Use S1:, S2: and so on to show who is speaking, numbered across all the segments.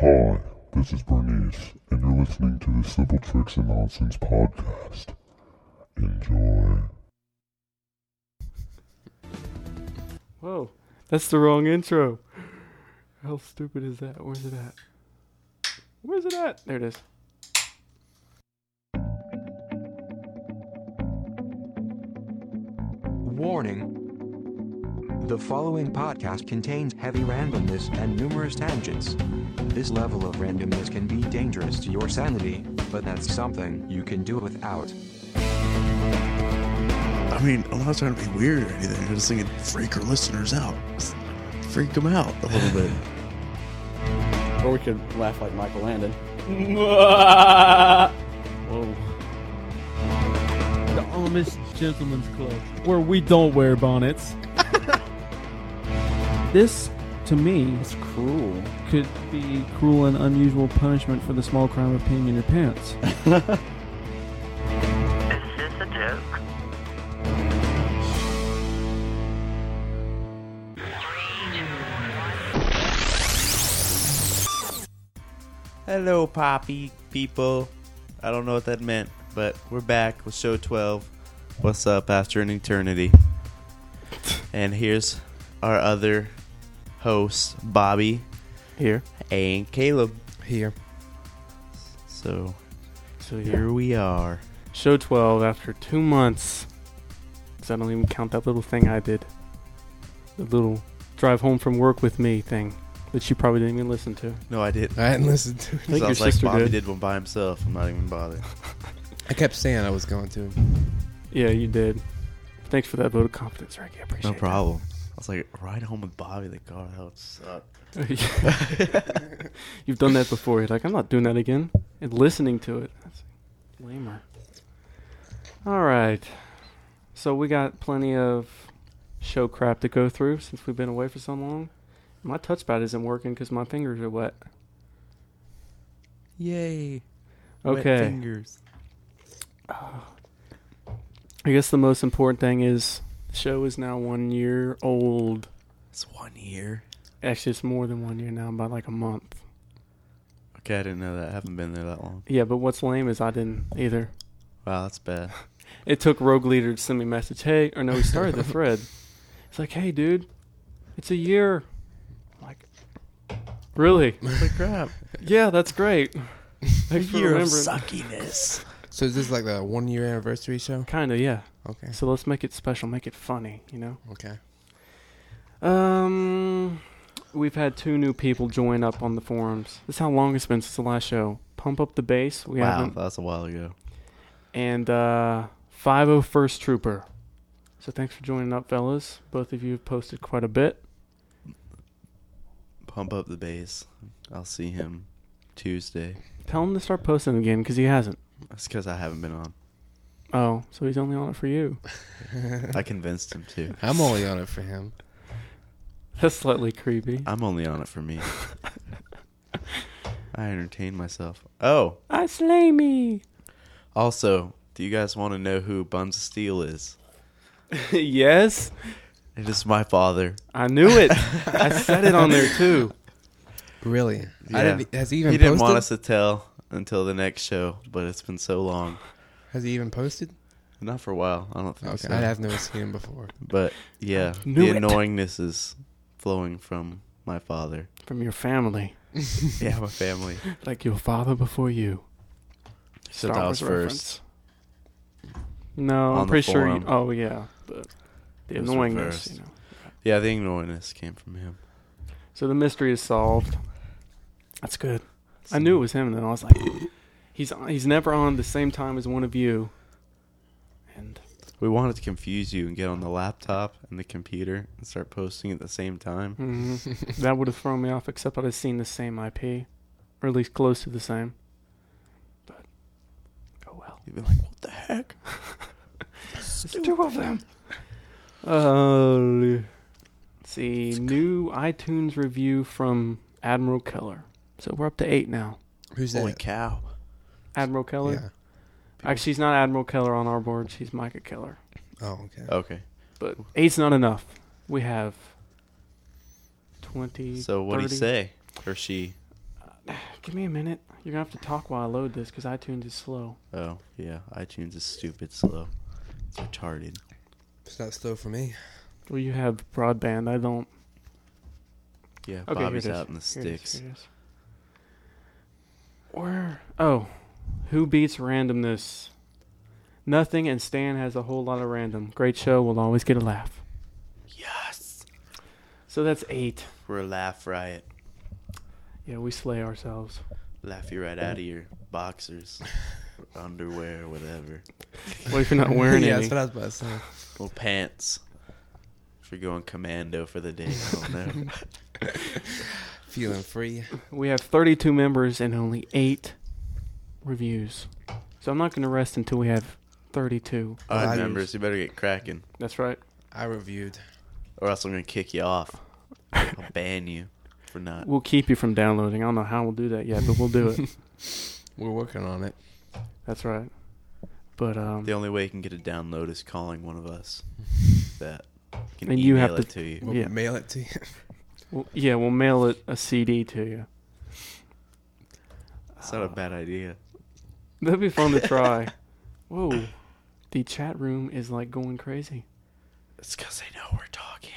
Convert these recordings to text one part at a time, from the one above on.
S1: Hi, this is Bernice, and you're listening to the Simple Tricks and Nonsense podcast. Enjoy.
S2: Whoa, that's the wrong intro. How stupid is that? Where's it at? Where's it at? There it is.
S3: Warning. The following podcast contains heavy randomness and numerous tangents. This level of randomness can be dangerous to your sanity, but that's something you can do without.
S4: I mean, I'm not trying to be weird or anything. I'm just thinking, freak our listeners out. Just Freak them out a little bit.
S5: Or we could laugh like Michael Landon.
S2: Whoa.
S6: The Amish Gentlemen's Club, where we don't wear bonnets. this, to me,
S5: It's cruel.
S6: could be cruel and unusual punishment for the small crime of peeing in your pants.
S4: Hello, Poppy people. I don't know what that meant, but we're back with show 12. What's up after an eternity? And here's our other hosts, Bobby
S2: Here.
S4: and Caleb.
S7: here.
S4: So
S2: So
S4: here we are.
S2: Show 12 after two months. Because I don't even count that little thing I did. The little drive home from work with me thing that she probably didn't even listen to.
S4: No, I didn't.
S7: I hadn't listened to it.
S2: I think your
S4: Sounds like
S2: sister
S4: Bobby
S2: did.
S4: one by himself. I'm not even bothered.
S7: I kept saying I was going to.
S2: Yeah, you did. Thanks for that vote of confidence, Ricky. I appreciate
S4: No
S2: it.
S4: problem. I was like, ride home with Bobby in the car. That would suck.
S2: You've done that before. You're like, I'm not doing that again. And listening to it. That's lamer. All right. So we got plenty of show crap to go through since we've been away for so long. My touchpad isn't working because my fingers are wet.
S4: Yay.
S2: Okay.
S4: fingers.
S2: I guess the most important thing is the show is now one year old.
S4: It's one year.
S2: Actually, it's more than one year now, by like a month.
S4: Okay, I didn't know that. I haven't been there that long.
S2: Yeah, but what's lame is I didn't either.
S4: Wow, that's bad.
S2: It took Rogue Leader to send me a message. Hey, or no, he started the thread. It's like, hey, dude, it's a year. I'm like, really?
S4: Holy crap.
S2: Yeah, that's great. Thanks for remembering.
S4: suckiness.
S7: So is this like the one year anniversary show?
S2: Kinda, yeah.
S7: Okay.
S2: So let's make it special, make it funny, you know.
S7: Okay.
S2: Um, we've had two new people join up on the forums. This is how long it's been since the last show. Pump up the bass. We
S4: Wow,
S2: haven't.
S4: that's a while ago.
S2: And uh, 501st Trooper. So thanks for joining up, fellas. Both of you have posted quite a bit.
S4: Pump up the bass. I'll see him Tuesday.
S2: Tell him to start posting again because he hasn't.
S4: That's because I haven't been on.
S2: Oh, so he's only on it for you.
S4: I convinced him to.
S7: I'm only on it for him.
S2: That's slightly creepy.
S4: I'm only on it for me. I entertain myself. Oh,
S2: I slay me.
S4: also, do you guys want to know who Buns of Steel is?
S2: yes,
S4: It is my father.
S2: I knew it. I said it on there too.
S7: Really? I
S4: Yeah.
S7: didn't, e-, has he even
S4: he
S7: posted?
S4: didn't want us to tell until the next show, but it's been so long.
S7: Has he even posted?
S4: Not for a while, I don't think
S7: Okay.
S4: so.
S7: I have never seen him before.
S4: But yeah,
S2: Knew
S4: the
S2: it.
S4: annoyingness is flowing from my father.
S2: From your family,
S4: Yeah, my family.
S2: like your father before you.
S4: Said that was first.
S2: reference. No,
S4: On
S2: I'm
S4: the
S2: pretty sure.
S4: forum.
S2: You, oh yeah, but the
S4: It was
S2: annoyingness. You
S4: reversed.
S2: know.
S4: Yeah, the annoyingness came from him.
S2: So the mystery is solved. That's good. I knew it was him. Then I was like, he's he's never on the same time as one of you. And
S4: We wanted to confuse you and get on the laptop and the computer and start posting at the same time.
S2: Mhm. that would have thrown me off, except I'd have seen the same IP, or at least close to the same. But oh well.
S4: You'd be like, "What the heck?"
S2: There's two of them. Uh, let's see, new iTunes review from Admiral Keller. So we're up to eight now.
S7: Who's that?
S4: Holy cow!
S2: Admiral Keller.
S7: Yeah.
S2: Actually, she's not Admiral Keller on our board. She's Micah Keller.
S7: Oh, okay.
S4: Okay,
S2: But eight's not enough. We have twenty.
S4: so what do you
S2: 30.
S4: say or she?
S2: Give me a minute. You're gonna have to talk while I load this because iTunes is slow.
S4: Oh, yeah. iTunes is stupid slow. It's retarded.
S7: It's not slow for me.
S2: Well, you have broadband. I don't.
S4: Yeah,
S2: Okay, here
S4: Bobby's
S2: it is.
S4: out in the
S2: Here it is,
S4: sticks.
S2: here it is. Where? Oh, who beats randomness? Nothing, and Stan has a whole lot of random. Great show. We'll always get a laugh.
S4: Yes!
S2: So that's eight.
S4: We're a laugh riot.
S2: Yeah, we slay ourselves.
S4: Laugh you right out of your boxers, underwear, whatever.
S2: What if you're not wearing
S7: yeah,
S2: any?
S7: that's what I was about to say.
S4: Well, pants. If you're going commando for the day, I don't know.
S7: Feeling free.
S2: We have 32 members and only eight reviews. So I'm not going to rest until we have 32.
S4: All right,
S7: Values.
S4: members, you better get cracking,
S2: That's right.
S7: I reviewed.
S4: or else I'm gonna kick you off. I'll ban you for not.
S2: We'll keep you from downloading. I don't know how we'll do that yet, but we'll do it.
S7: We're working on it.
S2: That's right. But um,
S4: The only way you can get a download is calling one of us. That can
S2: And
S4: email
S2: you have
S4: it
S2: to-
S4: to you.
S7: We'll
S2: Yeah.
S7: mail it to you.
S2: we'll, yeah, we'll mail it a CD to you.
S4: It's not a bad idea.
S2: That'd be fun to try. Whoa, the chat room is like going crazy.
S4: It's because they know we're talking.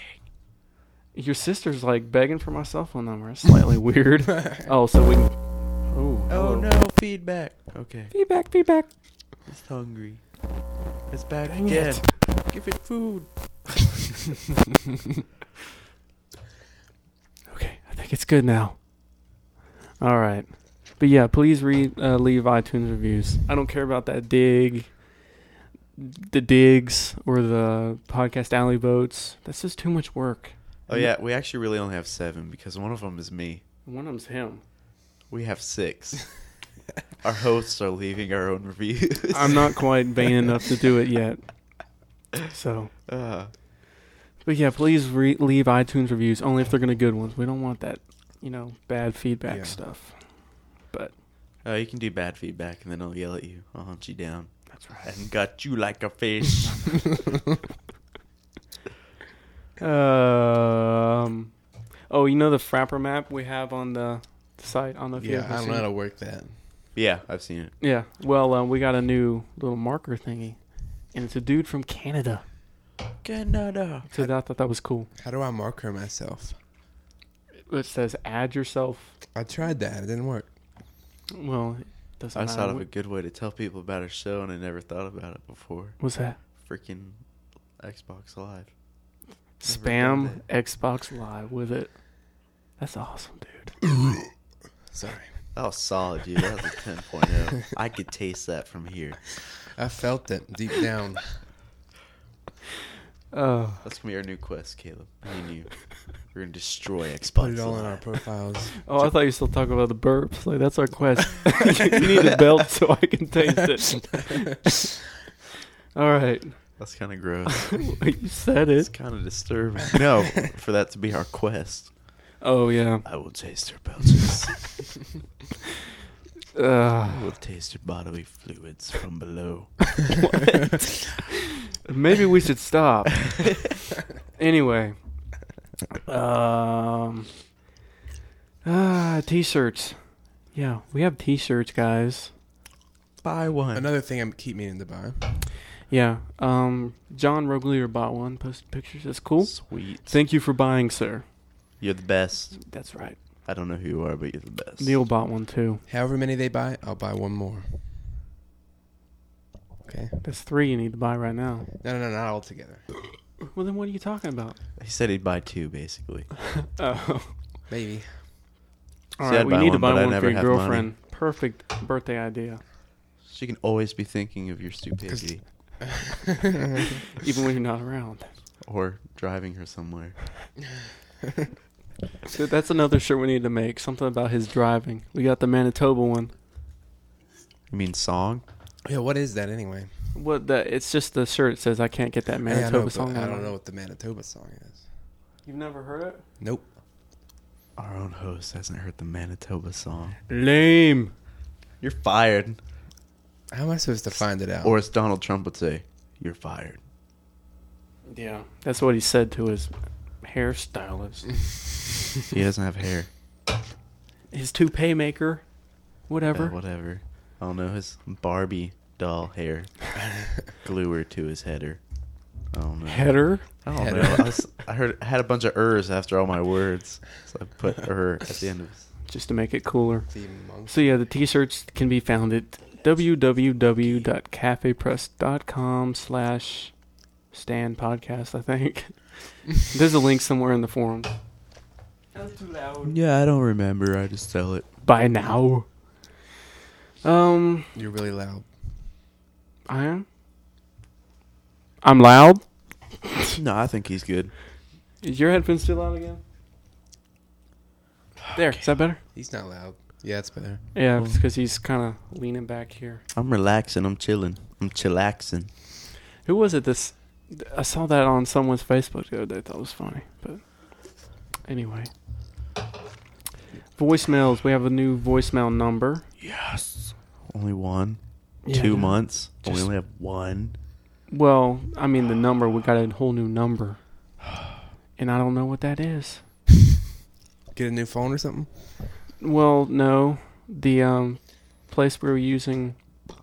S2: Your sister's like begging for my cell phone number. It's slightly weird. Oh, so we. Can, oh,
S4: Oh
S2: hello.
S4: no, feedback. Okay,
S2: Feedback, feedback.
S4: it's hungry. It's back
S2: Dang
S4: again.
S2: it.
S4: Give it food.
S2: Okay, I think it's good now. All right, but yeah, please read uh, leave iTunes reviews. I don't care about that dig, the digs or the podcast alley votes. That's just too much work.
S4: Oh yeah, we actually really only have seven because one of them is me.
S2: One of them's him.
S4: We have six. our hosts are leaving our own reviews.
S2: I'm not quite vain enough to do it yet. So,
S4: Uh,
S2: but yeah, please re- leave iTunes reviews only if they're gonna good ones. We don't want that, you know, bad feedback
S7: Yeah.
S2: stuff.
S4: oh, you can do bad feedback and then I'll yell at you. I'll hunt you down.
S2: That's right.
S4: And got you like a fish.
S2: Um. Oh, you know the Frapper map we have on the site. I don't know if you
S7: yeah,
S2: ever
S7: I don't
S2: seen
S7: know how
S2: it.
S7: to work that.
S4: yeah, I've seen it.
S2: Yeah. Well, uh, we got a new little marker thingy, and it's a dude from Canada.
S4: Canada.
S2: So I thought that was cool.
S7: How do I marker myself?
S2: It says add yourself.
S7: I tried that. It didn't work.
S2: Well, it doesn't
S4: I
S2: matter.
S4: thought of
S2: What-
S4: a good way to tell people about our show and I never thought about it before.
S2: What's that?
S4: Freaking Xbox Live.
S2: Spam Xbox Live with it. That's awesome, dude.
S7: Sorry.
S4: That was solid, dude. That was a 10.0. I could taste that from here.
S7: I felt it deep down.
S2: Oh,
S4: That's going to be our new quest, Caleb. Me and you. We're going to destroy Xbox
S7: Put it all in
S4: Live.
S7: our profiles.
S2: oh! I thought you still talking about the burps. Like that's our quest. you need a belt so I can taste it. All right,
S4: That's kind of gross.
S2: you said
S4: It's
S2: it.
S4: kind of disturbing. No, for that to be our quest.
S2: Oh yeah.
S4: I will taste her belches. I
S2: Uh,
S4: will taste her bodily fluids from below.
S2: maybe we should stop. anyway, um, ah, t-shirts. Yeah, we have t-shirts, guys.
S4: Buy one.
S7: Another thing I keep meaning to buy.
S2: Yeah. Um, John Roglier bought one, posted pictures. That's cool.
S4: Sweet.
S2: Thank you for buying, sir.
S4: You're the best.
S2: That's right.
S4: I don't know who you are, but you're the best.
S2: Neil bought one too.
S7: However many they buy, I'll buy one more. Okay.
S2: That's three you need to buy right now.
S7: No, no, no, not all together.
S2: Well, then what are you talking about?
S4: He said he'd buy two, basically.
S2: Oh,
S7: Maybe.
S2: all
S4: See,
S2: right.
S4: I'd
S2: We
S4: buy
S2: need to
S4: one,
S2: buy
S4: but I
S2: one for
S4: never
S2: your
S4: have money.
S2: girlfriend. Perfect birthday idea.
S4: She can always be thinking of your stupidity
S2: Even when you're not around.
S4: or driving her somewhere.
S2: So that's another shirt we need to make. Something about his driving. We got the Manitoba one.
S4: You mean song?
S7: Yeah, what is that anyway?
S2: What the? It's just the shirt that says I can't get that
S7: Yeah, I know,
S2: Manitoba
S7: but
S2: song.
S7: I
S2: out."
S7: don't know what the Manitoba song is.
S2: You've never heard it?
S7: Nope.
S4: Our own host hasn't heard the Manitoba song.
S2: Lame.
S4: You're fired.
S7: How am I supposed to find it out?
S4: Or as Donald Trump would say, you're fired.
S2: Yeah, that's what he said to his hairstylist,
S4: He doesn't have hair.
S2: his toupee maker. Whatever.
S4: Uh, whatever. I don't know. His Barbie doll hair gluer to his header. I don't know.
S2: Header.
S4: I don't
S7: Header.
S4: know. I, was, I heard I had a bunch of ers after all my words, so I put er at the end of.
S2: Just to make it cooler.
S7: It's even monk.
S2: So yeah, the t-shirts can be found at www.cafepress.com slash stand podcast, I think. There's a link somewhere in the forum.
S4: Yeah, I don't remember. I just tell it.
S2: By now. Um,
S7: You're really loud.
S2: I am. I'm loud.
S4: No, I think he's good.
S2: Is your headphones still on again? There, is that better?
S7: He's not loud. Yeah, it's better.
S2: Yeah, it's because he's kind of leaning back here.
S4: I'm relaxing. I'm chilling. I'm chillaxing.
S2: Who was it? This I saw that on someone's Facebook the other day. I thought it was funny, but anyway, voicemails. We have a new voicemail number.
S4: Yes. Only one.
S2: Yeah,
S4: Two
S2: no.
S4: months. we
S2: Just-
S4: only have one.
S2: Well, I mean the number. We got a whole new number, and I don't know what that is.
S7: Get a new phone or something.
S2: Well, no, the um, place we were using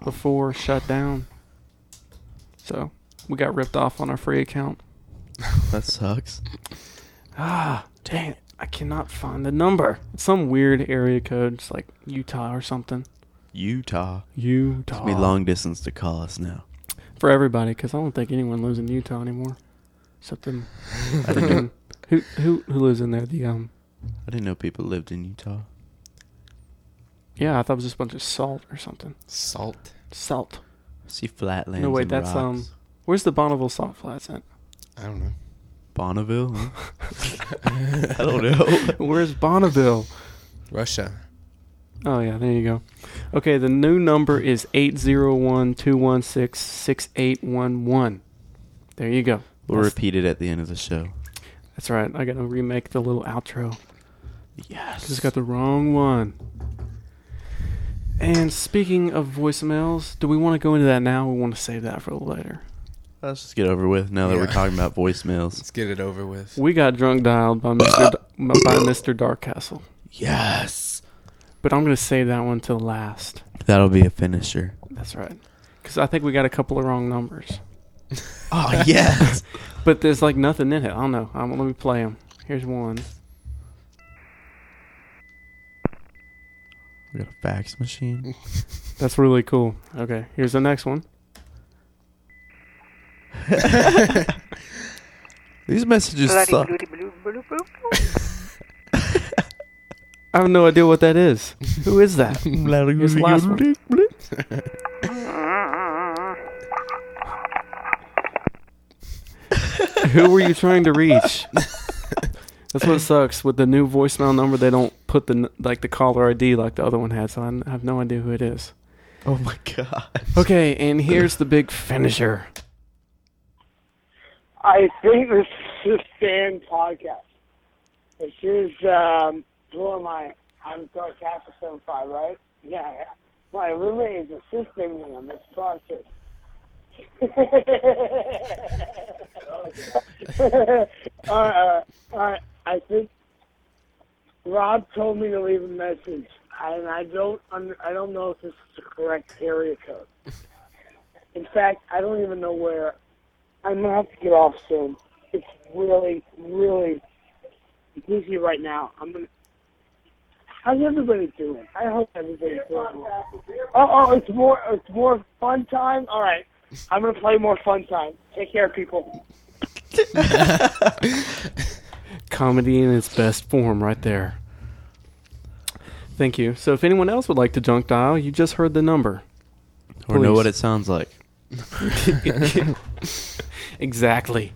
S2: before shut down, so we got ripped off on our free account.
S4: That sucks.
S2: Ah, dang it. I cannot find the number. It's some weird area code. It's like Utah or something.
S4: Utah.
S2: Utah.
S4: It's be long distance to call us now.
S2: For everybody, because I don't think anyone lives in Utah anymore. Except them. freaking- who, who, who lives in there? The, um,
S4: I didn't know people lived in Utah.
S2: yeah, I thought it was just a bunch of salt or something.
S7: Salt.
S2: Salt.
S4: I see flatlands.
S2: no, wait,
S4: and
S2: that's,
S4: rocks.
S2: um, where's the Bonneville Salt Flats at?
S7: I don't know.
S4: Bonneville. Huh? I don't know.
S2: Where's Bonneville?
S7: Russia.
S2: Oh, yeah, there you go. Okay, the new number is 801 216 6811. There you go.
S4: We'll
S2: That's-
S4: repeat it at the end of the show.
S2: That's right. I gotta remake the little outro.
S4: Yes.
S2: 'cause It's got the wrong one. And speaking of voicemails, do we want to go into that now? Or we want to save that for later.
S4: Let's just get over with now that we're
S7: Yeah.
S4: talking about voicemails.
S7: Let's get it over with.
S2: We got drunk dialed by Mr. D- by Mr. Darkcastle,
S4: Yes.
S2: but I'm gonna save that one till last.
S4: That'll be a finisher.
S2: That's right. Because I think we got a couple of wrong numbers,
S4: Oh yes.
S2: but there's like nothing in it. I don't know. I'm, let me play them. Here's one.
S4: we got a fax machine.
S2: That's really cool. Okay, here's the next one.
S4: These messages suck.
S2: I have no idea what that is. Who is that? Here's the last one. Who were you trying to reach? That's what sucks with the new voicemail number. They don't put the n- like the caller ID like the other one had, so I n- I have no idea who it is.
S4: Oh my god.
S2: Okay, and here's the big finisher.
S8: I think this is a fan podcast. This is um, who am I? I'm Dark Capstone Five, right? Yeah, yeah. My roommate is assisting me on this process. uh, uh, uh, I think Rob told me to leave a message, and I don't, un- I don't know if this is the correct area code. In fact, I don't even know where I'm gonna have to get off soon. It's really, really busy right now. I'm gonna. How's everybody doing? I hope everybody's doing well. Oh, oh, it's more, it's more fun time. All right, I'm gonna play more fun time. Take care, people.
S2: Comedy in its best form, right there. Thank you. So, if anyone else would like to junk dial, you just heard the number.
S4: Or know
S2: Please.
S4: what it sounds like.
S2: exactly.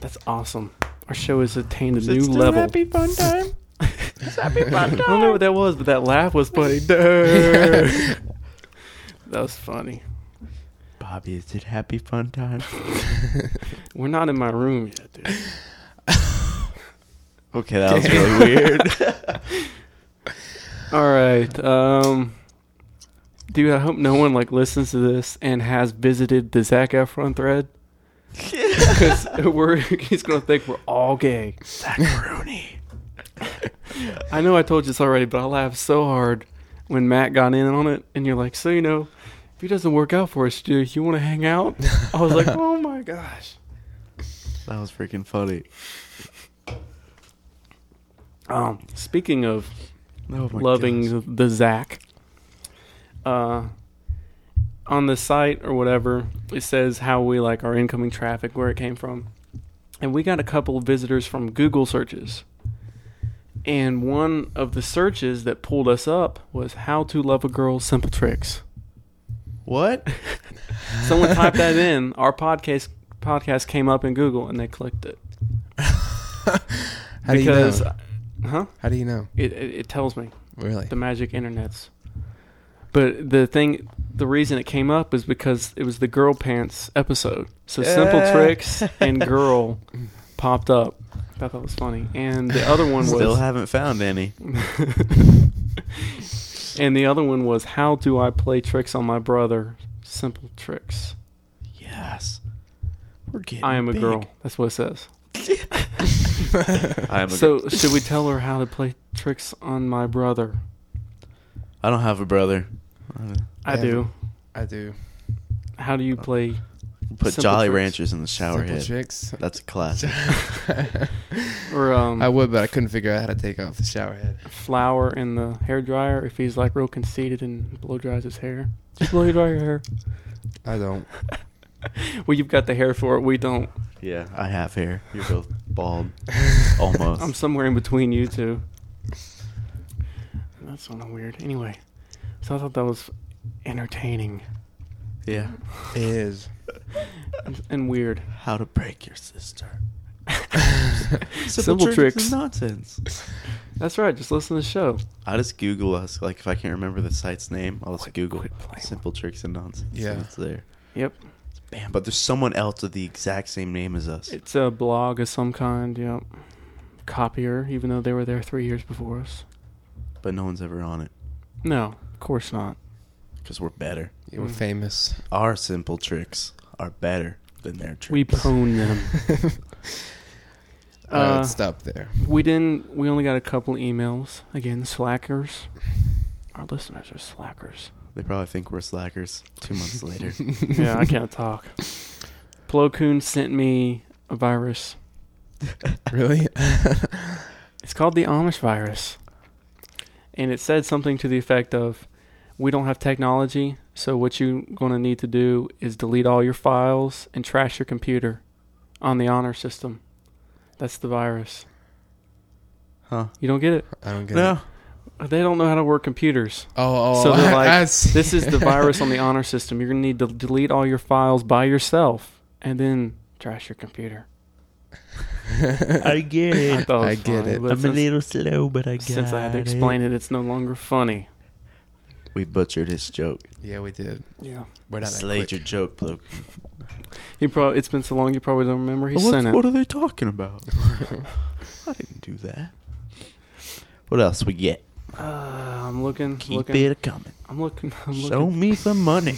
S2: That's awesome. Our show has attained a new level.
S4: fun time.
S2: I don't know what that was, but that laugh was funny. that was funny.
S4: Bobby, is it happy fun time?
S2: We're not in my room yet, dude.
S4: Okay, that was really weird.
S2: All right. Um Dude, I hope no one like listens to this and has visited the Zac Efron thread. Because we're he's gonna think we're all gay. Zach Rooney. I know I told you this already, but I laughed so hard. when Matt got in on it, and you're like, so you know, if he doesn't work out for us, do you want to hang out? I was like, oh my gosh.
S4: That was freaking funny.
S2: Um, speaking of
S4: Oh my
S2: loving
S4: goodness.
S2: the Zach. Uh, on the site or whatever, it says how we like our incoming traffic, where it came from, and we got a couple of visitors from Google searches. And one of the searches that pulled us up was "How to Love a Girl: Simple Tricks."
S4: What?
S2: Someone typed that in. Our podcast podcast came up in Google, and they clicked it
S7: How
S2: because,
S7: do you know?
S2: huh?
S7: How do you know?
S2: It, it it tells me.
S7: Really?
S2: the magic internets. But the thing, the reason it came up is because it was the girl pants episode. So simple
S4: Yeah.
S2: tricks and girl popped up. I thought that was funny. And the other one
S4: Still
S2: was,
S4: haven't found any.
S2: and the other one was, how do I play tricks on my brother? Simple tricks.
S4: Yes. We're getting
S2: I am a
S4: big.
S2: girl. That's what it says.
S4: I am a girl.
S2: So should we tell her how to play tricks on my brother?
S4: I don't have a brother. I don't-
S2: I
S7: Yeah.
S2: do.
S7: I do.
S2: How do you play?
S4: Put
S2: Simple
S4: Jolly
S2: tricks.
S4: Ranchers in the shower
S7: Simple
S4: head.
S7: tricks.
S4: That's a classic.
S2: Or um,
S7: I would, but I couldn't figure out how to take off the shower head.
S2: flour in the hair dryer if he's like real conceited and blow dries his hair. Just blow dry your hair.
S7: I don't.
S2: Well, you've got the hair for it. We don't.
S4: yeah, I have hair. You're both bald. Almost.
S2: I'm somewhere in between you two. That's kind of weird. Anyway, so I thought that was entertaining
S4: yeah.
S7: It is.
S2: and, and weird.
S4: How to break your sister.
S2: Simple tricks.
S4: is nonsense.
S2: That's right. Just listen to the show.
S4: I just Google us. Like if I can't remember the site's name, I'll just Google
S2: quit playing.
S4: simple tricks and nonsense. and
S7: Yeah.
S4: it's there.
S2: Yep.
S4: Bam. But there's someone else with the exact same name as us.
S2: It's a blog of some kind. Yep. Copier, even though they were there three years before us.
S4: but no one's ever on it
S2: No, of course not.
S4: because we're better.
S7: You
S2: Mm.
S7: were famous.
S4: Our simple tricks are better than their tricks.
S2: We pwn them.
S7: I
S2: Uh,
S7: would stop there.
S2: We didn't. We only got a couple emails. Again, slackers. Our listeners are slackers.
S4: they probably think we're slackers. Two months later,
S2: yeah, I can't talk. Plo Koon sent me a virus.
S7: Really?
S2: It's called the Amish virus, and it said something to the effect of, "We don't have technology, so what you're gonna need to do is delete all your files and trash your computer, on the honor system." That's the virus.
S4: huh?
S2: You don't get it.
S7: I don't get it.
S4: No,
S2: They don't know how to work computers.
S7: Oh, oh.
S2: So they're like,
S7: I see.
S2: this is the virus on the honor system. You're gonna need to delete all your files by yourself, and then trash your computer.
S4: I get
S2: I, thought
S7: I
S2: was
S7: get
S2: funny,
S7: it.
S2: but since,
S4: slow, but I
S2: since I had to explain it. it's no longer funny.
S4: We butchered his joke.
S7: Yeah, we did.
S2: Yeah,
S7: We're not that
S4: Slayed
S7: quick.
S4: your joke, Luke.
S2: he probably it's been so long you probably don't remember he
S4: What's-
S2: sent it.
S4: What are they talking about? I didn't do that. What else we get?
S2: Uh, I'm looking,
S4: Keep
S2: looking.
S4: it coming.
S2: I'm looking. I'm looking.
S4: Show me some money.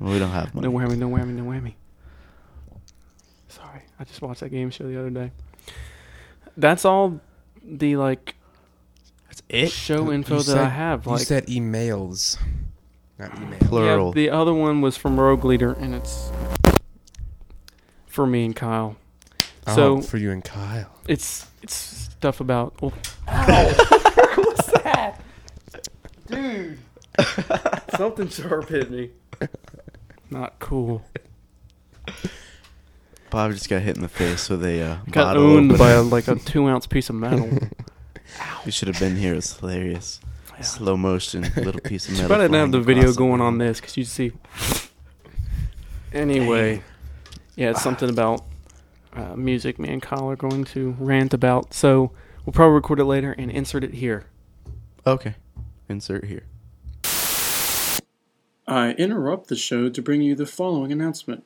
S4: well, we don't have money.
S2: No whammy, no whammy, no whammy. Sorry, I just watched that game show the other day. That's all the like
S4: That's it.
S2: show
S7: You
S2: info that I
S7: said-
S2: have.
S7: You
S2: Like
S7: said emails, not email.
S4: Plural.
S2: Yeah, the other one was from Rogue Leader, and it's for me and Kyle.
S7: oh,
S2: So
S7: for you and Kyle.
S2: it's it's stuff about. oh, Well, What's that, dude? Something sharp hit me. Not cool.
S4: Bob just got hit in the face with a uh,
S2: Got
S4: bottle
S2: owned
S4: opener.
S2: by a, like a two ounce piece of metal.
S4: You should have been here. It's hilarious.
S2: Yeah.
S4: Slow motion, little piece of metal.
S2: But I didn't have
S4: flying
S2: the video
S4: across the
S2: going
S4: room.
S2: on this because you see. Anyway, yeah, it's something about uh, music. Me and Kyle are going to rant about, so we'll probably record it later and insert it here.
S4: Okay. Insert here.
S2: I interrupt the show to bring you the following announcement.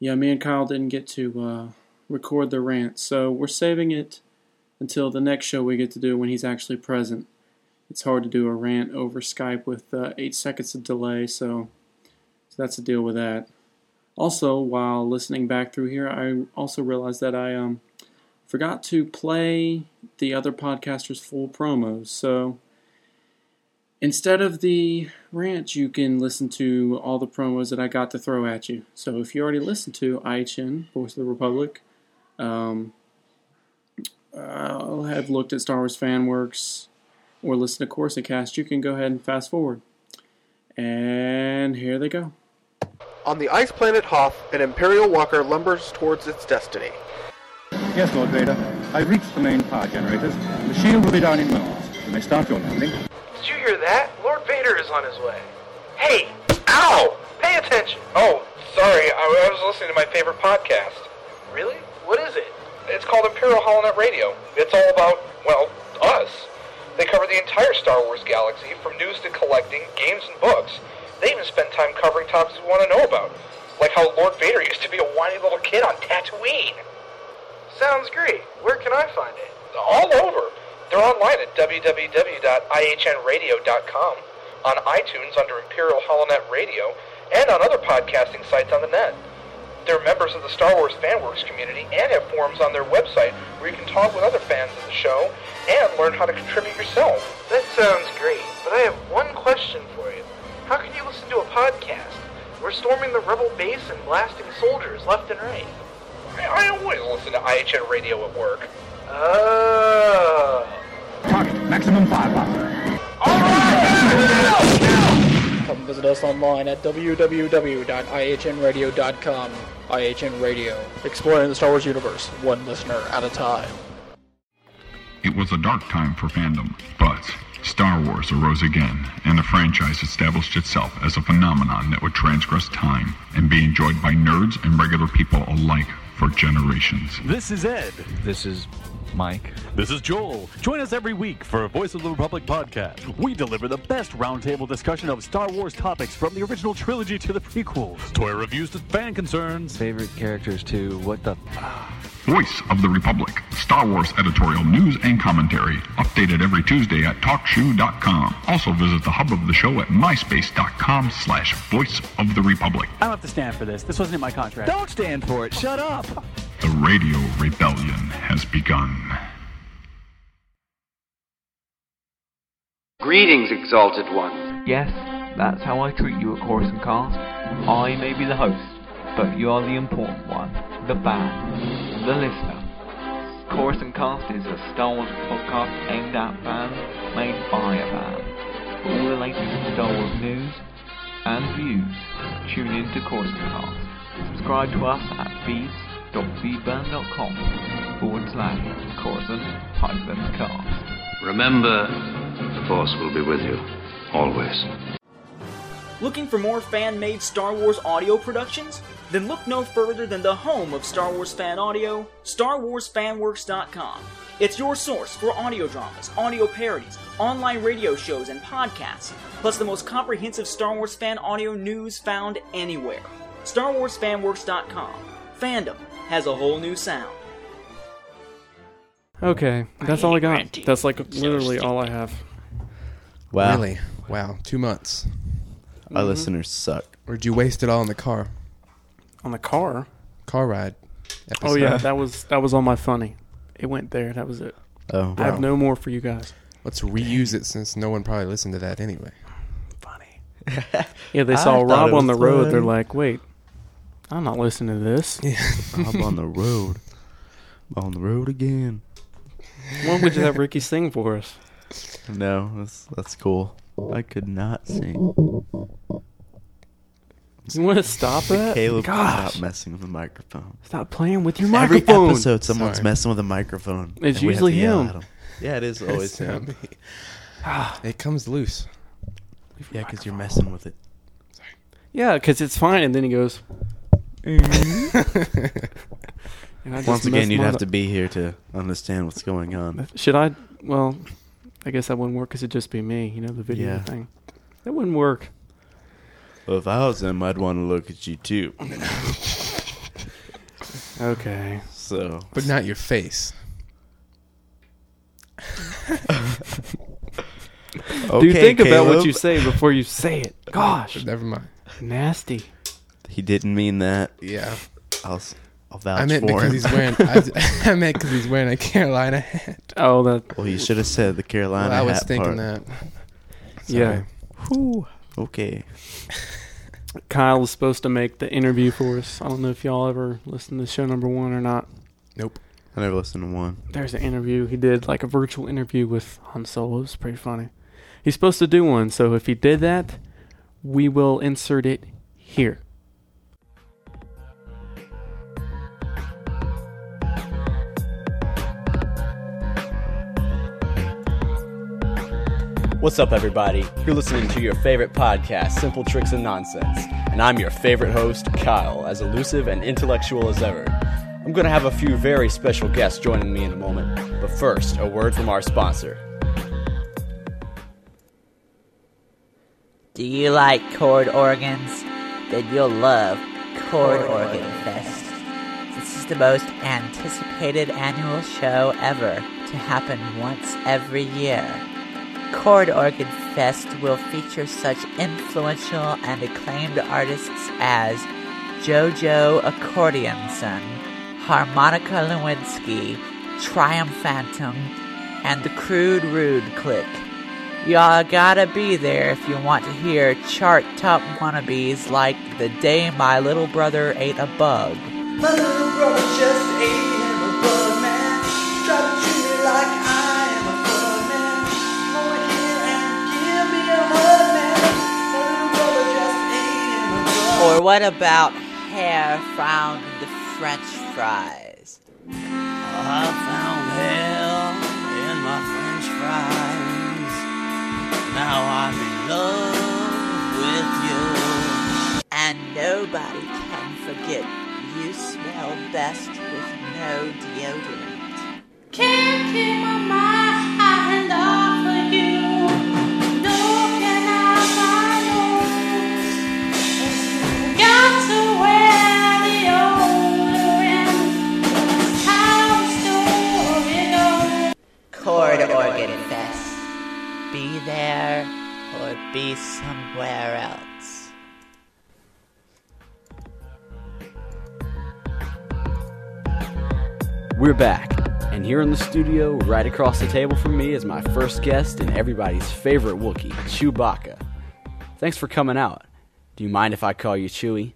S2: Yeah, me and Kyle didn't get to uh, record the rant, so we're saving it until the next show we get to do when he's actually present. It's hard to do a rant over Skype with uh, eight seconds of delay, so, so that's the deal with that. Also, while listening back through here, I also realized that I um, forgot to play the other podcaster's full promos, so
S9: Instead of the rant, you can listen to all the promos that I got to throw at you. So if you already listened to IHN, Voice of the Republic, um, uh, have looked at Star Wars Fanworks, or listened to Corsicast, you can go ahead and fast forward. And here they go.
S10: On the ice planet Hoth, an Imperial walker lumbers towards its destiny.
S11: Yes, Lord Vader. I've reached the main power generators. The shield will be down in moments. You may start your landing.
S10: Did you hear that? Lord Vader is on his way. Hey! Ow! Pay attention! Oh, sorry, I, I was listening to my favorite podcast. Really? What is it? It's called Imperial Holonet Radio. It's all about, well, us. They cover the entire Star Wars galaxy, from news to collecting, games and books. They even spend time covering topics we want to know about, like how Lord Vader used to be a whiny little kid on Tatooine. Sounds great. Where can I find it? All over. They're online at www.ihnradio.com, on iTunes under Imperial Holonet Radio, and on other podcasting sites on the net. They're members of the Star Wars Fanworks community and have forums on their website where you can talk with other fans of the show and learn how to contribute yourself. That sounds great, but I have one question for you. How can you listen to a podcast? We're storming the rebel base and blasting soldiers left and right. I, I always listen to IHN radio at work. Oh.
S11: Maximum firepower.
S12: Come visit us online at www.ihnradio.com. IHN Radio, exploring the Star Wars universe, one listener at a time.
S13: It was a dark time for fandom, but Star Wars arose again, and the franchise established itself as a phenomenon that would transgress time and be enjoyed by nerds and regular people alike for generations.
S14: This is Ed. This is Mike. This is Joel. Join us every week for a Voice of the Republic podcast. We deliver the best roundtable discussion of Star Wars topics from the original trilogy to the prequels, toy reviews to fan concerns, favorite characters to what the.
S13: Voice of the Republic, Star Wars editorial news and commentary, updated every Tuesday at TalkShoe.com. Also visit the hub of the show at MySpace.com slash Voice of the Republic.
S14: I don't have to stand for this. This wasn't in my contract.
S15: Don't stand for it. Shut up.
S13: The radio rebellion has begun.
S16: Greetings, exalted ones.
S17: Yes, that's how I treat you at Chorus and Cast. I may be the host, but you are the important one, the fan, the listener. Chorus and Cast is a Star Wars podcast aimed at fans, made by a fan. For all the latest Star Wars news and views, tune in to Chorus and Cast. Subscribe to us at feeds.feedburn.com forward slash Chorus and hyphen Cast.
S18: Remember, the Force will be with you, always.
S19: Looking for more fan made Star Wars audio productions? Then look no further than the home of Star Wars fan audio, StarWarsFanWorks.com. It's your source for audio dramas, audio parodies, online radio shows, and podcasts, plus the most comprehensive Star Wars fan audio news found anywhere. StarWarsFanWorks.com. Fandom has a whole new sound.
S2: Okay, that's all I got. That's like literally all I have.
S4: Wow.
S7: Really? Wow. Two months.
S4: Our
S2: Mm-hmm.
S4: listeners suck.
S7: Or did you waste it all in the car?
S2: On the car?
S7: Car ride.
S2: Oh yeah, that was that was all my funny. It went there. That was it.
S7: Oh,
S2: I have
S7: wow.
S2: no more for you guys.
S7: Let's reuse it since no one probably listened to that anyway.
S2: Yeah, they
S7: I
S2: saw
S7: thought
S2: Rob
S7: it
S2: on the
S7: was
S2: road. They're
S7: funny.
S2: like, wait, I'm not listening to this.
S4: I'm on the road. I'm on the road again.
S2: When would you have Ricky sing for us?
S4: No, that's that's cool. I could not sing.
S2: You want to stop that?
S4: Caleb,
S2: Uh, Gosh,
S4: stop messing with the microphone.
S2: stop playing with your
S4: Every
S2: microphone.
S4: episode, someone's messing with the microphone.
S2: It's
S4: and we have
S2: usually
S4: to yell
S2: him.
S4: at 'em. Yeah, it is always him.
S7: it comes loose.
S4: Yeah, because you're messing with it.
S2: Yeah, because it's fine. And then he goes. And I just messed
S4: Once again, you'd
S2: mine
S4: have
S2: up.
S4: to be here to understand what's going on.
S2: Should I? Well, I guess that wouldn't work because it'd just be me. You know, the video
S4: Yeah.
S2: thing. That wouldn't work.
S4: Well, if I was him, I'd want to look at you too.
S2: Okay.
S4: So,
S7: But not your face.
S2: Do you think about what you say before you say it? Gosh.
S7: Never mind.
S2: Nasty.
S4: He didn't mean that.
S7: Yeah.
S4: I'll, s- I'll vouch
S7: I meant
S4: for
S7: because
S4: him.
S7: he's wearing. I, I meant because he's wearing a Carolina hat.
S2: Oh, that.
S4: Well, you should have said the Carolina.
S7: Well, I was
S4: hat
S7: thinking
S4: part.
S7: that.
S2: Yeah.
S4: Whew. Okay.
S2: Kyle is supposed to make the interview for us. I don't know if y'all ever listened to show number one or not.
S7: Nope.
S4: I never listened to one.
S2: There's an interview he did, like a virtual interview with Han Solo. It was pretty funny. He's supposed to do one, so if he did that, we will insert it here.
S15: What's up, everybody? You're listening to your favorite podcast, Simple Tricks and Nonsense, and I'm your favorite host, Kyle, as elusive and intellectual as ever. I'm going to have a few very special guests joining me in a moment, but first, a word from our sponsor.
S16: Do you like chord organs? Then you'll love Chord Organ Fest. This is the most anticipated annual show ever to happen once every year. Chord Organ Fest will feature such influential and acclaimed artists as JoJo Accordionson, Harmonica Lewinsky, Triumphantum, and the Crude Rude Clique. Y'all gotta be there if you want to hear chart top wannabes like The Day My Little Brother Ate a Bug.
S20: My little brother just ate him a bug, man. Try to treat me like I am a bug, man. Come over here and give me a hug, man. My little brother just ate him a bug.
S16: Or what about hair found in the french fries?
S20: I found hell in my french fries. Now I'm in love with you.
S16: And nobody can forget you smell best with no deodorant.
S20: Can't keep my mind off of you. No, can I find you? Got to wear the old How story goes.
S16: Chord Organ Fest. Be there or be somewhere else.
S15: We're back, and here in the studio, right across the table from me, is my first guest and everybody's favorite Wookiee, Chewbacca. Thanks for coming out. Do you mind if I call you Chewie?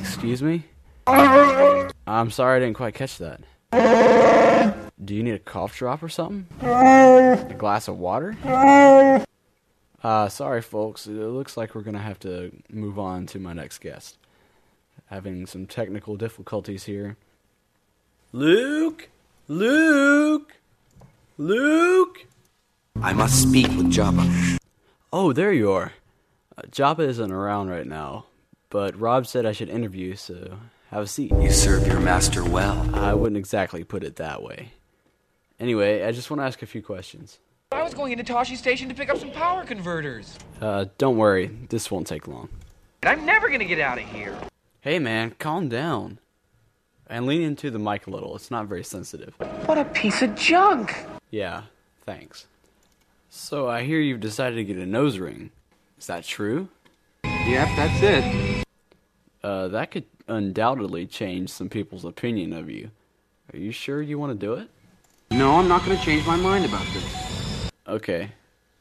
S15: Excuse me? I'm sorry I didn't quite catch that. Do you need a cough drop or something? A glass of water? Uh, sorry, folks. It looks like we're going to have to move on to my next guest. Having some technical difficulties here.
S20: Luke? Luke? Luke?
S15: I must speak with Jabba. Oh, there you are. Uh, Jabba isn't around right now, but Rob said I should interview, so have a seat. You serve your master well. I wouldn't exactly put it that way. Anyway, I just want to ask a few questions.
S21: I was going into Toshi Station to pick up some power converters.
S15: Uh, don't worry, this won't take long.
S21: And I'm never gonna get out of here.
S15: Hey man, calm down. And lean into the mic a little, it's not very sensitive.
S21: What a piece of junk!
S15: Yeah, thanks. So I hear you've decided to get a nose ring. Is that true? Yep, that's it. Uh, that could undoubtedly change some people's opinion of you. Are you sure you want to do it?
S21: No, I'm not gonna change my mind about this.
S15: Okay.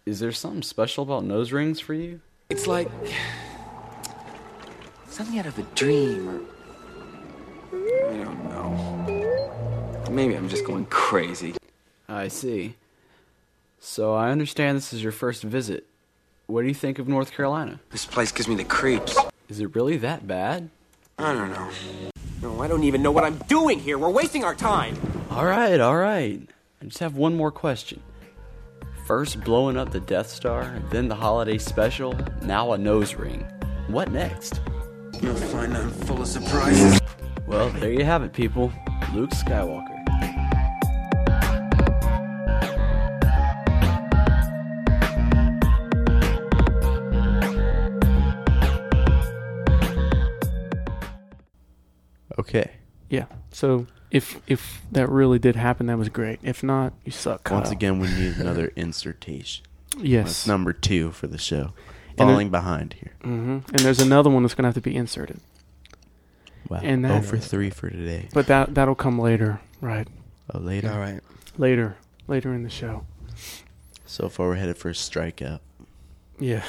S15: Is there something special about nose rings for you?
S21: It's like something out of a dream, or I don't know. Oh. Maybe I'm just going crazy.
S15: I see. So I understand this is your first visit. What do you think of North Carolina?
S21: This place gives me the creeps.
S15: Is it really that bad?
S21: I don't know. No, I don't even know what I'm doing here. We're wasting our time.
S15: All right, all right. I just have one more question. First blowing up the Death Star, then the holiday special, now a nose ring. What next?
S21: You'll find I'm full of surprises.
S15: Well, there you have it, people. Luke Skywalker.
S4: Okay.
S2: Yeah. So if if that really did happen, that was great. If not, you suck. Kyle.
S4: Once again, we need another insertation.
S2: Yes.
S4: That's number two for the show.
S2: And
S4: Falling
S2: there-
S4: behind here.
S2: hmm And there's another one that's gonna have to be inserted.
S4: Wow.
S2: And
S4: oh
S2: that,
S4: for three for today.
S2: But that that'll come later, right?
S4: Oh, later.
S7: All right.
S2: Later, later in the show.
S4: So far, we're headed for a strikeout.
S2: Yeah.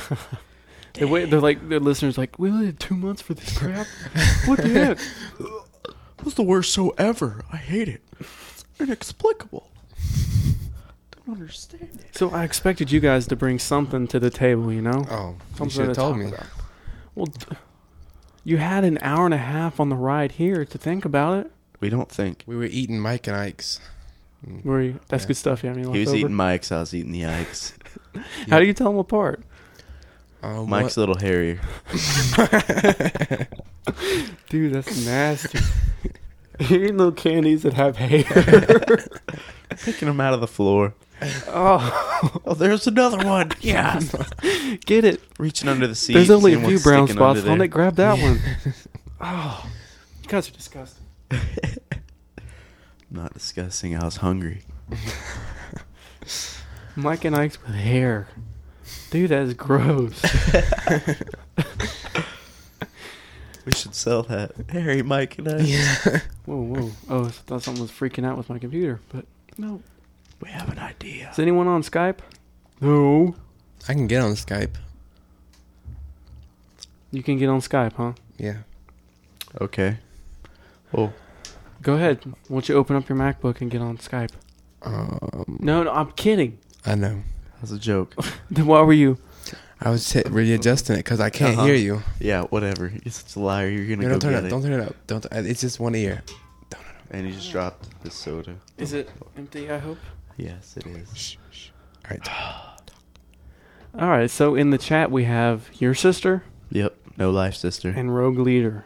S2: they wait. They're like their listeners. Like we only had two months for this crap. what the heck?
S4: What's the worst show ever? I hate it. It's inexplicable. Don't understand it.
S2: So I expected you guys to bring something to the table. You know.
S7: Oh,
S2: something
S7: you should
S2: to
S7: have told
S2: talk
S7: me.
S2: about. Well, d- you had an hour and a half on the ride here to think about it.
S4: We don't think.
S7: We were eating Mike and Ike's.
S2: Were you? That's good stuff. Yeah, I mean,
S4: He was
S2: leftover.
S4: eating Mike's. I was eating the Ike's.
S2: How do you tell them apart?
S7: Uh,
S4: Mike's a little hairier.
S2: Dude, that's nasty. You're eating little candies that have hair.
S4: Picking him out of the floor.
S2: oh.
S4: oh, there's another one. Yeah.
S2: Get it.
S4: Reaching under the seat.
S2: There's only a
S4: seeing
S2: few
S4: what's
S2: brown
S4: sticking under
S2: spots on
S4: there.
S2: it. Grab that
S4: Yeah.
S2: one. Oh, you guys are disgusting.
S4: Not disgusting. I was hungry.
S2: Mike and Ike's with hair. Dude, that is gross.
S4: We should sell that. Harry, Mike, and I.
S2: whoa, whoa. Oh, I thought something was freaking out with my computer, but no.
S4: We have an idea.
S2: Is anyone on Skype? No.
S7: I can get on Skype.
S2: You can get on Skype, huh?
S7: Yeah.
S4: Okay. Oh,
S2: Go ahead. Why don't you open up your MacBook and get on Skype?
S7: Um,
S2: No, no, I'm kidding.
S7: I know.
S4: That's a joke.
S2: Then why were you?
S7: I was t- readjusting it because I can't
S4: Uh-huh.
S7: hear you.
S4: Yeah, whatever. You're such a liar. You're
S7: No,
S4: gonna go
S7: don't turn it
S4: get
S7: up.
S4: it.
S7: Don't turn it up. Don't. uh, It's just one ear.
S4: And he just dropped the soda.
S2: Is it empty? I hope.
S4: Yes, it is.
S7: All right.
S2: All right. So in the chat we have your sister
S4: Yep. No life, sister.
S2: and Rogue Leader.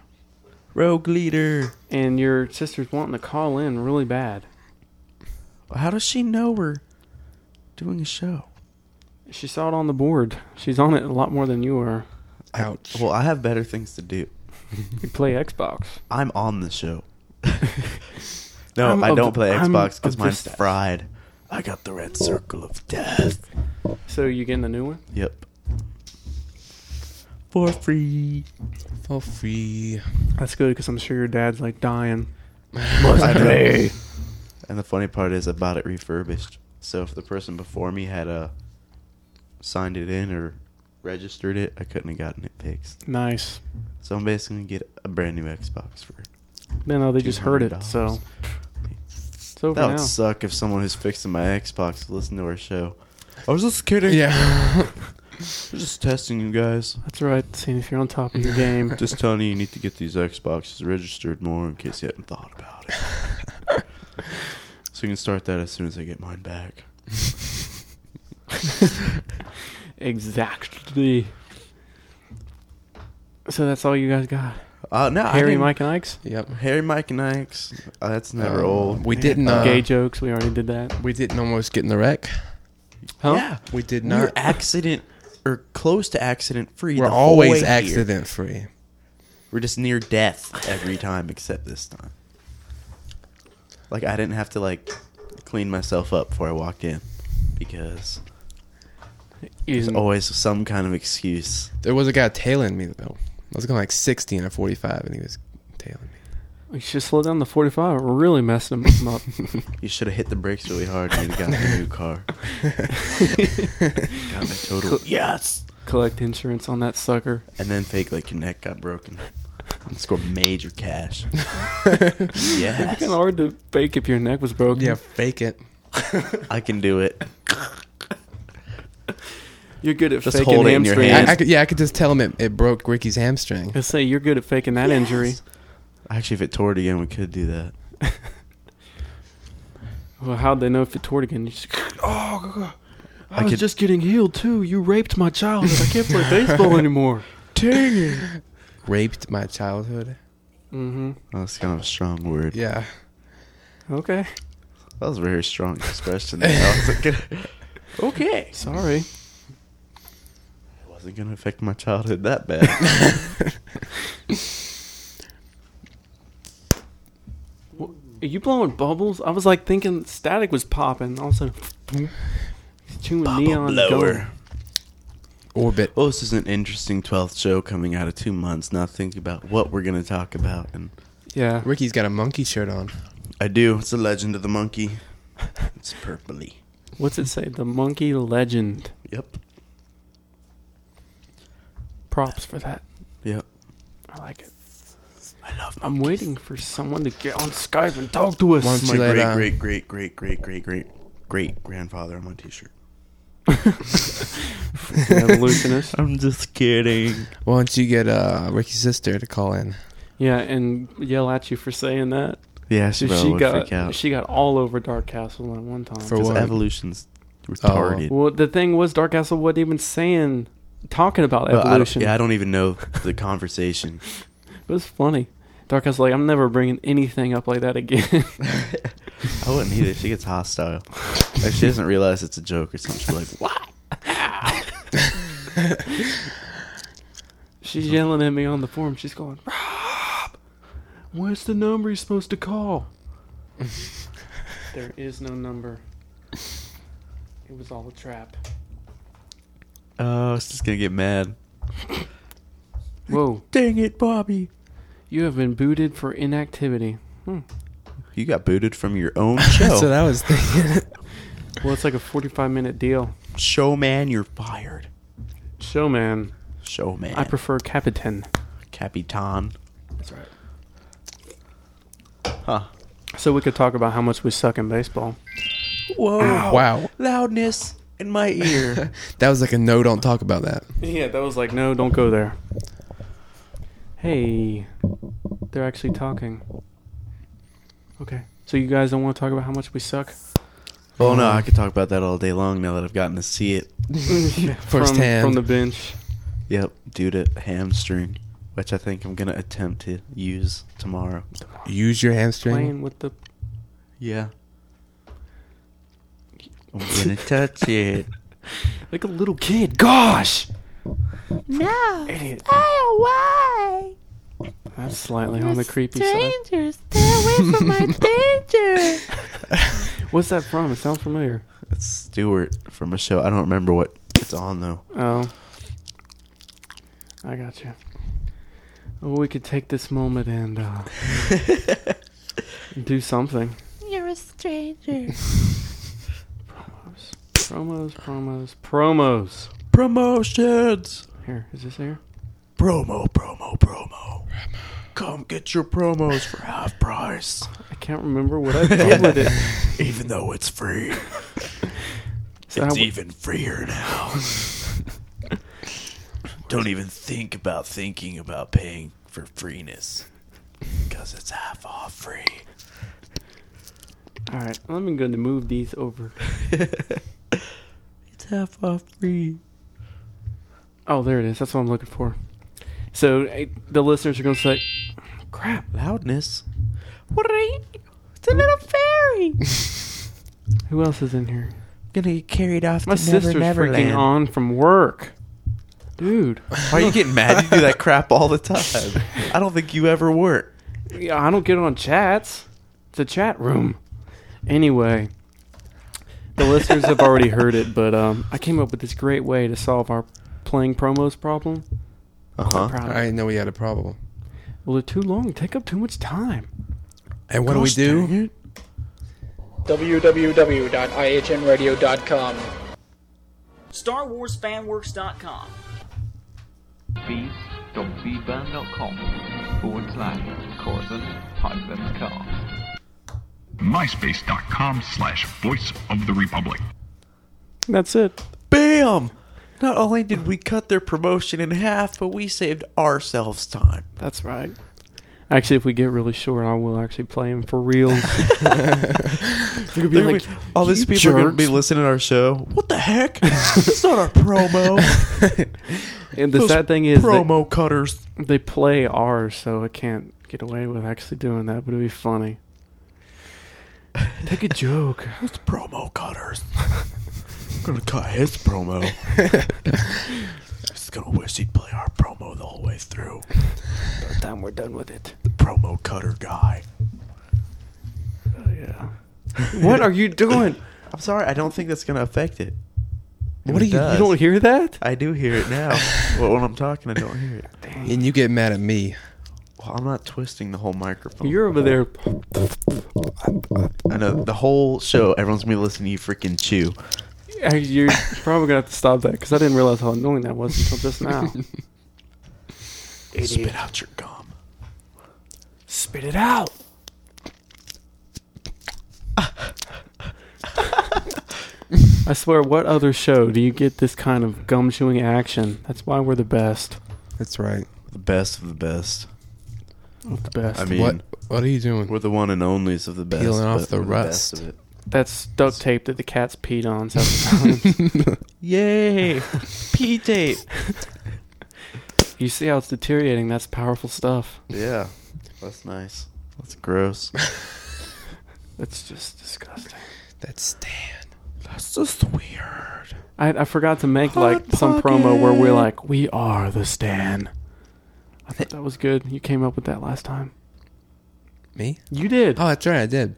S4: Rogue Leader.
S2: And your sister's wanting to call in really bad.
S4: How does she know we're doing a show?
S2: She saw it on the board. She's on it a lot more than you are.
S7: Ouch.
S4: Well, I have better things to do.
S2: You play Xbox.
S4: I'm on the show. no,
S2: I'm
S4: I
S2: of
S4: don't
S2: the-
S4: play
S2: I'm
S4: Xbox because
S2: of
S4: mine's
S2: this-
S4: fried. I got the red circle of death.
S2: So you getting the new one?
S4: Yep. For free.
S7: For free.
S2: That's good because I'm sure your dad's like dying.
S4: I know.
S2: play.
S4: And the funny part is I bought it refurbished. So if the person before me had uh, signed it in or registered it, I couldn't have gotten it fixed.
S2: Nice.
S4: So I'm basically gonna get a brand new Xbox for.
S2: No, no, oh, they just heard it.
S4: $200.
S2: So it's over
S4: that
S2: now.
S4: would suck if someone who's fixing my Xbox listened to our show. I was just kidding.
S7: Yeah.
S4: just testing you guys.
S2: That's right. Seeing if you're on top of your game.
S4: Just telling you, you need to get these Xboxes registered more in case you hadn't thought about it. so you can start that as soon as I get mine back.
S2: exactly. So that's all you guys got.
S4: Uh, no, I
S2: Harry,
S4: didn't-
S2: Mike, and Ike's.
S7: Yep.
S4: Harry, Mike, and Ike's. Uh, that's never
S7: Um,
S4: old.
S7: We didn't. Uh,
S2: Gay jokes. We already did that.
S7: We didn't almost get in the wreck.
S2: Huh?
S4: Yeah,
S7: We did
S4: we were
S7: not.
S4: accident or close to accident free.
S7: We're
S4: the whole way
S7: always
S4: here.
S7: accident free.
S4: We're just near death every time except this time. Like I didn't have to like clean myself up before I walked in because there's
S2: Isn't-
S4: always some kind of excuse.
S7: There was a guy tailing me though. I was going like 60 and a 45, and he was tailing me.
S2: We should slow down the 45. We're really messing him up.
S4: You should have hit the brakes really hard and you'd have gotten a new car. Got a total yes,
S2: Collect insurance on that sucker.
S4: and then fake like your neck got broken. And score major cash. yes.
S2: It's kind of hard to fake if your neck was broken.
S7: Yeah, fake it.
S4: I can do it.
S2: You're good at
S4: Just
S2: faking
S4: hold it in your
S2: hamstring.
S4: hand.
S7: I could, yeah, I could just tell him it, it broke Ricky's hamstring.
S2: Let's say you're good at faking that injury.
S4: Actually, if it tore it again, we could do that.
S2: Well, how'd they know if it tore it again? You just, oh, God, God. I,
S4: I
S2: was
S4: could-
S2: just getting healed too. You raped my childhood. I can't play baseball anymore. Dang it.
S7: Raped my childhood.
S2: Mm-hmm.
S4: That's kind of a strong word.
S7: Yeah.
S2: Okay.
S4: That was a very strong expression. there. I wasn't gonna,
S2: Okay. Sorry.
S4: it wasn't gonna affect my childhood that bad.
S2: Are you blowing bubbles? I was like thinking static was popping. All of a sudden, chewing neon gum.
S7: Orbit.
S4: Well, Oh, this is an interesting 12th show coming out of two months. Now think about what we're gonna talk about, and
S2: Yeah.
S7: Ricky's got a monkey shirt on.
S4: I do. It's the legend of the monkey. It's purpley.
S2: What's it say? The Monkey Legend.
S4: Yep.
S2: Props for that.
S4: Yep.
S2: I like it. I love. I'm waiting for someone to get on Skype and talk to us.
S4: My great, great, great, great, great, great, great, great grandfather on my T-shirt.
S2: evolutionist.
S4: I'm just kidding.
S7: Why don't you get uh, Ricky's sister to call in?
S2: Yeah, and yell at you for saying that.
S4: Yeah, she
S2: Dude,
S4: probably would
S2: got
S4: freak out.
S2: she got all over Dark Castle at one time.
S4: Because evolution's retarded.
S2: Well, the thing was, Dark Castle wasn't even saying, talking about
S4: Well, I don't-
S2: evolution.
S4: yeah, I don't even know the conversation.
S2: It was funny. Dark Castle, like, I'm never bringing anything up like that again.
S4: I wouldn't either. She gets hostile. Like she doesn't realize it's a joke or something. She's like, "What?"
S2: She's yelling at me on the forum. She's going, Rob, what's the number you're supposed to call? there is no number. It was all a trap.
S4: Oh, she's gonna get mad.
S2: Whoa. Dang it, Bobby. You have been booted for inactivity. Hmm.
S4: You got booted from your own show.
S7: That's what I was thinking.
S2: Well, it's like a 45 minute deal.
S4: Showman, you're fired.
S2: Showman.
S4: Showman.
S2: I prefer Capitan.
S4: Capitan.
S7: That's right.
S4: Huh.
S2: So we could talk about how much we suck in baseball.
S4: Whoa!
S7: Wow.
S4: Loudness in my ear.
S7: That was like a no. Don't talk about that.
S2: Yeah, that was like, no, don't go there. Hey, they're actually talking. Okay, so you guys don't want to talk about how much we suck?
S4: oh no, I could talk about that all day long. Now that I've gotten to see it.
S2: Yeah,
S7: First
S2: from,
S7: hand.
S2: From the bench.
S4: Yep, due to hamstring, which I think I'm gonna attempt to use tomorrow.
S7: Use your hamstring.
S2: Playing with the.
S4: Yeah. I'm gonna touch it.
S2: Like a little kid. Gosh!
S20: No.
S2: Idiot.
S20: away.
S2: That's slightly on the creepy side.
S20: Strangers, stay away from my danger.
S2: What's that from? It sounds familiar.
S4: It's Stewart from a show. I don't remember what it's on though.
S2: Oh. I got you. Oh, we could take this moment and uh, do something.
S20: You're a stranger.
S2: Promos, promos, promos.
S4: Promotions.
S2: Here, is this here?
S4: Promo, promo, promo. Come get your promos for half price.
S2: I can't remember what I did with it.
S4: Even though it's free.
S2: So
S4: it's
S2: how-
S4: even freer now. Don't even think about thinking about paying for freeness. Because it's half off free.
S2: All right, I'm going to move these over.
S4: It's half off free.
S2: Oh, there it is. That's what I'm looking for. So eh, the listeners are going to say, "Crap,
S4: Loudness.
S20: It's a little fairy.
S2: who else is in here?"
S4: Gonna get carried off
S2: My sister's freaking on from work, dude.
S4: Why are you getting mad? You do that crap all the time. I don't think you ever work.
S2: Yeah, I don't get on chats. It's a chat room. Anyway, the listeners have already heard it, but um, I came up with this great way to solve our playing promos problem.
S4: Uh huh.
S2: Proud of
S7: I
S2: it.
S7: didn't know we had a problem.
S2: Well, they're too long. Take up too much time.
S7: And what
S4: Gosh,
S7: do we do?
S12: www.ihnradio.com.
S19: StarWarsFanWorks.com.
S17: beatbeatburn.com forward slash Corson hyphen cast.
S13: MySpace.com slash Voice of the Republic.
S2: That's it.
S4: Bam! Not only did we cut their promotion in half, but we saved ourselves time.
S2: That's right. Actually, if we get really short, I will actually play him for real.
S4: They're gonna be- all these people are going to be listening to our show. What the heck? That's not our promo.
S2: And the
S4: Those
S2: sad thing is, that
S4: promo cutters.
S2: they play ours, so I can't get away with actually doing that. But it'd be funny. Take a joke.
S4: Those promo cutters. I'm going to cut his promo. Just going to wish he'd play our promo the whole way through.
S2: By the time we're done with it.
S4: The promo cutter guy.
S2: Oh, yeah. What are you doing?
S4: I'm sorry, I don't think that's going to affect it.
S7: What
S4: It
S7: are you- you
S4: does.
S2: You don't hear that?
S4: I do hear it now. but when I'm talking, I don't hear it.
S7: And you get mad at me.
S4: Oh, Well, I'm not twisting the whole microphone.
S2: You're over there.
S4: I know the whole show. Everyone's gonna be listening to you freaking chew.
S2: Uh, You're probably gonna have to stop that because I didn't realize how annoying that was until just now.
S4: Spit out your gum.
S2: Spit it out. I swear, what other show do you get this kind of gum chewing action? That's why we're the best.
S7: That's right.
S4: The best of the best.
S2: Of the best.
S4: I mean,
S7: What- what are you doing?
S4: We're the one and onlys of the best.
S7: Peeling off
S4: but
S7: the
S4: we're
S7: rust.
S4: best of it.
S2: That's duct tape that the cat's peed on several times.
S4: Yay! P tape.
S2: you see how it's deteriorating? That's powerful stuff.
S4: Yeah, that's nice. That's gross.
S2: That's just disgusting.
S7: That's Stan.
S4: That's just weird.
S2: I, I forgot to make like some promo where we're like, we are the Stan. I thought that was good. You came up with that last time.
S7: Me?
S2: You did.
S7: Oh, that's right. I did.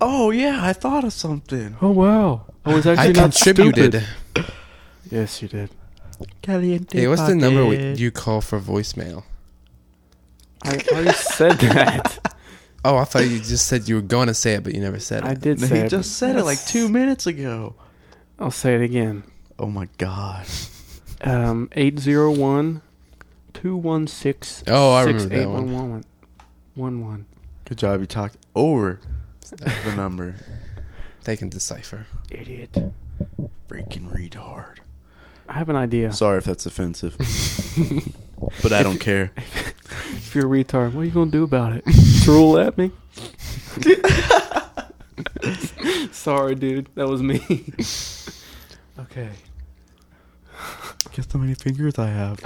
S4: Oh yeah, I thought of something.
S2: Oh wow. I was
S7: I
S2: actually not
S7: contributed.
S2: stupid. Yes, you did.
S4: Caliente.
S7: Hey, what's the number we, you call for voicemail?
S2: I already said that.
S7: Oh, I thought you just said you were going to say it, but you never said it.
S2: I did say
S4: he
S2: it,
S4: just
S2: but-
S4: said it like two minutes ago.
S2: I'll say it again.
S4: Oh my god.
S2: Um, 801 216
S4: Oh, I remember that one.
S2: 6811. One, one.
S4: Good job. You talked over the number.
S7: They can decipher.
S2: Idiot.
S4: Freaking retard.
S2: I have an idea.
S4: Sorry if that's offensive, but I don't care.
S2: If you're a retard, what are you going to do about it? Drool at me? Sorry, dude. That was me. okay.
S4: Guess how many fingers I have?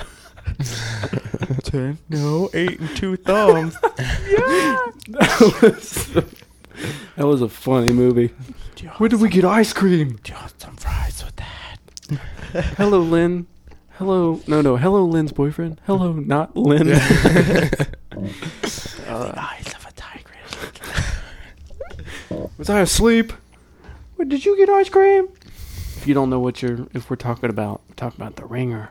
S4: Ten? No, eight and two thumbs.
S2: yeah. That was, that was a funny movie. Where did we get ice cream?
S4: Do you want some fries with that?
S2: Hello, Lynn. Hello, no, no. Hello, Lynn's boyfriend. Hello, not Lynn. Uh,
S4: eyes of a tigress.
S2: Was I asleep? What, did you get ice cream? If you don't know what you're, if we're talking about, we're talking about The Ringer.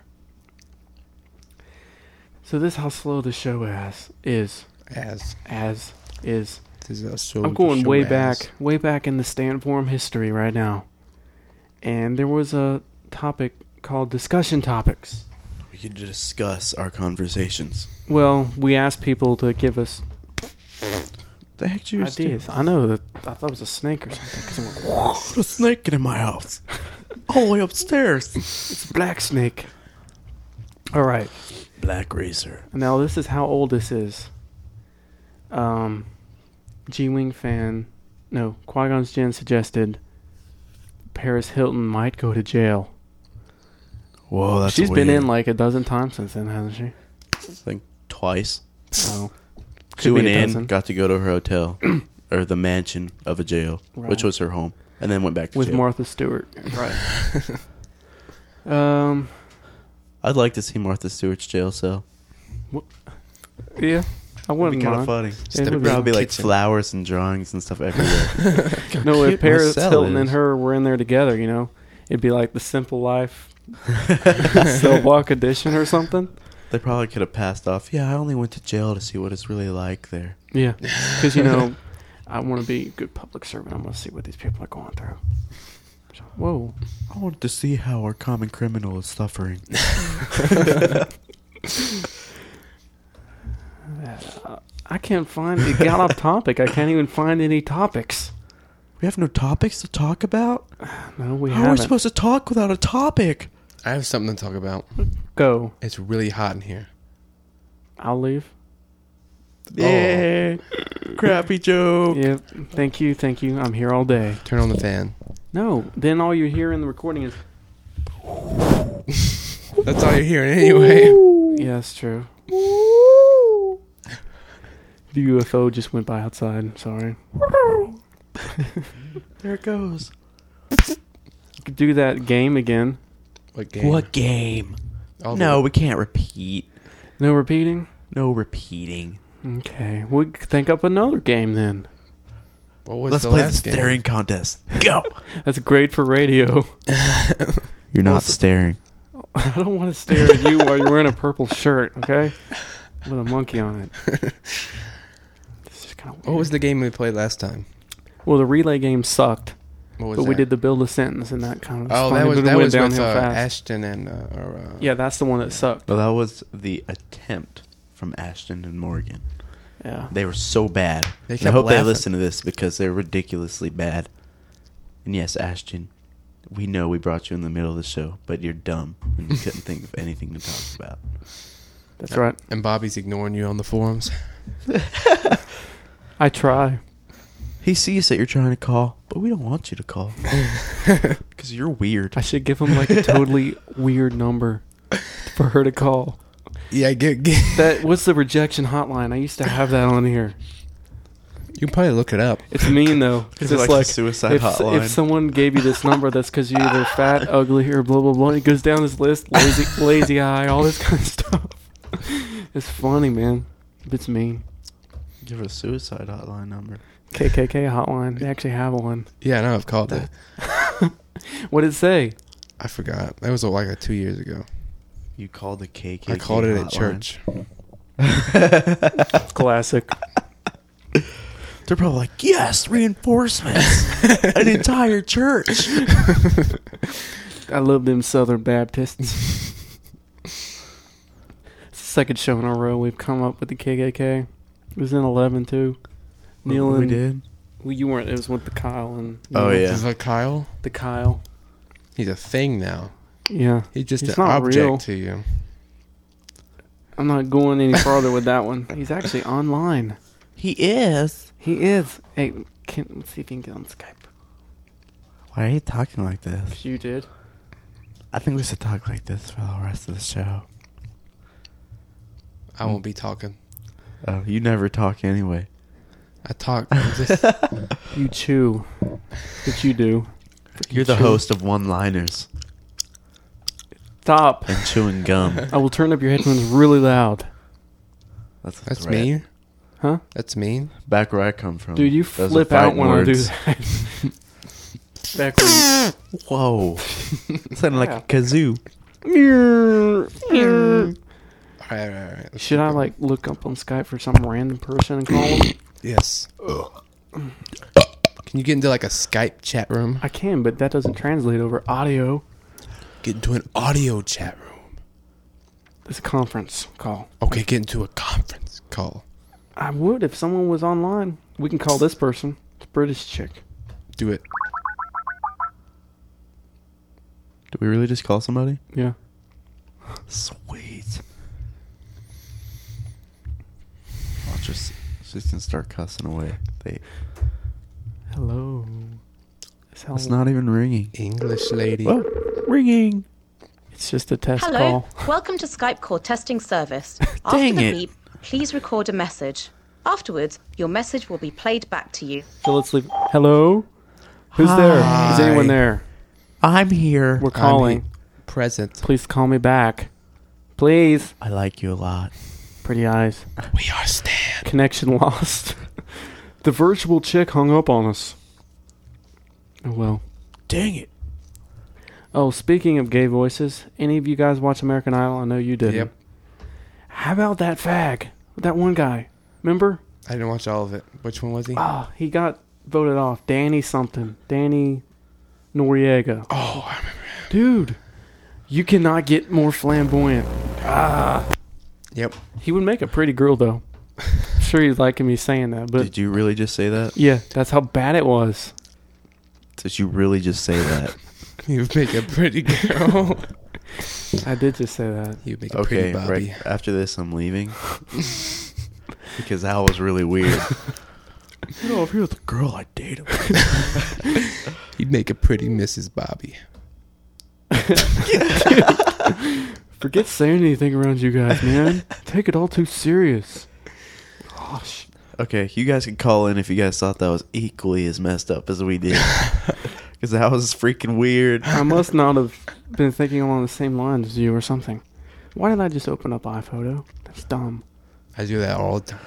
S2: So this, how slow the show as is.
S7: As
S2: as is.
S7: This is how slow
S2: I'm going
S7: the show
S2: way
S7: as.
S2: back, way back in the stand form history right now, and there was a topic called discussion topics.
S4: We could discuss our conversations.
S2: Well, we asked people to give us
S4: The heck you
S2: ideas.
S4: just did?
S2: I know that I thought it was a snake or something. 'cause it went,
S4: Put a snake in my house. All the way upstairs. It's
S2: a black snake. All right.
S4: Black racer.
S2: Now this is how old this is. Um, G Wing fan, no Qui Gon's Jin suggested Paris Hilton might go to jail.
S4: Whoa, that's
S2: She's been
S4: weird.
S2: in like a dozen times since then, hasn't she?
S4: Like twice.
S2: Oh. Could
S4: Two
S2: be
S4: and
S2: a
S4: in
S2: dozen.
S4: got to go to her hotel or the mansion of a jail, which
S2: Right.
S4: was her home, and then went back to
S2: with
S4: jail.
S2: Martha Stewart. Right. um.
S4: I'd like to see Martha Stewart's jail cell.
S2: Yeah. I
S4: That'd
S2: wouldn't
S4: be kind
S2: mind.
S4: of funny.
S2: It
S4: There'd
S2: would
S4: probably be like
S2: kitchen.
S4: flowers and drawings and stuff everywhere.
S2: no, if Paris Hilton and
S4: her.
S2: her were in there together, you know, it'd be like the Simple Life Still Walk edition or something.
S4: They probably could have passed off. Yeah, I only went to jail to see what it's really like there.
S2: Yeah, because you know, I want to be a good public servant. I want to see what these people are going through. So, whoa!
S4: I wanted to see how our common criminal is suffering.
S2: Uh, I can't find it. Got off topic. I can't even find any topics.
S4: we have no topics to talk about.
S2: No, we
S4: How are we
S2: haven't.
S4: supposed to talk without a topic?
S7: I have something to talk about.
S2: Go.
S7: It's really hot in here.
S2: I'll leave.
S4: Yeah, crappy joke.
S2: Yeah. Thank you. Thank you. I'm here all day.
S7: Turn on the fan.
S2: No. Then all you hear in the recording is
S7: That's all you're hearing anyway.
S2: Yeah, that's true. the UFO just went by outside. I'm sorry.
S4: There it goes.
S2: You could do that game again.
S7: What
S4: game? What game?
S7: I'll
S4: no,
S7: do it.
S4: we can't repeat.
S2: No repeating?
S4: No repeating.
S2: Okay. We could think up another game then.
S7: What was
S4: Let's
S7: the
S4: play the
S7: last game?
S4: staring contest. Go.
S2: That's great for radio.
S4: You're not staring.
S2: I don't want to stare at you while you're wearing a purple shirt, okay? With a monkey on it.
S7: What was the game we played last time?
S2: Well, the relay game sucked.
S7: What was
S2: but we
S7: that?
S2: did the build a sentence, and that kind of was
S7: Oh,
S2: funny,
S7: that was
S2: but it
S7: that
S2: went
S7: was with
S2: downhill
S7: uh,
S2: fast.
S7: Ashton and uh, or, uh,
S2: yeah, that's the one that sucked.
S4: Well, that was the attempt from Ashton and Morgan.
S2: Yeah.
S4: They were so bad.
S7: They
S4: And I
S7: kept
S4: hope
S7: laughing.
S4: they listen to this because they're ridiculously bad. And yes, Ashton, we know we brought you in the middle of the show, but you're dumb and you couldn't think of anything to talk about.
S2: That's right.
S7: And Bobby's ignoring you on the forums.
S2: I try.
S4: He sees that you're trying to call, but we don't want you to call because you're weird.
S2: I should give him like a totally weird number for her to call.
S7: Yeah, get, get
S2: that. What's the rejection hotline? I used to have that on here.
S7: You can probably look it up.
S2: It's mean though.
S7: Is
S2: 'cause
S7: it
S2: it's
S7: like
S2: like,
S7: the suicide
S2: if,
S7: hotline?
S2: If someone gave you this number, that's because you're either fat, ugly, or blah blah blah. It goes down this list: lazy, lazy eye, all this kind of stuff. It's funny, man. It's mean.
S4: Give her a suicide hotline number.
S2: KKK hotline. They actually have one.
S7: Yeah, I know. I've called that.
S2: what did it say?
S7: I forgot. That was like uh, two years ago.
S4: You called the KKK.
S7: I called it at
S4: hotline.
S7: church.
S2: Classic.
S4: They're probably like, yes, reinforcements, an entire church.
S2: I love them Southern Baptists. it's the second show in a row we've come up with the KKK. It was in eleven too.
S4: What
S2: Neil
S4: we
S2: and
S4: did?
S2: Well, you weren't. It was with the Kyle and
S4: Oh, yeah.
S7: Is that Uh, Kyle?
S2: the Kyle.
S7: He's a thing now.
S2: Yeah.
S7: He's just
S2: He's
S7: an
S2: not
S7: object
S2: real.
S7: to you.
S2: I'm not going any farther with that one. He's actually online.
S4: He is.
S2: He is. Hey, can let's see if you can get on Skype.
S4: Why are you talking like this?
S2: You did.
S4: I think we should talk like this for the rest of the show.
S7: I won't be talking.
S4: Oh, you never talk anyway.
S7: I talk. I'm just-
S2: You chew. But you do.
S4: You're the
S2: Chew.
S4: host of One Liners
S2: Stop.
S4: and Chewing Gum.
S2: I will turn up your headphones really loud.
S4: That's, a
S7: That's
S4: threat.
S7: mean.
S2: Huh?
S7: That's mean.
S4: Back where I come from.
S2: Dude, you
S4: those are
S2: flip out
S4: fighting
S2: when
S4: words.
S2: I do that. Back when
S4: Whoa. Sounded like a kazoo.
S2: you-
S7: All right, all right, all right.
S2: Should I like look up on Skype for some random person and call them?
S7: Yes. Can you get into like a Skype chat room?
S2: I can, but that doesn't translate over audio.
S7: Get into an audio chat room.
S2: It's a conference call.
S7: Okay, get into a conference call.
S2: I would if someone was online. We can call this person. It's British chick.
S7: Do it.
S4: Did we really just call somebody?
S2: Yeah.
S4: Sweet. Watch her. s- She's gonna start cussing away. They.
S2: Hello. It's,
S4: It's not even ringing.
S7: English lady.
S4: Whoa. Ringing.
S2: It's just a test
S1: Hello,
S2: call.
S1: welcome to Skype call testing service. After
S2: Dang
S1: the
S2: it.
S1: beep, please record a message. Afterwards, your message will be played back to you.
S2: So let's leave. Hello. Who's there? Is anyone
S7: Hi.
S2: there?
S4: I'm here.
S2: We're calling.
S7: Present.
S2: Please call me back. Please.
S4: I like you a lot.
S2: Pretty eyes.
S7: We are Stan.
S2: Connection lost. the virtual chick hung up on us. Oh well.
S4: Dang it.
S2: Oh, speaking of gay voices, any of you guys watch American Idol? I know you did.
S7: Yep.
S2: How about that fag? That one guy. Remember?
S7: I didn't watch all of it. Which one was he?
S2: Ah, he got voted off. Danny something. Danny Noriega.
S7: Oh, I remember.
S2: Dude, you cannot get more flamboyant. Ah.
S7: Yep.
S2: He would make a pretty girl though. I'm sure you'd like me saying that, but
S4: Did you really just say that?
S2: yeah, that's how bad it was.
S4: Did you really just say that?
S7: You make a pretty girl.
S2: I did just say that.
S7: you make a
S4: okay.
S7: pretty Bobby.
S4: Right after this, I'm leaving because that was really weird.
S7: Get over here with the girl I dated. You'd make a pretty Mrs. Bobby.
S2: Forget saying anything around you guys, man. Take it all too serious. Gosh.
S4: Okay, you guys can call in if you guys thought that was equally as messed up as we did. Because that was freaking weird.
S2: I must not have been thinking along the same lines as you or something. Why did I just open up iPhoto? That's dumb.
S7: I do that all the time.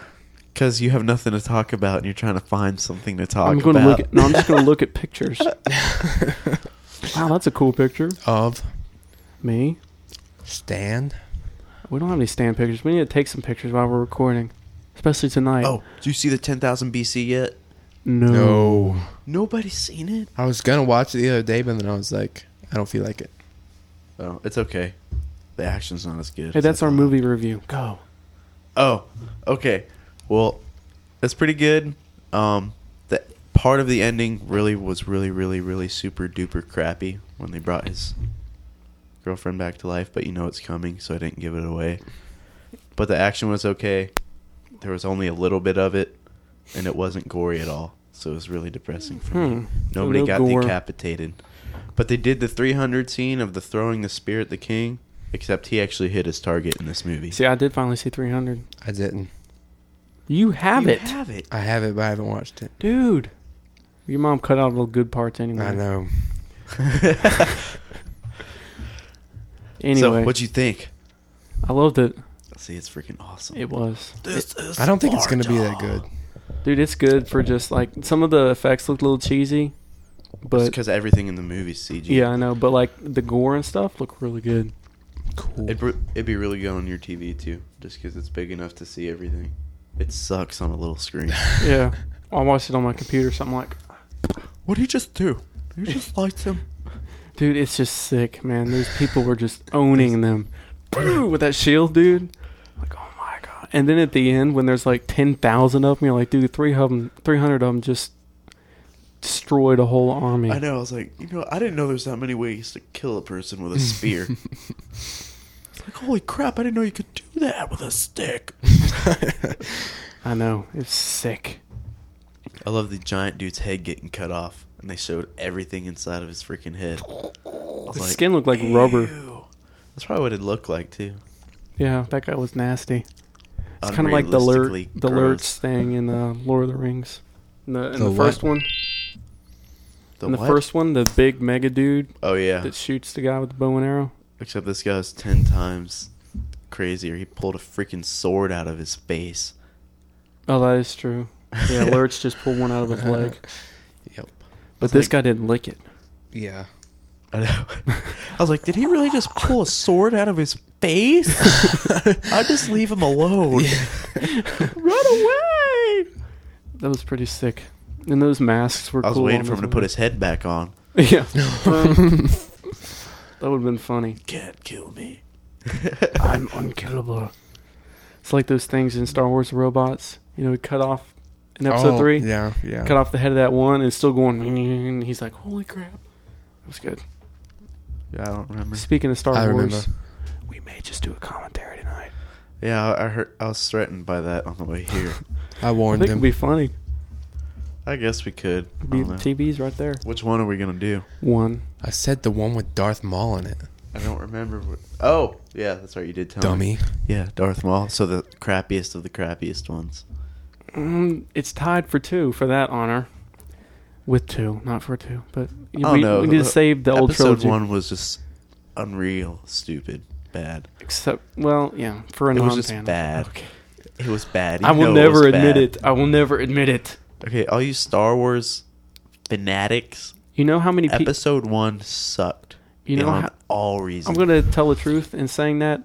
S4: Because you have nothing to talk about and you're trying to find something to talk
S2: I'm gonna
S4: about.
S2: look at, no, I'm just gonna look at pictures. wow, that's a cool picture.
S7: Of
S2: Me.
S7: Stan.
S2: We don't have any stand pictures. We need to take some pictures while we're recording. Especially tonight.
S4: oh, do you see the 10,000 BC yet?
S2: No.
S7: No.
S4: Nobody's seen it.
S7: I was gonna watch it the other day, but then I was like, I don't feel like it.
S4: Oh, it's okay. The action's not as good.
S2: Hey, that's our movie review. Go.
S4: Oh, okay. Well, that's pretty good. Um, that part of the ending really was really, really, really super duper crappy when they brought his girlfriend back to life, but you know it's coming, so I didn't give it away. But the action was okay. There was only a little bit of it, and it wasn't gory at all, so it was really depressing for
S2: Hmm.
S4: me. Nobody
S2: No
S4: got
S2: gore.
S4: decapitated, but they did the 300 scene of the throwing the spear at the king. Except he actually hit his target in this movie.
S2: See, I did finally see 300.
S7: I didn't.
S2: You have
S4: You
S2: it.
S4: have it.
S7: I have it, but I haven't watched it.
S2: Dude. Your mom cut out all the good parts anyway.
S7: I know.
S2: Anyway.
S4: So, what'd you think?
S2: I loved it.
S4: See, it's freaking awesome.
S2: It was.
S4: This is
S7: I don't think it's
S4: Sparta.
S7: gonna be that good.
S2: Dude, it's good for just like some of the effects looked a little cheesy, but
S4: because everything in the movie's CG.
S2: yeah, I know. But like the gore and stuff look really good.
S4: It'd, br- it'd be really good on your TV too, just because it's big enough to see everything. It sucks on a little screen.
S2: Yeah, I watched it on my computer. So I'm like,
S4: what did you just do? You just liked him.
S2: dude, it's just sick, man. Those people were just owning them Boo, with that shield, dude. Like, oh my god! And then at the end, when there's like ten thousand of them, you're like, dude, three of them, three hundred of them just destroyed a whole army.
S4: I know. I was like, you know, I didn't know there's that many ways to kill a person with a spear. It's like, holy crap! I didn't know you could do that with a stick.
S2: I know. It's sick.
S4: I love the giant dude's head getting cut off, and they showed everything inside of his freaking head.
S2: His skin looked like rubber.
S4: That's probably what it looked like too.
S2: Yeah, that guy was nasty. It's kind of like the
S4: Unrealistically
S2: lurch, the lurch
S4: gross.
S2: thing in uh, Lord of the Rings. In the, in
S4: The
S2: the,
S4: what?
S2: first one.
S4: The
S2: in the
S4: what?
S2: first one, the big mega dude.
S4: Oh yeah.
S2: that shoots the guy with the bow and arrow.
S4: Except this guy was ten times crazier. He pulled a freaking sword out of his face.
S2: Oh, that is true. Yeah, lurch just pulled one out of his leg.
S7: Yep.
S2: But this guy didn't lick it.
S7: Yeah.
S4: I know. I was like, did he really just pull a sword out of his face? I just leave him alone. Run away!
S2: That was pretty sick. And those masks were.
S4: I was
S2: cool
S4: waiting
S2: on
S4: for him
S2: this
S4: to put
S2: one.
S4: his head back on.
S2: Yeah. that would have been funny.
S4: Can't kill me.
S2: I'm unkillable. It's like those things in Star Wars robots. You know, he cut off in episode
S7: Oh,
S2: three.
S7: yeah, yeah.
S2: Cut off the head of that one and it's still going. And he's like, holy crap. That was good.
S4: Yeah, I don't remember.
S2: Speaking of Star
S7: I
S2: Wars,
S7: remember.
S2: we may just do a commentary tonight.
S4: Yeah, I I heard. I was threatened by that on the way here.
S7: I
S2: I
S7: warned
S2: think it'd
S7: him.
S2: be funny.
S4: I guess we could. I
S2: Be
S4: don't know.
S2: TV's right there.
S4: Which one are we gonna do?
S2: One.
S7: I said the one with Darth Maul in it.
S4: I don't remember. What, oh, yeah, that's right. You did tell me.
S7: Dummy.
S4: Yeah, Darth Maul. So the crappiest of the crappiest ones.
S2: Mm, it's tied for two for that honor. With two, not for two, but
S4: Oh
S2: we,
S4: no,
S2: we need to save the
S4: episode
S2: old trilogy.
S4: one was just unreal, stupid, bad.
S2: Except, well, yeah, for a
S4: it was
S2: non
S4: just
S2: fan.
S4: bad. It was bad.
S2: I
S4: You
S2: will
S4: know
S2: never
S4: was
S2: admit
S4: bad.
S2: it. I will never admit it.
S4: Okay, all you Star Wars fanatics.
S2: You know how many peo-
S4: episode one sucked.
S2: You know
S4: beyond
S2: how-
S4: all reason.
S2: I'm going to tell the truth in saying that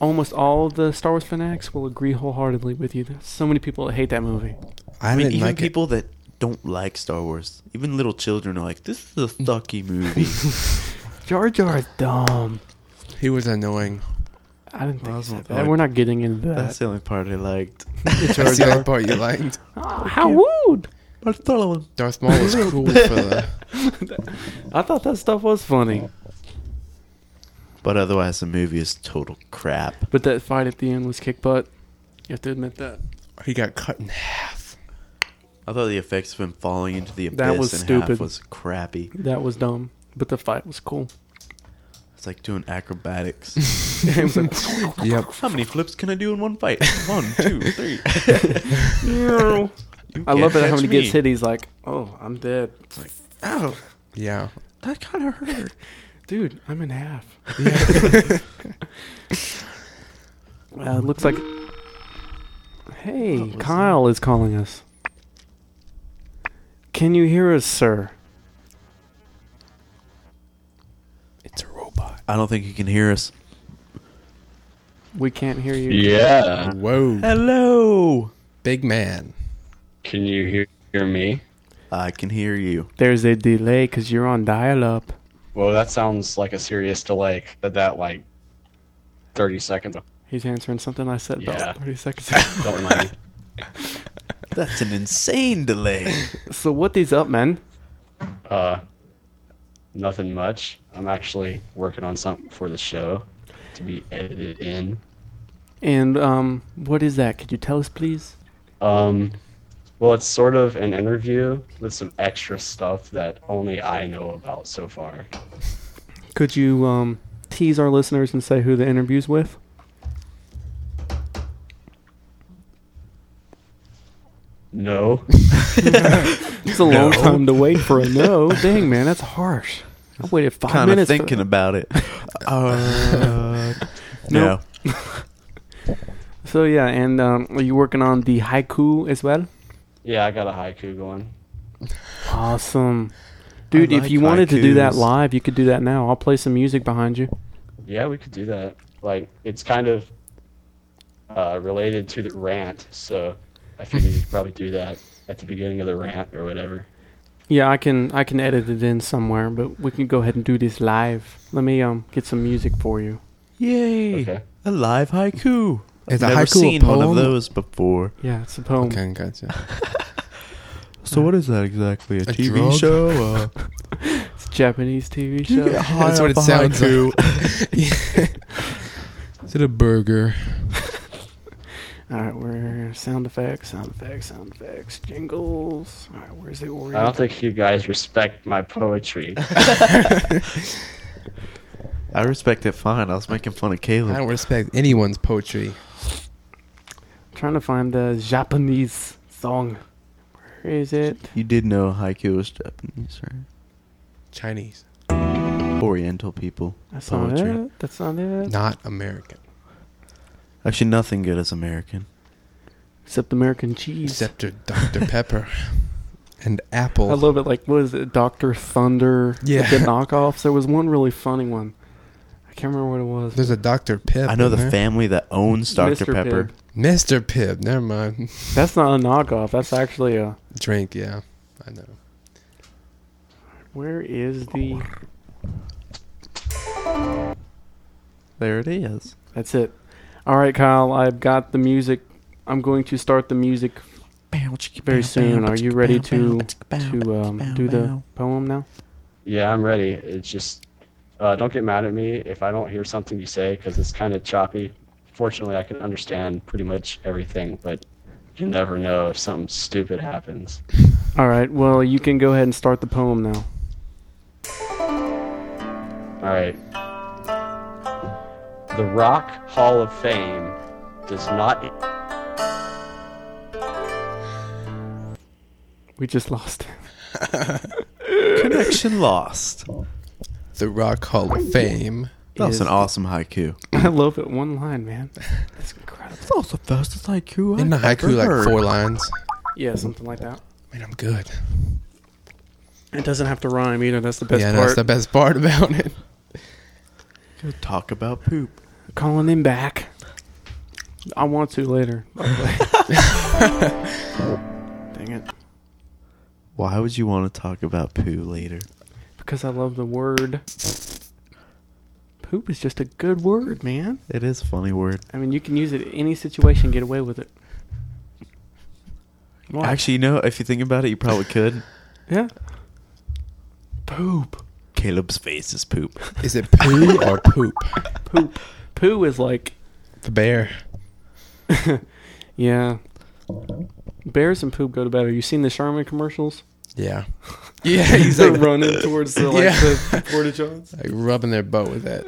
S2: almost all of the Star Wars fanatics will agree wholeheartedly with you. There's so many people that hate that movie.
S7: I,
S4: mean,
S7: didn't
S4: even
S7: like it.
S4: people that don't like Star Wars, even little children are like, "This is a sucky movie."
S2: Jar Jar is dumb.
S7: He was annoying.
S2: I didn't think
S4: That's
S2: so.
S4: not
S2: That-
S4: bad.
S2: We're not getting into that.
S4: That's the only part I liked.
S7: That's the only part you liked.
S2: How rude!
S7: Darth Maul was cool for the.
S2: I thought that stuff was funny,
S4: But otherwise, the movie is total crap.
S2: but that fight at the end was kick butt. You have to admit that.
S7: He got cut in half.
S4: I thought the effects of him falling into the abyss
S2: That was
S4: and half
S2: stupid.
S4: was crappy.
S2: That was dumb, but the fight was cool.
S4: It's like doing acrobatics.
S2: It was like,
S7: Yep.
S4: How many flips can I do in one fight? One, two, three.
S2: Meow.
S4: You
S2: I love
S4: can't
S2: it how
S4: catch
S2: when he
S4: me.
S2: gets hit, he's like, "Oh, I'm dead." It's like, "Ow,
S7: Yeah.
S2: oh, that kind of hurt, dude. I'm in half." uh, it looks like. Hey, Kyle is calling us. Can you hear us, sir? It's a robot.
S4: I don't think you can hear us.
S2: We can't hear you.
S3: Yeah.
S7: Whoa.
S4: Hello.
S7: Big man.
S3: Can you hear, hear me?
S4: I can hear you.
S2: There's a delay because you're on dial up.
S3: Well, that sounds like a serious delay. That that like thirty seconds.
S2: He's answering something I said
S3: Yeah.
S2: about 30 seconds ago.
S3: Don't mind.
S4: That's an insane delay.
S2: so what these up, man?
S3: Uh, nothing much. I'm actually working on something for the show to be edited in.
S2: And um, what is that? Could you tell us, please?
S3: Um, well, it's sort of an interview with some extra stuff that only I know about so far.
S2: Could you um, tease our listeners and say who the interview's with?
S3: No.
S2: it's a long
S4: No.
S2: time to wait for a no. Dang, man, that's harsh. I waited 5
S4: Kinda
S2: minutes. for-
S4: thinking about it. Uh,
S2: Nope. so yeah, and um, are you working on the haiku as well?
S3: Yeah, I got a haiku going.
S2: Awesome, dude. if
S3: like
S2: you wanted to do that
S3: haikus.
S2: live, you could do that now. I'll play some music behind you.
S3: Yeah, we could do that. Like, it's kind of uh, related to the rant, so I figured you could probably do that at the beginning of the rant or whatever.
S2: Yeah, I can I can edit it in somewhere, but we can go ahead and do this live. Let me um get some music for you.
S4: Yay! A live haiku.
S2: Is
S4: I've
S2: a
S4: never
S2: haiku a
S4: seen one
S2: poem?
S4: of those before.
S2: Yeah, it's a poem.
S7: Okay, gotcha.
S4: So what is that exactly? A, TV
S2: drug?
S4: show? Uh,
S2: It's a Japanese TV
S4: You
S2: show.
S4: get high That's
S7: what it sounds like. Is it a burger?
S2: All right, we're sound effects, sound effects, sound effects, jingles. All right, where's the
S3: I
S2: Orient?
S3: don't think you guys respect my poetry.
S4: I respect it fine. I was making fun of Caleb.
S7: I don't respect anyone's poetry.
S2: trying to find the Japanese song. Where is it?
S4: You did know haiku was Japanese, right?
S7: Chinese.
S4: Oriental people.
S2: That's not
S4: poetry.
S2: it. That's not it.
S7: Not American.
S4: Actually, nothing good is American.
S2: Except American cheese.
S7: Except for Dr. Pepper and Apple.
S2: I love it. Like, what is it? Doctor Thunder.
S7: Yeah.
S2: Like the knockoffs. There was one really funny one. I can't remember what it was.
S7: There's a Dr. Pip.
S4: I know
S7: in
S4: the
S7: there.
S4: family that owns Dr.
S2: Mr.
S4: Pepper.
S2: Pibb.
S7: Mr. Pip. Never mind.
S2: That's not a knockoff. That's actually a.
S7: Drink, yeah. I know.
S2: Where is the?
S4: There it is.
S2: That's it. All right, Kyle. I've got the music. I'm going to start the music very soon. Are you ready to to um, do the poem now?
S3: yeah, I'm ready. It's just, uh, don't get mad at me if I don't hear something you say because it's kind of choppy. Fortunately, I can understand pretty much everything, but you never know if something stupid happens.
S2: All right. Well, you can go ahead and start the poem now.
S3: All right. The Rock Hall of Fame does not.
S2: We just lost.
S4: Connection lost.
S7: The Rock Hall of Fame.
S4: That was
S7: is-
S4: an awesome haiku.
S2: I love it. One line, man. That's incredible.
S4: It's also fastest haiku.
S7: In the haiku, like four lines.
S2: Yeah, something like that.
S7: Man, I'm good.
S2: It doesn't have to rhyme either. That's the best
S7: yeah,
S2: part.
S7: that's the best part about it.
S4: Talk about poop.
S2: Calling him back. I want to later. by the way. Dang it.
S4: Why would you want to talk about poo later?
S2: Because I love the word. Poop is just a good word, man.
S4: It is a funny word.
S2: I mean, you can use it in any situation, get away with it. What?
S4: Actually, you know, if you think about it, you probably could.
S2: Yeah. Poop.
S4: Caleb's face is poop.
S7: Is it poo or poop?
S2: Poop. Poo is like,
S7: The bear.
S2: yeah. Bears and poop go to bed. Have you seen the Charmin commercials?
S7: Yeah.
S2: They're running towards the, like,
S7: Yeah.
S2: the porta johns.
S7: Like rubbing their butt with that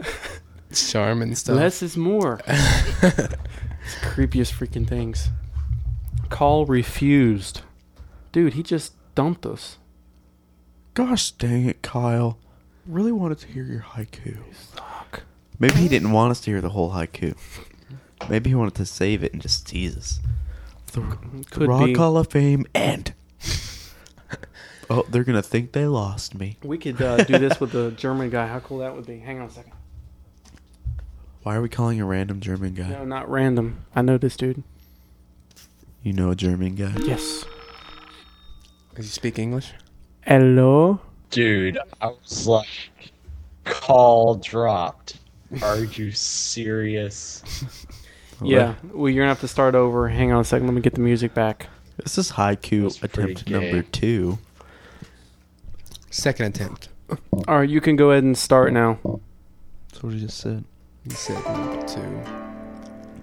S7: charm and stuff.
S2: Less is more. it's the creepiest freaking things. Call refused. Dude, he just dumped us.
S4: Gosh dang it, Kyle. Really wanted to hear your haiku. Maybe he didn't want us to hear the whole haiku. Maybe he wanted to save it and just tease us. The,
S2: Could
S4: Rock
S2: be.
S4: Hall of Fame and. oh, they're going to think they lost me.
S2: We could uh, do this with the German guy. How cool that would be. Hang on a second.
S4: Why are we calling a random German guy?
S2: No, not random. I know this dude.
S4: You know a German guy?
S2: Yes.
S7: Does he speak English?
S2: Hello?
S3: Dude, I was like, call dropped. Are you serious?
S2: Yeah. Well, you're gonna have to start over. Hang on a second. Let me get the music back.
S4: This is haiku attempt
S2: gay.
S4: number two.
S7: Second attempt.
S2: All right, you can go ahead and start now.
S4: That's what he just said.
S7: He said number two.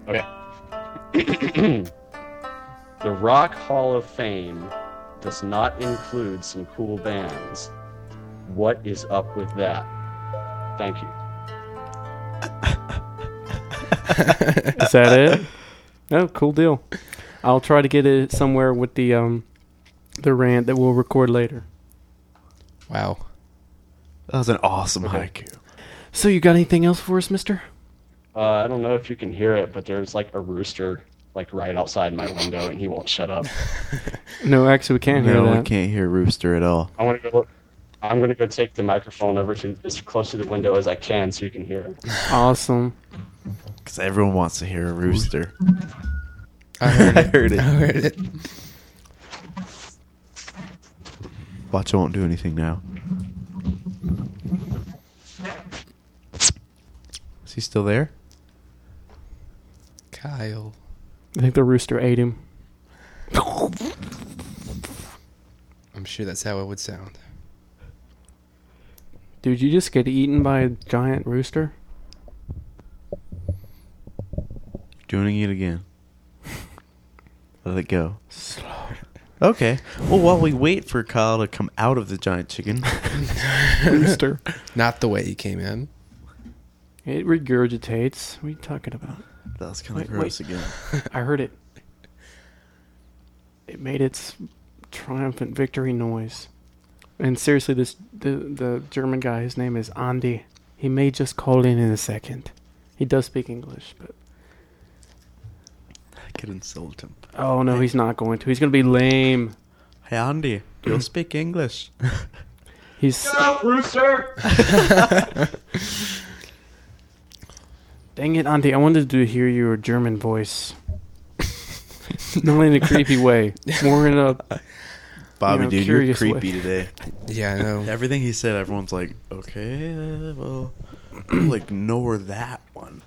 S3: Okay. the Rock Hall of Fame does not include some cool bands. What is up with that? Thank you.
S2: Is that it? No, cool deal. I'll try to get it somewhere with the um the rant that we'll record later.
S7: Wow.
S4: That was an awesome haiku.
S2: So you got anything else for us, Mister?
S3: Uh, I don't know if you can hear it, but there's like a rooster like right outside my window, and he won't shut up.
S2: No, actually, we can't hear
S4: no, we
S2: that.
S4: can't hear Rooster at all.
S3: I want to go. I'm gonna go take the microphone over to as close to the window as I can, so you can hear it.
S2: Awesome.
S4: Because everyone wants to hear a rooster.
S7: I
S4: heard it. I heard it.
S7: I heard it.
S4: Watch, I won't do anything now. Is he still there?
S7: Kyle.
S2: I think the rooster ate him.
S7: I'm sure that's how it would sound.
S2: Dude, you just get eaten by a giant rooster?
S4: Doing it again. Let it go. Okay. Well, while we wait for Kyle to come out of the giant chicken,
S2: Rooster.
S7: Not the way he came in.
S2: It regurgitates. What are you talking about?
S4: That was kinda
S2: Wait,
S4: gross
S2: wait.
S4: again.
S2: I heard it. It made its triumphant victory noise. And seriously, this the the German guy. His name is Andy. He may just call in in a second. He does speak English, but
S4: I could insult him.
S2: oh no, he's not going to. He's going to be lame.
S4: Hey Andy, you don't speak English.
S2: He's
S3: up, rooster.
S2: dang it, Andy. I wanted to hear your German voice, not in a creepy way, more in a you
S4: Bobby,
S2: know,
S4: dude, you're
S2: curious way.
S4: creepy today.
S7: Yeah, I know.
S4: Everything he said, everyone's like, okay, uh, well, I'll ignore that one.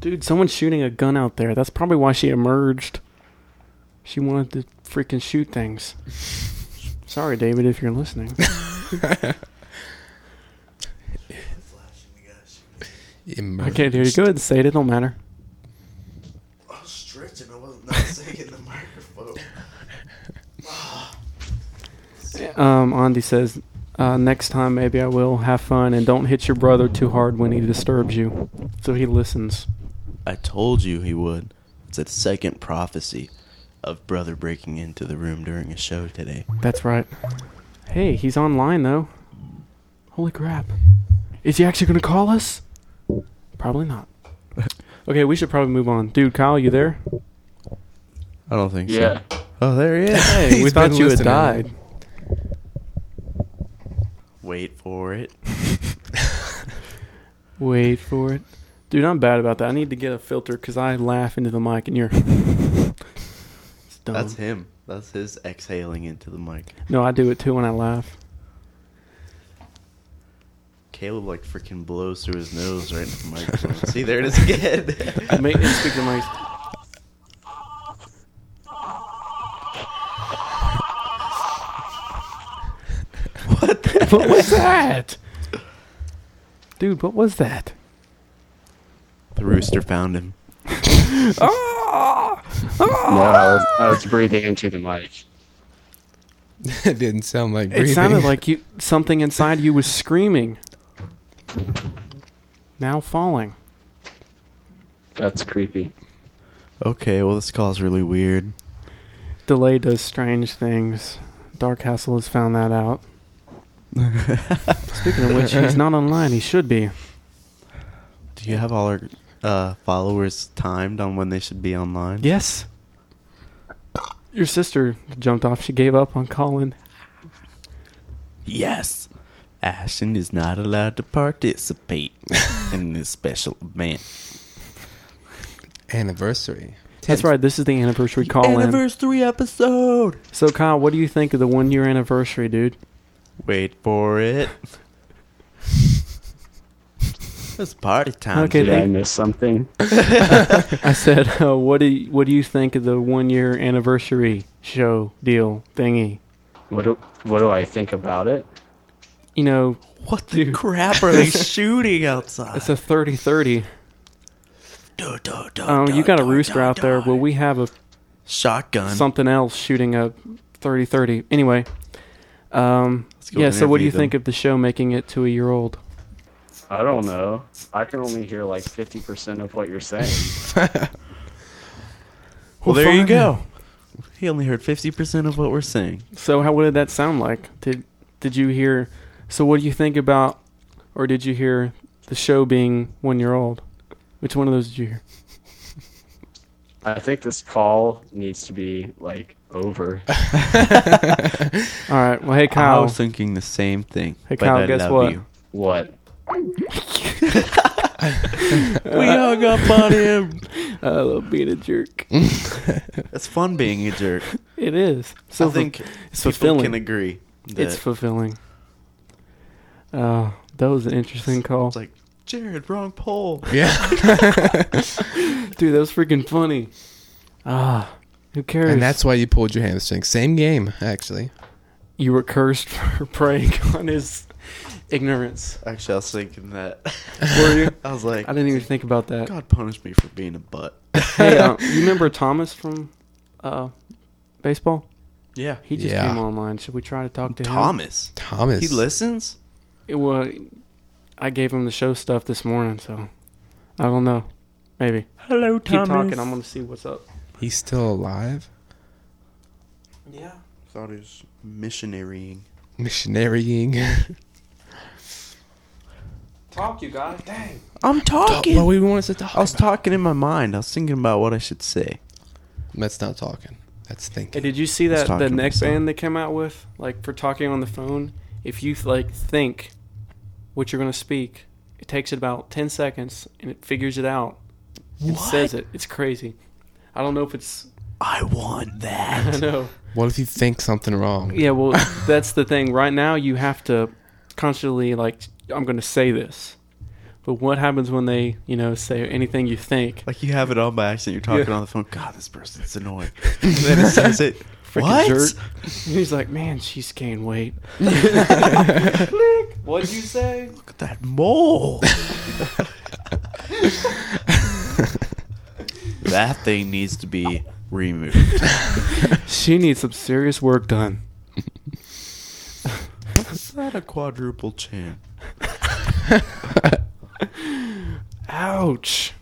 S2: Dude, someone's shooting a gun out there. That's probably why she emerged. She wanted to freaking shoot things. Sorry, David, if you're listening. I can't hear you. Go ahead and say it. It don't matter.
S4: I was Oh, stretching. I wasn't not saying the microphone.
S2: Um, Andy says, uh, next time maybe I will. Have fun and don't hit your brother too hard when he disturbs you. So he listens.
S4: I told you he would. It's a second prophecy of brother breaking into the room during a show today.
S2: That's right. Hey, he's online though. Holy crap. Is he actually going to call us? Probably not. Okay, we should probably move on. Dude, Kyle, you there?
S4: I don't think
S2: Yeah.
S4: so. Oh, there he is.
S2: Hey, we thought you had died.
S4: Wait for it.
S2: Wait for it. Dude, I'm bad about that. I need to get a filter because I laugh into the mic and you're. It's dumb.
S4: That's him. That's his exhaling into the mic.
S2: No, I do it too when I laugh.
S4: Caleb like freaking blows through his nose right into the microphone. See, there it is again.
S2: Make it speak to my.
S4: what, the
S2: What was that? Dude, what was that?
S4: The rooster found him.
S2: Ah,
S3: No, I was, I was breathing into the mic.
S7: it didn't sound like breathing.
S2: It sounded like you something inside you was screaming. Now falling.
S3: That's creepy.
S4: Okay, well this call's really weird.
S2: Delay does strange things. Dark Castle has found that out. Speaking of which, he's not online. He should be.
S4: Do you have all our uh, followers timed on when they should be online?
S2: Yes. Your sister jumped off. She gave up on calling.
S4: Yes. Ashton is not allowed to participate in this special event.
S7: Anniversary.
S2: That's right. This is the anniversary call in.
S4: Anniversary episode.
S2: So, Kyle, what do you think of the one year anniversary, dude?
S4: Wait for it. It's party time.
S2: Okay,
S4: today.
S2: thank- I said, uh, what do you, what do you think of the one year anniversary show deal thingy?
S3: What do, what do I think about it?
S2: You know,
S4: what the crap are they shooting outside?
S2: It's a 30 30. Um, you got a rooster out there, but we have a
S4: shotgun.
S2: Something else shooting a 30 30. Anyway, um,
S3: go
S2: yeah, so what
S3: interview
S2: do you
S3: them.
S2: think of the show making it to a year old?
S3: I don't know. I can only hear like 50% of what you're saying.
S4: Well,
S2: Well,
S4: there you
S2: fine.
S4: go. He only heard fifty percent of what we're saying.
S2: So how what did that sound like? Did did you hear? So what do you think about, or did you hear the show being one year old? Which one of those did you hear?
S3: I think this call needs to be like over.
S2: All right. Well, hey Kyle.
S4: I was thinking the same thing.
S2: Hey,
S4: but
S2: Kyle,
S4: I
S2: guess
S4: love
S2: what?
S4: You.
S3: What?
S4: We hung up on him.
S2: I love being a jerk.
S4: It's fun being a jerk.
S2: It is.
S4: I
S2: fu-
S4: think
S2: it's
S4: people
S2: fulfilling.
S4: can agree
S2: It's
S4: that-
S2: fulfilling. Uh, that was an interesting call. It's
S4: like Jared, wrong pole.
S2: dude, that was freaking funny. Ah, who cares?
S7: And that's why you pulled your hamstring. Same game, actually.
S2: You were cursed for preying on his ignorance.
S4: Actually, I was thinking that.
S2: Were you?
S4: I was like,
S2: I didn't even think about that.
S4: God punished me for being a butt.
S2: hey, uh, you remember Thomas from uh, baseball?
S4: Yeah.
S2: he just
S7: Yeah.
S2: came online. Should we try to talk to
S4: Thomas.
S2: him?
S7: Thomas.
S4: He listens.
S2: It wa- I gave him the show stuff this morning, so I don't know. Maybe.
S4: Hello,
S2: Keep talking. I'm gonna see what's up.
S7: He's still alive?
S2: Yeah.
S4: Thought he was missionarying.
S7: Missionarying.
S2: Talk, you guys. Dang.
S4: I'm talking.
S7: What we want to talk
S4: I was talking in my mind. I was thinking about what I should say.
S7: That's not talking. That's thinking.
S2: Hey, did you see
S4: I was
S2: that the
S4: talking to
S2: neck
S4: myself.
S2: band they came out with, like for talking on the phone? If you like think what you're gonna speak, it takes it about ten seconds and it figures it out. It says it. It's crazy. I don't know if it's.
S4: I want that.
S2: I know.
S7: What if you think something wrong?
S2: Yeah, well, that's the thing. Right now, you have to constantly like, I'm going to say this. But what happens when they, you know, say anything you think?
S4: Like you have it on by accident. You're talking
S2: Yeah.
S4: on the phone. God, this person's annoying. and then it says it. what?
S2: And he's like, man, she's gained weight. What'd you say?
S4: Look at that mole. that thing needs to be removed.
S2: she needs some serious work done.
S4: Is that a quadruple chin?
S2: Ouch.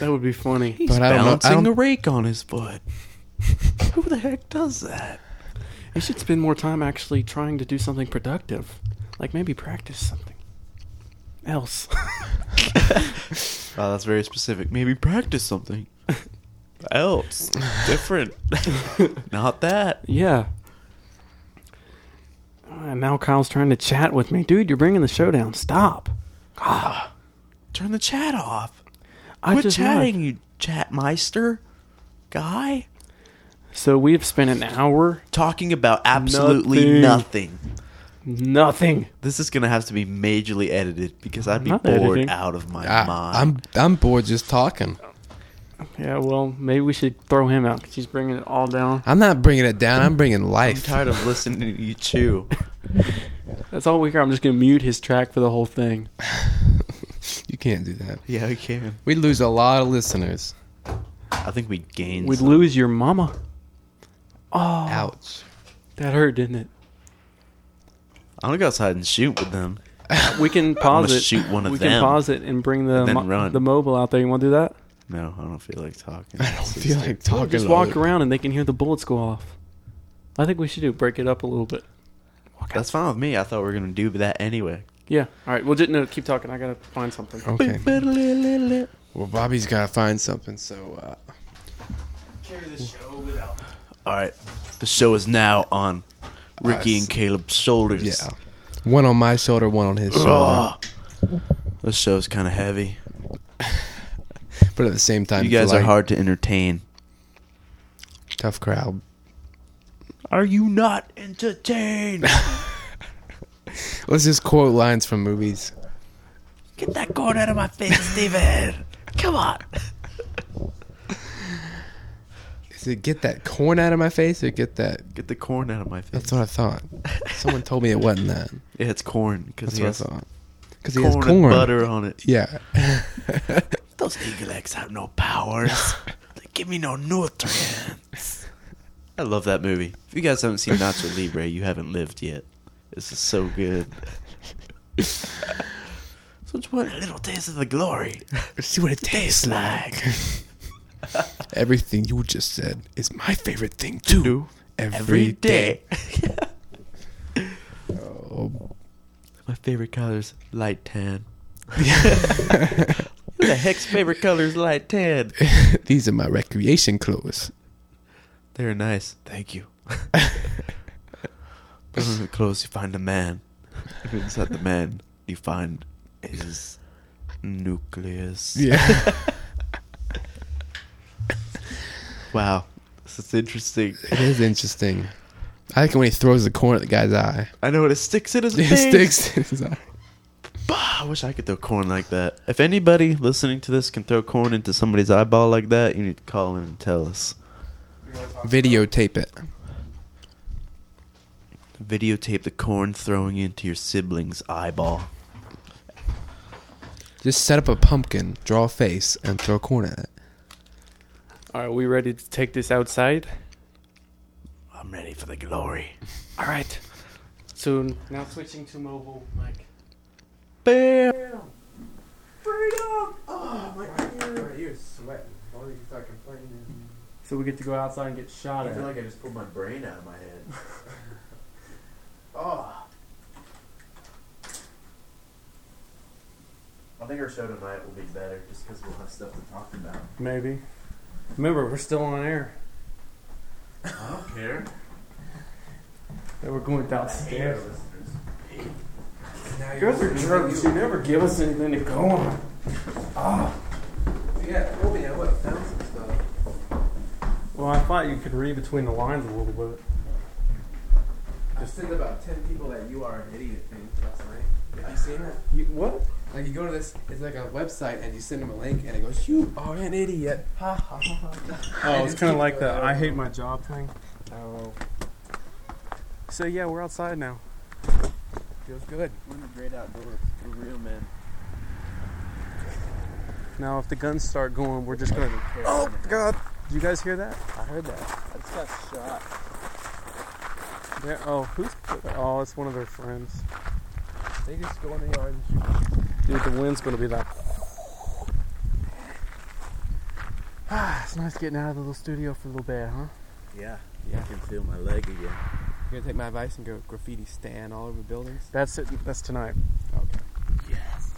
S2: That would be funny.
S4: He's balancing a rake on his foot. Who the heck does that?
S2: You should spend more time actually trying to do something productive. Like maybe practice something else.
S4: Oh, that's very specific. Maybe practice something else, different. Not that.
S2: Yeah. And now Kyle's trying to chat with me. Dude, you're bringing the show down. Stop.
S4: Turn the chat off.
S2: I
S4: Quit
S2: just
S4: chatting, you chatmeister guy.
S2: So we have spent an hour
S4: Talking about absolutely nothing.
S2: nothing.
S4: This is gonna have to be majorly edited because I'd be
S2: Not
S4: bored
S2: editing.
S4: out of my mind.
S7: I, am I'm bored just talking.
S2: Yeah, well, maybe we should throw him out because he's bringing it all down.
S7: I'm not bringing it down. I'm bringing
S4: I'm
S7: life.
S4: tired of listening to you chew.
S2: That's all we hear. I'm just going to mute his track for the whole thing.
S7: you can't do that.
S4: Yeah, we can.
S7: We lose a lot of listeners.
S4: I think we gained.
S2: We'd
S4: some.
S2: lose your mama. Oh,
S7: Ouch.
S2: that hurt, didn't it?
S4: I'm gonna go outside and shoot with them.
S2: We can
S4: I'm
S2: pause
S4: gonna
S2: it.
S4: shoot one of
S2: we
S4: them.
S2: can pause it and bring the
S4: and then
S2: mo-
S4: run.
S2: the mobile out there. You want to do that?
S4: No, I don't feel like talking. I don't
S7: feel like talking.
S2: Just walk around and they can hear the bullets go off. I think we should do break it up a little bit.
S4: That's fine with me. I thought we were gonna do that anyway.
S2: Yeah. All right. Well, just, no, keep talking. I gotta find something.
S7: Okay. Well, Bobby's got to find something, so uh,
S4: All right, the show is now on Ricky
S7: Us.
S4: and Caleb's shoulders.
S7: yeah. One on my shoulder, one on his shoulder.
S4: Ugh. This show's kind of heavy.
S7: But at the same time,
S4: You
S7: if you're
S4: guys are
S7: like,
S4: hard to entertain.
S7: Tough crowd.
S4: Are you not entertained?
S7: Let's just quote lines from movies.
S4: Get that corn out of my face, Steven. Come on.
S7: Is it get that corn out of my face or get that?
S4: Get the corn out of my face.
S7: That's what I thought. Someone told me it wasn't that.
S4: Yeah, it's corn because
S7: That's
S4: he
S7: what I
S4: has
S7: thought. 'Cause he has
S4: and
S7: corn.
S4: butter on it.
S7: Yeah.
S4: Those eagle eggs have no powers. they give me no nutrients. I love that movie. If you guys haven't seen Nacho Libre, you haven't lived yet. This is so good. so just want a little taste of the glory.
S7: See what it tastes like. Everything you just said is my favorite thing too.
S4: Every
S7: every
S4: day.
S7: day. oh,
S4: My favorite color's light tan. the heck's favorite color's light tan?
S7: these are my recreation clothes.
S4: They're nice. Thank you. Put on the clothes, you find a man. If it's not the man, you find his nucleus.
S7: Yeah.
S4: wow. This is interesting.
S7: It is interesting. I like it when he throws the corn at the guy's eye.
S4: I know what it sticks in his
S7: It
S4: face.
S7: sticks in his eye.
S4: Bah, I wish I could throw corn like that. If anybody listening to this can throw corn into somebody's eyeball like that, you need to call in and tell us.
S7: Videotape it.
S4: Videotape the corn throwing into your sibling's eyeball.
S7: Just set up a pumpkin, draw a face, and throw corn at it.
S2: All right, we ready to take this outside?
S4: I'm ready for the glory.
S2: All right. So now switching to mobile mic.
S4: Bam.
S2: Freedom! Oh, my ear. My ear's sweating. All you fucking playing So we get to go outside and get shot at.
S4: I just pulled my brain out of my head. oh. I think our show tonight will be better just because we'll have stuff to talk about.
S2: Maybe. Remember, we're still on air.
S4: I don't care.
S2: They were going downstairs.
S7: Now
S2: You guys are drunk. You never give us anything to go on. Ah.
S7: Yeah, Colby, I would have found some stuff.
S2: Well, I thought you could read between the lines a little bit.
S7: I sent about ten people that you are an idiot thing last night. Have you seen that?
S2: You what?
S7: Like you go to this, it's like a website, and you send them a link, and it goes, "You are an idiot." Ha ha ha ha.
S2: Oh, it's kind of like the I hate my job thing. Oh. So yeah, we're outside now.
S7: Feels good.
S4: We're in the great outdoors. For real, man.
S2: Now, if the guns start going, we're just gonna. Oh God! Did you guys hear that? I heard that.
S20: I just got shot.
S2: There. Oh, who's? Oh, it's one of their friends.
S20: They just go in the yard and
S2: Dude, the wind's gonna be like. Ah, it's nice getting out of the little studio for a little bit, huh?
S7: Yeah.
S2: Yeah.
S7: can feel my leg again. You're gonna take my advice and go graffiti stand all over buildings.
S2: That's it. That's tonight. Okay. Yes.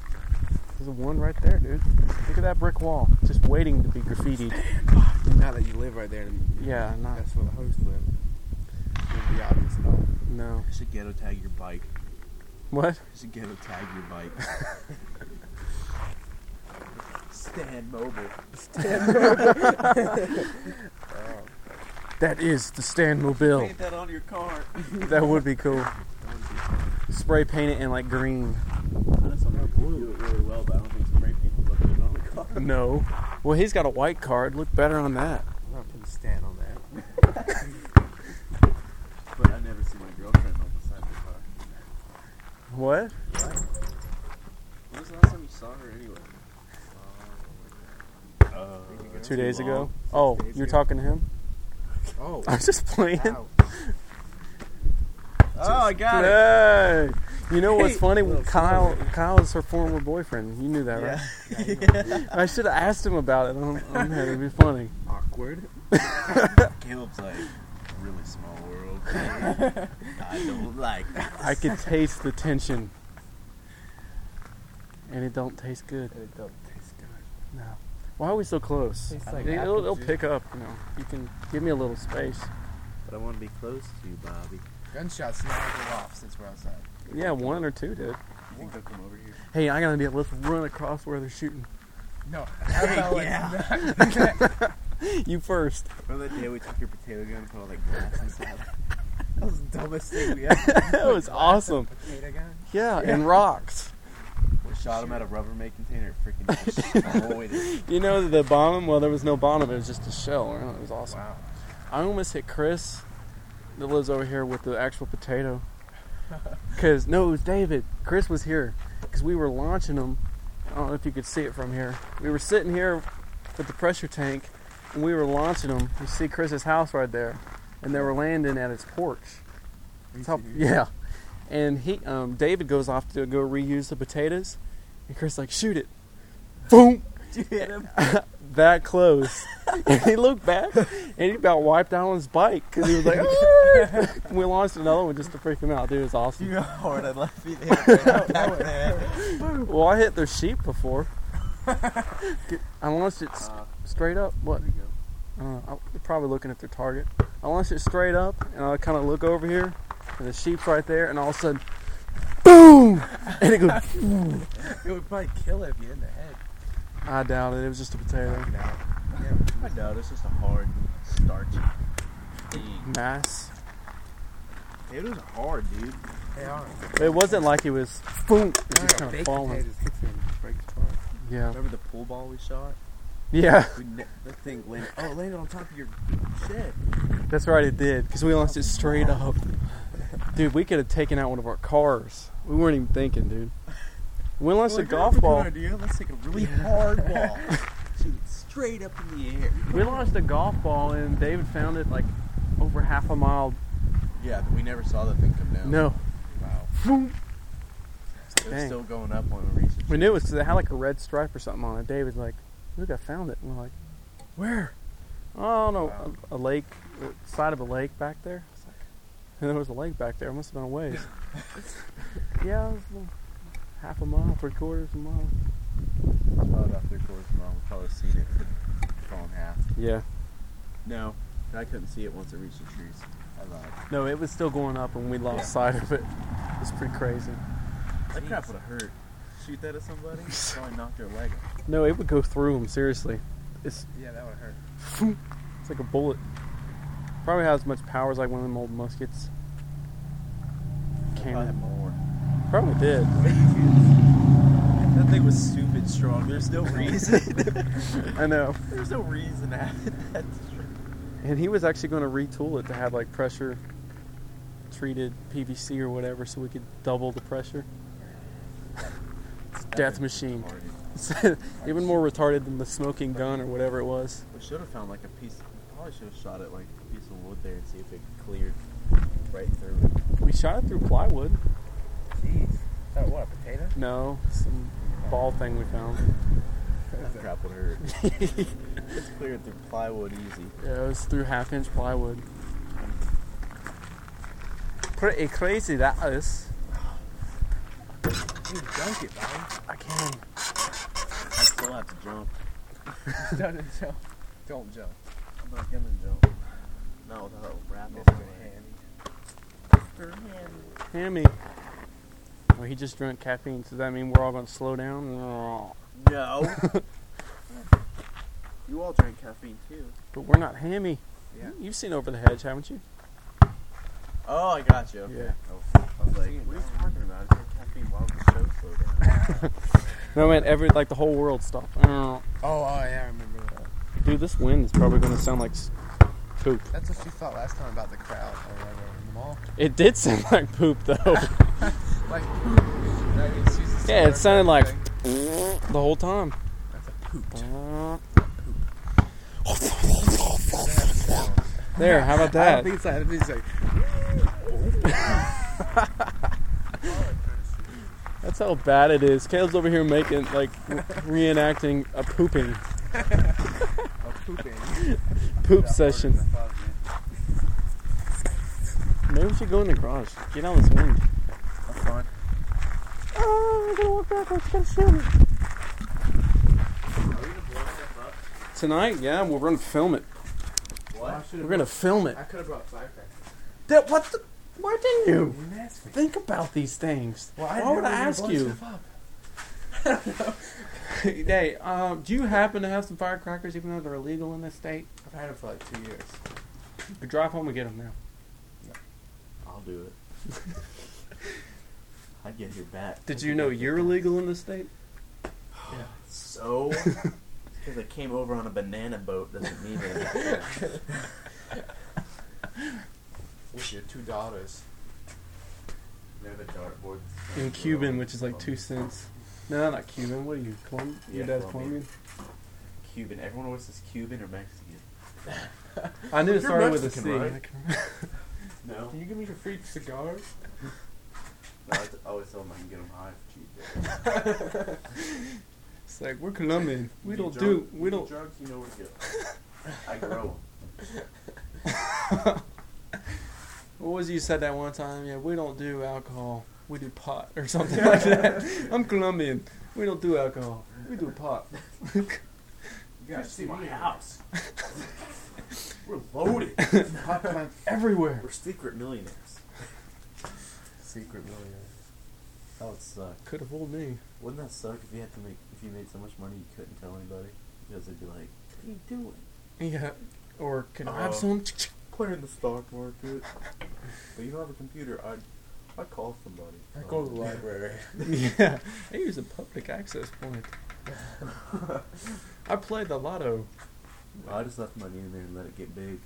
S2: There's a one right there, dude. Look at that brick wall, just waiting to be graffitied.
S7: Not that you live right there.
S2: Yeah, not-
S7: That's where the host lives. Wouldn't be obvious at all.
S2: No.
S7: You should ghetto tag your bike.
S2: What?
S7: You should ghetto tag your bike.
S20: Stand mobile. Stand mobile.
S2: Oh. That is the Stan Mobile.
S20: Paint that on your car.
S2: That would be cool. Spray paint it in like green.
S7: That's on blue. do it really well, but I don't think spray paint will look good on the car.
S2: No. Well, he's got a white card. Look better on that.
S7: I'm not putting stand on that. but I never see my girlfriend on the side of the car.
S2: What?
S7: When was the last time you saw her anyway?
S4: Uh,
S2: Two days ago. Oh, you're talking to him?
S7: Oh.
S2: I was just playing.
S7: Oh, I got
S2: Hey. You know what's
S7: Hey.
S2: funny?
S7: Little
S2: Kyle Kyle is her former boyfriend. You knew that, right? I should have asked him about it. I don't, I don't know. It'd be funny.
S7: Awkward. Caleb's like, really small world. I don't like this.
S2: I could taste the tension. And it don't taste good.
S7: It don't taste
S2: good. No. Why are we so close?
S4: Tastes
S2: I
S4: like
S2: think it'll,
S4: apple
S2: it'll
S4: juice.
S2: pick up, you know. You can give me a little space.
S4: But I want to be close to you, Bobby.
S7: Gunshots now go off since we're outside.
S2: Yeah, one or two did.
S7: You think they'll come over here?
S2: Hey, I gotta be. Let's run across where they're shooting.
S4: No, alcohol is not.
S2: you first.
S4: Remember that day we took your potato gun and put all the glass inside? That was the dumbest thing we ever.
S2: that was awesome.
S4: Potato gun.
S2: Yeah, and rocks.
S4: We shot him at a Rubbermaid container. Freaking the whole way to-
S2: You know the bottom? Well, there was no bottom. It was just a shell. around It was awesome. I almost hit Chris that lives over here with the actual potato. Cause no, it was David. Chris was here because we were launching them. I don't know if you could see it from here. We were sitting here with the pressure tank, and we were launching them. You see Chris's house right there, and they were landing at his porch. That's how- yeah, and he, um, David goes off to go reuse the potatoes, and Chris like shoot it, boom. that close. and he looked back and he about wiped out on his bike because he was like, "Ah!" we launched another one just to freak him out. Dude, it was awesome.
S4: You know how hard I left me there.
S2: well, I hit their sheep before. I launched it s- straight up. What? Uh, I'm probably looking at their target. I launched it straight up, and I kind of look over here, and the sheep's right there, and all of a sudden, boom! And it goes. "Boom."
S4: it would probably kill it if you hit in the head.
S2: I doubt it. It was just a potato.
S4: Yeah, I doubt it's just a hard, starchy thing.
S2: Nice.
S4: Potatoes are hard, dude. They are.
S2: It wasn't like it was boom. It was just
S4: No, no,
S2: kind of
S4: baked
S2: falling.
S4: potatoes, that thing breaks apart.
S2: Yeah.
S4: Remember the pool ball we shot?
S2: Yeah.
S4: We ne- that thing landed. Oh, it landed on top of your shed.
S2: That's right, it did because we launched it straight up. Dude, we could have taken out one of our cars. We weren't even thinking, dude. We launched
S4: We're
S2: a
S4: like,
S2: golf
S4: "That's
S2: ball.
S4: Good idea. Let's take a really hard ball. Shoot it straight up in the air.
S2: We launched a golf ball and David found it like over half a mile.
S4: Yeah, we never saw the thing come down.
S2: No.
S4: Wow.
S2: Boom.
S4: It was
S2: Dang.
S4: still going up when we reached it.
S2: We knew it was 'cause it had like a red stripe or something on it. David's like, look, I found it. And we're like, where? Oh, no, a, a lake, uh, side of a lake back there. It's like- And there was a lake back there. It must have been a ways. yeah, it was well, half a mile, three quarters of a mile.
S4: It's probably about three quarters of a mile. We probably seen it falling half.
S2: Yeah.
S4: No, I couldn't see it once it reached the trees. I lied.
S2: No, it was still going up and we lost sight of it. It's pretty crazy.
S4: That crap would have hurt. Shoot that at somebody, probably knock their leg off.
S2: No, it would go through them, seriously. It's,
S4: Yeah, that would hurt.
S2: it's like a bullet. Probably has as much power as like one of them old muskets. Cannon. Probably did.
S4: That thing was stupid strong. There's no reason.
S2: I know.
S4: There's no reason to have that.
S2: And he was actually going to retool it to have like pressure treated PVC or whatever so we could double the pressure. It's Death machine. Even more retarded than the smoking gun or whatever it was.
S4: We should have found like a piece. We probably should have shot it like a piece of wood there and see if it cleared right through.
S2: We shot it through plywood.
S4: Jeez. That Oh, what? A potato?
S2: No, some ball thing we found.
S4: That crap would hurt. it's cleared through plywood easy.
S2: Yeah, it was through half inch plywood. Pretty eh, crazy that is.
S4: You dunk it, buddy.
S2: I can.
S4: I still have to jump. Don't jump. Don't jump. I'm not gonna jump. Not without a wrap Mr. Hammy. Mr. Hammy.
S2: Hammy. Well, he just drank caffeine, so that mean we're all gonna slow down? No.
S4: No. you all drank caffeine too.
S2: But we're not hammy.
S4: Yeah.
S2: You've seen Over the Hedge, haven't you?
S4: Oh, I got you. Okay.
S2: Yeah.
S4: Oh, I was like, what are you talking about? I drank caffeine. Why would the show slow down?
S2: No, man, every, like the whole world stopped. Oh,
S4: oh, yeah, I remember that.
S2: Dude, this wind is probably gonna sound like s- poop.
S7: That's what she thought last time about the crowd or whatever in the mall.
S2: It did sound like poop, though.
S7: like, I mean, she's a
S2: yeah, it sounded like
S7: thing.
S2: the whole time. There, how
S7: I
S2: about that?
S7: don't think it's like, I think it's like,
S2: That's how bad it is. Caleb's over here making, like, re- reenacting a pooping. Poop session. Maybe we should go in the garage. Get out of this wind.
S4: That's fine.
S2: Oh, I'm gonna walk backwards. You're gonna shoot me. Tonight, yeah, we're gonna film it.
S4: What?
S2: We're gonna film it.
S4: I could have brought firecrackers.
S2: That what the? Why didn't you?
S4: You didn't ask me.
S2: Think about these things.
S4: Well, I
S2: Why
S4: didn't
S2: would
S4: know
S2: I
S4: you were
S2: ask
S4: blowing
S2: you?
S4: stuff up.
S2: Hey, um, do you happen to have some firecrackers, even though they're illegal in this state?
S7: I've had it for like two years.
S2: Drive home and get them now.
S7: I'll do it. I'd get your back.
S2: Did you know you're illegal in this state?
S4: Yeah.
S7: So,
S4: because I came over on a banana boat doesn't mean anything.
S7: With your two daughters. They're the dartboard.
S2: In Cuban, which is like two cents. No, not Cuban. What are you, Colombian?
S7: Yeah,
S2: Your dad's
S7: Colombian.
S2: Colombian?
S4: Cuban. Everyone always says Cuban or Mexican.
S2: I knew it
S4: You're
S2: started with a
S4: Mexican,
S2: C.
S4: right?
S2: I can remember.
S4: No.
S7: Can you give me your free cigars?
S4: No, I t- always tell them I can get them high for cheap.
S2: It's like we're Colombian. We
S4: You
S2: don't
S4: get
S2: do.
S4: drunk-
S2: We
S4: you get
S2: don't.
S4: Drugs, you know where to go. I grow 'em.
S2: What was it you said that one time? Yeah, we don't do alcohol. We do pot or something like that. I'm Colombian. We don't do alcohol. We do pot.
S4: You gotta see my house. We're loaded.
S2: Pot plants everywhere.
S4: We're secret millionaires.
S7: Secret millionaire.
S4: That would suck.
S2: Could have fooled me.
S4: Wouldn't that suck if you had to make if you made so much money you couldn't tell anybody? Because they'd be like, "What are you doing?"
S2: Yeah. Or can I have
S4: Uh,
S2: some?
S4: Playing the stock market. but you don't have a computer. I'd I'd call somebody.
S7: I go to the library.
S2: yeah. I use a public access point. I played the lotto.
S4: I just left money in there and let it get big.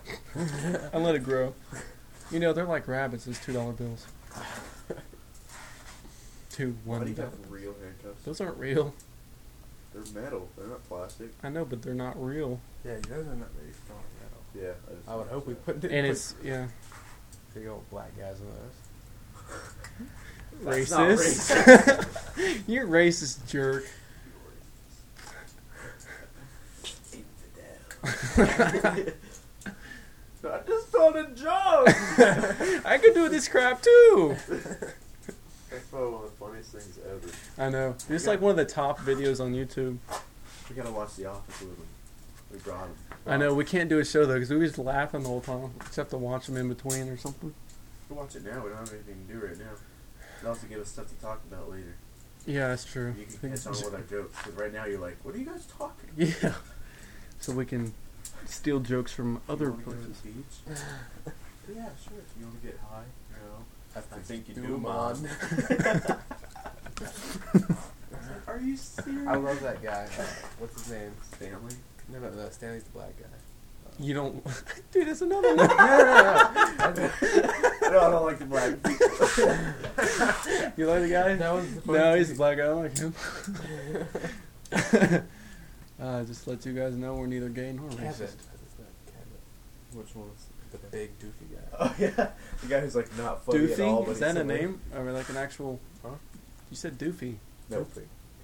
S2: I let it grow. You know, they're like rabbits, those two dollar bills. Two
S4: Why do
S2: one
S4: you
S2: dollar.
S4: have real handcuffs?
S2: Those aren't real.
S4: They're metal. They're not plastic.
S2: I know, but they're not real.
S7: Yeah, yours are not very strong at all.
S4: Yeah. I, just
S7: I would hope we put
S2: And it's yeah.
S7: big old black guys in those. That's not
S2: Racist. You're racist jerk.
S4: I just told a joke.
S2: I could do this crap too.
S4: That's probably one of the funniest things ever.
S2: I know. It's like one of the top videos on YouTube.
S4: We gotta watch The Office with him. We brought him.
S2: I know we can't do a show though because we were just laughing the whole time. Except to watch them in between or something.
S4: We watch it now. We don't have anything to do right now. It also give us stuff to talk about later.
S2: Yeah, that's true.
S4: You can catch on with our jokes. Because right now you're like, what are you guys talking about?
S2: Yeah. So we can steal jokes from
S4: You
S2: other
S4: wanna go to
S2: places.
S4: the beach? yeah, sure. You want to get high? No. I think you
S7: do,
S4: do,
S7: Mom.
S4: Mom. Are you serious?
S7: I love that guy. Uh, what's his name? Stanley? No, no, no. Stanley's the black guy.
S2: You don't, dude. That's another one.
S7: no, no, no.
S4: no, I don't like the black
S2: You like the guy?
S7: That was the
S2: no,
S7: funny
S2: he's
S7: thing.
S2: the black guy. I like him. uh, just let you guys know we're neither gay nor
S7: Kevin. That's
S2: racist.
S7: his name,
S4: Which one's
S7: Kevin. The big doofy guy.
S4: Oh yeah, the guy who's like not funny at all.
S2: Doofy? Is
S4: but he's
S2: that a
S4: somebody-
S2: name? Or like an actual?
S7: Huh?
S2: You said Doofy.
S4: No,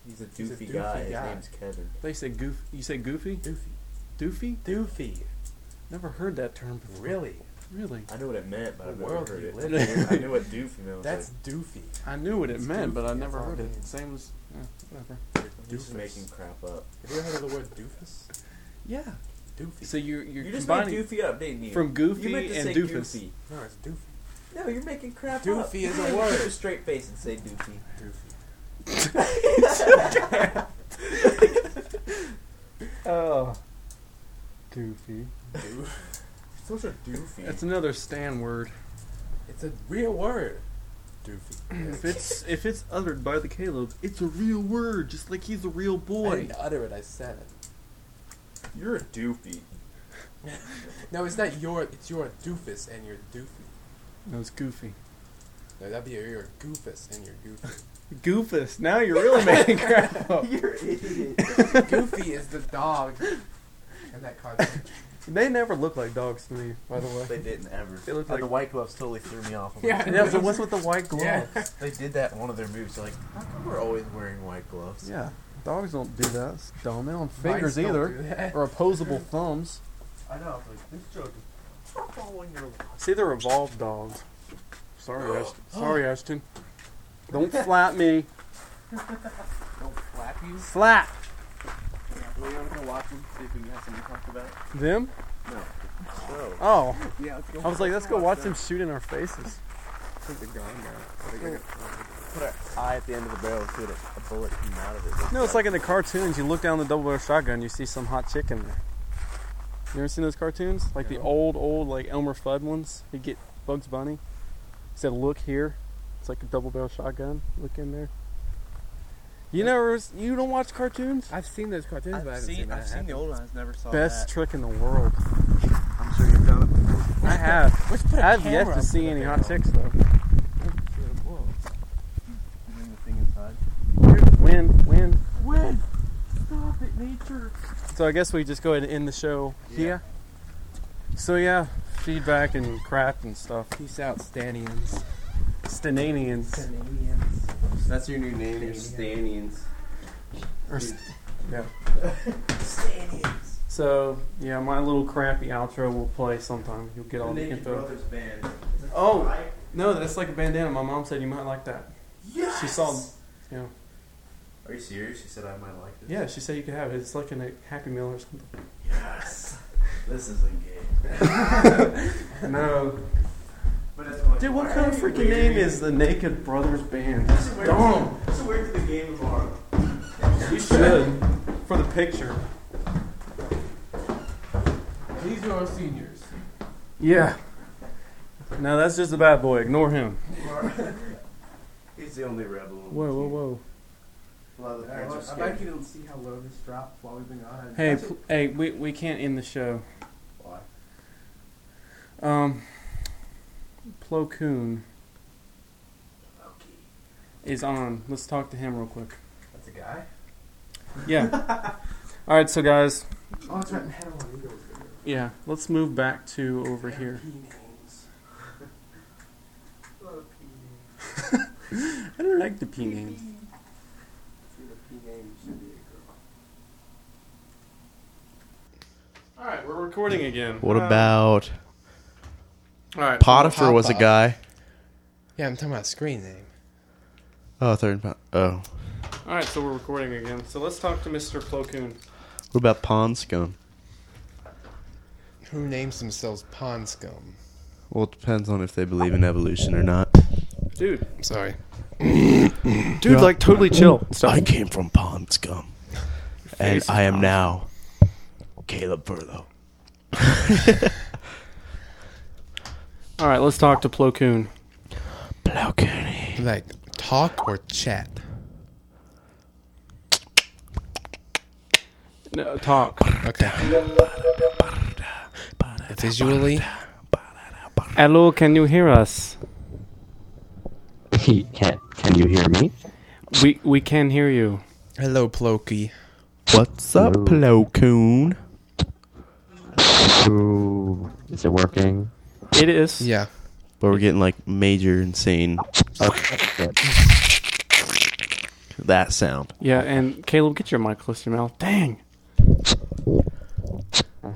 S4: he's a doofy,
S7: He's a doofy
S4: guy. His
S7: guy.
S4: name's Kevin.
S2: They said goof. You said Goofy. Doofy. Doofy.
S7: Doofy.
S2: Never heard that term before.
S7: Really?
S2: Really?
S4: I knew what it meant, but
S7: The
S4: I've never
S7: world
S4: heard
S7: we
S4: it.
S7: live in.
S4: I knew what doofy meant. I was
S7: That's
S4: like,
S7: doofy.
S2: I knew what it
S7: It's
S2: meant, but I
S7: goofy,
S2: never
S7: that's all
S2: heard
S7: it
S2: it.
S7: means.
S2: Same as yeah, whatever.
S4: I'm just making crap up.
S7: Have you ever heard of the word doofus?
S2: Yeah.
S7: Doofy.
S2: So you're you're
S4: You just made
S2: combining
S4: doofy up, didn't you?
S2: from goofy
S4: You meant to
S2: and
S4: say
S2: doofus.
S4: goofy.
S7: No, it's doofy.
S4: No, you're making crap up.
S7: Doofy
S4: You
S7: is a
S4: can't even
S7: word.
S4: Keep a straight face and say doofy.
S2: Oh, doofy.
S7: Doof.
S4: Such a doofy.
S2: That's another Stan word.
S7: It's a real word. Doofy.
S2: If it's if it's uttered by the Caleb, it's a real word, just like he's a real
S7: I
S2: boy.
S7: didn't utter it. I said it.
S4: You're a doofy.
S7: No, it's not your. It's your doofus and your doofy.
S2: No, it's goofy.
S7: No, that'd be your, your goofus and your goofy.
S2: Goofus. Now you're really making crap up.
S4: You're an idiot.
S7: goofy is the dog. And that cartoon.
S2: They never look like dogs to me, by the way.
S4: They didn't ever.
S2: They look
S4: And
S2: like-
S4: the white gloves totally threw me off. I'm
S2: Yeah,
S4: like,
S2: yeah, so what's with the white
S4: Yeah.
S2: gloves?
S4: they did that in one of their movies. They're like, how come we're always wearing white gloves?
S2: Yeah, dogs don't do that. It's dumb. They don't have
S4: Mice
S2: fingers
S4: don't do
S2: either,
S4: that.
S2: or opposable thumbs.
S4: I know. I was like, this joke is following your life.
S2: See, they're evolved dogs. Sorry, Ashton. Sorry, Ashton. Don't slap me.
S7: Don't flap you.
S2: Slap
S7: We want to go watch them, see if we can have something to talk about.
S2: them.
S7: No.
S2: Oh.
S7: Yeah, let's go
S2: I was like, let's go
S7: watch
S2: watch
S7: that.
S2: them shoot in our faces.
S7: I think they're gone now. I think they're gonna-
S5: put an eye at the end of the barrel so that a bullet came out of it.
S2: No, it's like in the cartoons. You look down the double barrel shotgun, you see some hot chick in there. You ever seen those cartoons? Like the old, old, like Elmer Fudd ones. You get Bugs Bunny. He said, "Look here." It's like a double barrel shotgun. Look in there. You never, you don't watch cartoons?
S22: I've seen those cartoons,
S5: I've
S22: but I haven't
S5: seen-
S22: seen,
S5: I've
S22: that
S5: seen
S22: happen.
S5: the old ones, never saw
S2: Best
S5: that.
S2: trick in the world.
S5: I'm sure you've done it before.
S2: I have.
S5: Let's put a
S2: I've
S5: camera
S2: yet
S5: up
S2: to
S5: to
S2: see
S5: the
S2: any
S5: barrel.
S2: hot chicks though.
S5: Whoa. Bring the thing inside.
S2: Win, win.
S5: Win! Stop it, nature!
S2: So I guess we just go ahead and end the show here. So yeah, feedback and crap and stuff. Peace out, Stanians. Stananians.
S4: That's your new name, your Stanians.
S2: Or st- yeah. So yeah, my little crappy outro will play sometime. You'll get all the, info.
S4: band.
S2: Oh no, that's like a bandana. My mom said you might like that. She saw. Yeah.
S4: Are you serious? She said I might like this.
S2: Yeah, she said you could have it. It's like in a Happy Meal or something.
S4: Yes. This is engaged.
S2: No.
S4: But it's like,
S2: Dude, what
S4: why
S2: kind
S4: are
S2: of
S4: you
S2: freaking
S4: wearing
S2: name is the Naked Brothers Band?
S4: That's weird.
S2: Dumb.
S4: That's weird to the game tomorrow.
S2: You should for the picture.
S22: These are our seniors.
S2: Yeah. No, that's just a bad boy. Ignore him.
S4: He's the only rebel. on
S2: Whoa,
S4: the
S2: whoa,
S4: team.
S2: whoa.
S4: A lot of the parents are
S22: I
S4: scared.
S22: bet you didn't see how low this dropped while we've been gone.
S2: Hey, pl- hey, we we can't end the show.
S4: Why?
S2: Um, Plo Koon is on. Let's talk to him real quick.
S22: That's a guy?
S2: Yeah. All right, so guys,
S22: Oh, that's right. Padawan Eagles.
S2: yeah, let's move back to over here. I don't like the P names. All right, we're recording again.
S4: What
S2: Uh,
S4: about
S2: All right.
S4: Potiphar was a guy?
S7: Yeah, I'm talking about screen name.
S4: Oh, third. po- Oh,
S2: All right, so we're recording again. So let's talk to Mr. Plo Koon.
S4: what about Pawn Scum?
S7: Who names themselves Pond Scum?
S4: Well, it depends on if they believe in evolution or not.
S2: Dude.
S7: Sorry.
S2: Dude, like totally chill.
S4: I came from Pawn Scum, and I am now Caleb Furlow.
S2: All right, let's talk to Plo Koon.
S7: Like talk or chat?
S2: No, talk.
S7: Okay. Visually?
S2: Hello, can you hear us?
S3: Pete, can, can you hear me?
S2: We we can hear you.
S7: Hello, Ploki.
S4: What's up, Plo Koon?
S3: Is it working?
S2: It is.
S7: Yeah.
S4: But we're getting like major insane. that sound.
S2: Yeah, and Caleb, get your mic close to your mouth. Dang.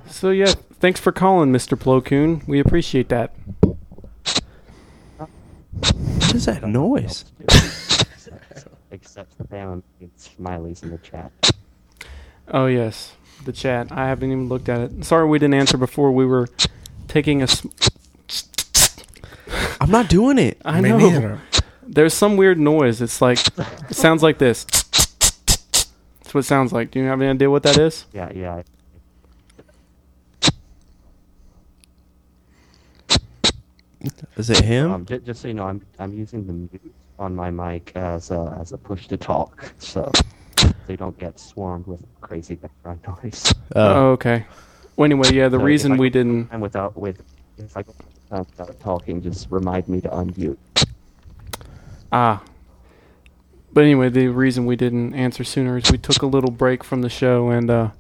S2: So yeah, thanks for calling, Mr. Plo Koon. We appreciate that.
S4: What is that noise?
S3: Except found it's smileys in the chat.
S2: Oh yes, the chat. I haven't even looked at it. Sorry, we didn't answer before. We were taking a. Sm-
S4: I'm not doing it.
S2: I know. There's some weird noise. It's like, it sounds like this. That's what it sounds like. Do you have any idea what that is?
S3: Yeah, yeah.
S4: Is it him?
S3: Um, just, just so you know, I'm I'm using the mute on my mic as a as a push to talk, so they don't get swarmed with crazy background noise.
S2: Oh, okay. Well, anyway, yeah. The
S3: So if
S2: reason
S3: I
S2: we
S3: go
S2: didn't.
S3: And without with if I go uh, without talking, just remind me to unmute.
S2: Ah. But anyway, the reason we didn't answer sooner is we took a little break from the show and uh,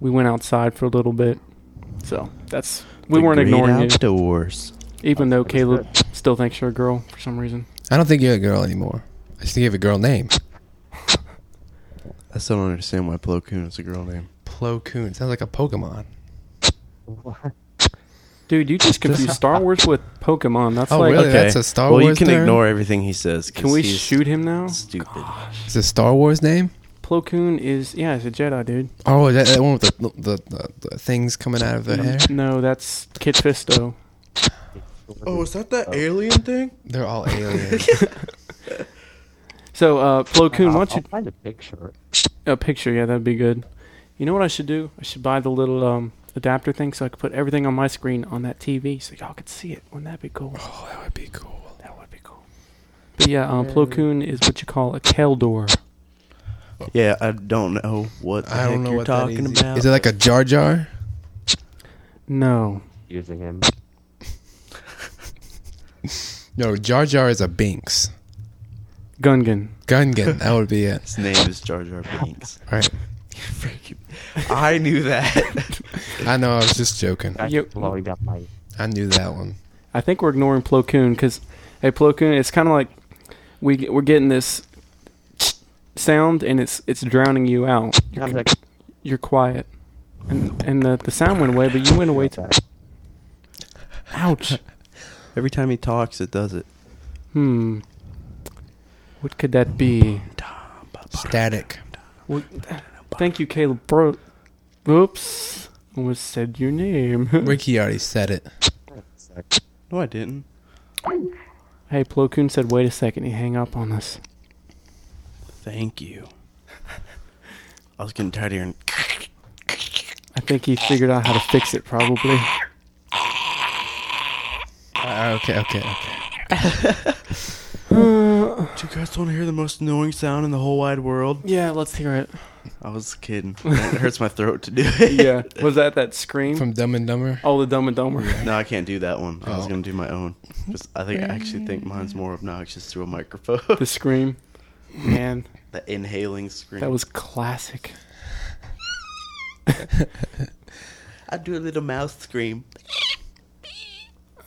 S2: we went outside for a little bit. So that's we
S4: The
S2: weren't
S4: great
S2: ignoring
S4: outdoors.
S2: you, even though Caleb still thinks you're a girl for some reason.
S7: I don't think you're a girl anymore. I just think you have a girl name.
S4: I still don't understand why Plo Koon is a girl name.
S7: Plo Koon. Sounds like a Pokemon.
S2: Dude, you just confused Star Wars with Pokemon. That's
S7: Oh,
S2: like
S7: really? That's a Star
S4: well,
S7: Wars
S4: you can
S7: nerd?
S4: ignore everything he says. 'cause
S2: Can we
S4: he's
S2: shoot him now?
S4: Stupid.
S7: Is it Star Wars name?
S2: Plo Koon is yeah, he's a Jedi dude.
S7: Oh, is that, that one with the the, the the things coming out of their hair.
S2: No, that's Kid Fisto.
S7: oh,
S2: Oh.
S4: Oh, is that that alien thing?
S7: They're all aliens.
S2: So, uh, Plo Koon, why don't
S3: I'll
S2: you
S3: find a picture.
S2: a picture? Yeah, that'd be good. You know what I should do? I should buy the little um, adapter thing so I could put everything on my screen on that TV so y'all could see it. Wouldn't that be cool? Oh, that would be cool. That would be cool. But yeah, um, Plo Koon is what you call a Keldor.
S4: Yeah, I don't know what the
S2: I
S4: heck
S2: don't know
S4: you're
S2: what that
S4: talking
S2: is.
S4: about.
S7: Is it like a Jar Jar?
S2: No.
S3: Using him.
S7: No, Jar Jar is a Binks.
S2: Gungan.
S7: Gungan. That would be it.
S4: His name is Jar Jar Binks.
S7: All right.
S4: I knew that.
S7: I know. I was just joking.
S2: I Yep. blowing
S3: up my.
S7: I knew that one.
S2: I think we're ignoring Plo Koon because, hey, Plo Koon, it's kind of like we we're getting this sound and it's it's drowning you out. You're, you're quiet, and and the the sound went away, but you went away too. Ouch.
S4: Every time he talks, it does it.
S2: Hmm. What could that be?
S7: Static.
S2: What, thank you, Caleb. Bro. Oops. Almost said your name.
S7: Ricky already said it.
S4: No, I didn't.
S2: Hey, Plo Koon said, wait a second. He hang up on us.
S4: Thank you. I was getting tired of hearing.
S2: I think he figured out how to fix it, probably.
S7: Uh, okay, okay,
S4: Do you guys want to hear the most annoying sound in the whole wide world?
S2: Uh. Yeah, let's hear it.
S4: I was kidding. It hurts my throat to do it.
S2: yeah. Was that that scream?
S7: From Dumb and Dumber?
S2: Oh, the Dumb and Dumber.
S4: No, I can't do that one. I was
S2: Oh.
S4: gonna do my own. 'Cause I think I actually think mine's more obnoxious through a microphone.
S2: The scream. Man,
S4: the inhaling scream.
S2: that was classic.
S4: I do a little mouth scream.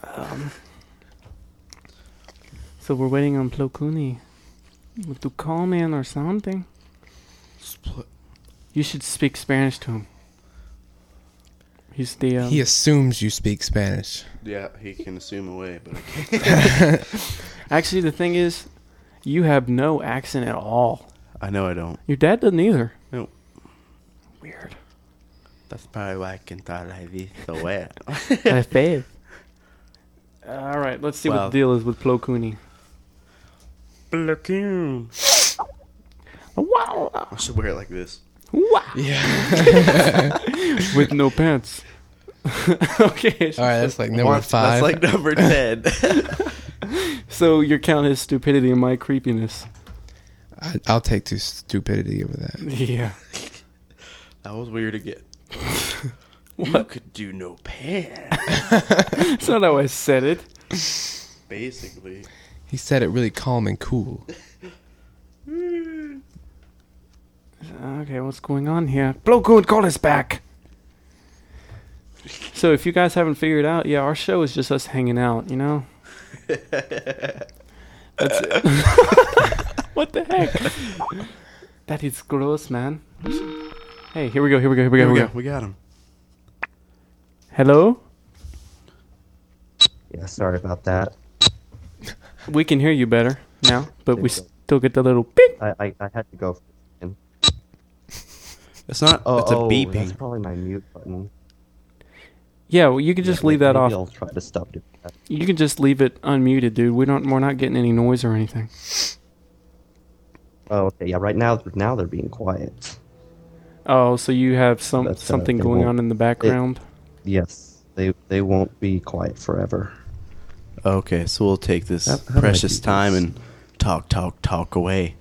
S2: Um, so we're waiting on Plo Koon to call me in or something. You should speak Spanish to him. He's the. Um,
S7: He assumes you speak Spanish.
S4: Yeah, he can assume away, but I can't.
S2: Actually, the thing is, you have no accent at all.
S4: I know I don't.
S2: Your dad doesn't either.
S4: Nope.
S2: Weird.
S4: That's probably why I can talk like this so well.
S2: I fail. All right, let's see
S4: Wow.
S2: what the deal is with Plo Koon. Plo Koon. Wow.
S4: I should wear it like this.
S2: Wow.
S4: Yeah.
S2: With no pants. okay.
S7: All right, that's like number
S2: Once-
S7: five.
S2: so your count is stupidity and my creepiness.
S7: I, I'll take to stupidity over that.
S2: Yeah.
S4: That was weird again. You
S2: What?
S4: could do no pants.
S2: That's not how I said it.
S4: Basically.
S7: He said it really calm and cool.
S2: Okay, what's going on here? Oh, Blow Goon, call us back. So if you guys haven't figured out, yeah, our show is just us hanging out, you know? That's it. what the heck? That is gross, man. Hey, here we go, here we go, here we go, here we go.
S4: We got him.
S2: Hello?
S3: Yeah, sorry about that.
S2: We can hear you better now, but we still get the little beep.
S3: I, I, I had to go.
S4: It's not.
S3: Oh,
S4: it's a
S3: oh,
S4: beeping.
S3: That's probably my mute button.
S2: Yeah, well, you can just leave that
S3: Maybe
S2: off.
S3: I'll try to stop doing that.
S2: You can just leave it unmuted, dude. We don't we're not getting any noise or anything.
S3: Oh, okay. Yeah, right now, now they're being quiet.
S2: Oh, so you have some
S3: That's, uh,
S2: something
S3: they
S2: going
S3: won't-
S2: on in the
S3: they-
S2: background?
S3: Yes, they they won't be quiet forever.
S4: Okay, so we'll take this
S3: How- how do I
S4: precious
S3: do
S4: time and talk, talk, talk away.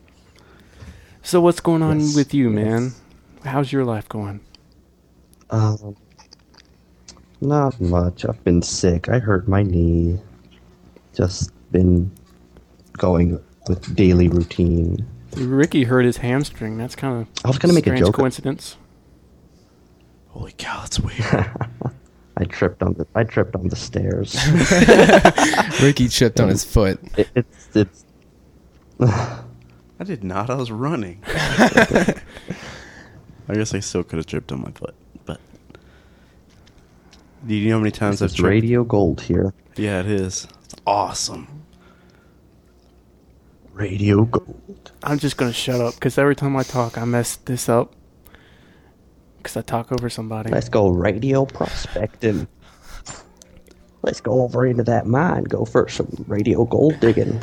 S2: So what's going on
S4: Yes,
S2: with you, man? How's your life going?
S3: Um, not much. I've been sick. I hurt my knee. Just been going with daily routine.
S2: Ricky hurt his hamstring. That's kind of
S3: I was gonna make a
S2: strange
S3: joke.
S2: coincidence.
S4: Holy cow, that's weird.
S3: I tripped on the I tripped on the stairs.
S7: Ricky tripped on his foot.
S3: It, it's it's
S4: I did not. I was running. I guess I still could have tripped on my foot, but. Do you know how many times I've
S3: it's
S4: tripped?
S3: radio gold here.
S4: Yeah, it is. It's awesome.
S3: Radio gold.
S2: I'm just gonna shut up because every time I talk, I mess this up. Because I talk over somebody.
S3: Let's go radio prospecting. Let's go over into that mine. Go for some radio gold digging.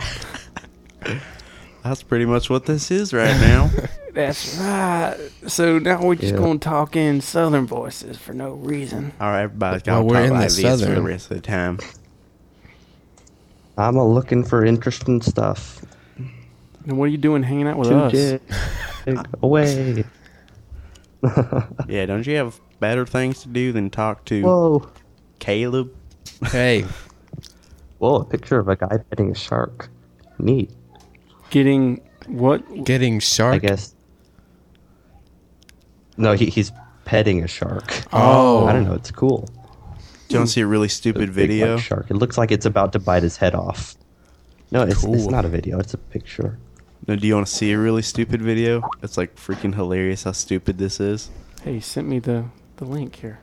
S4: That's pretty much what this is right now.
S2: That's right. So now we're just
S4: Yeah.
S2: going to talk in Southern voices for no reason.
S4: All right, everybody's got
S2: Well,
S4: to
S2: we're
S4: talk
S2: in the
S4: like this for the
S2: Southern.
S4: rest of the time.
S6: I'm a looking for interesting stuff.
S2: And what are you doing hanging out with
S6: to
S2: us?
S6: get away.
S4: yeah, don't you have better things to do than talk to
S6: Whoa.
S4: Caleb?
S6: Hey. Whoa, a picture of a guy petting a shark. Neat.
S2: Getting what?
S6: Getting shark? I guess. No, he, he's petting a shark.
S4: Oh.
S6: I don't know. It's cool.
S4: Don't see a really stupid
S6: A big, like,
S4: video.
S6: shark. It looks like it's about to bite his head off. No, it's, it's
S4: Cool.
S6: not a video. It's a picture.
S4: No, do you want to see a really stupid video? It's like freaking hilarious how stupid this is.
S2: Hey, you sent me the, the link here.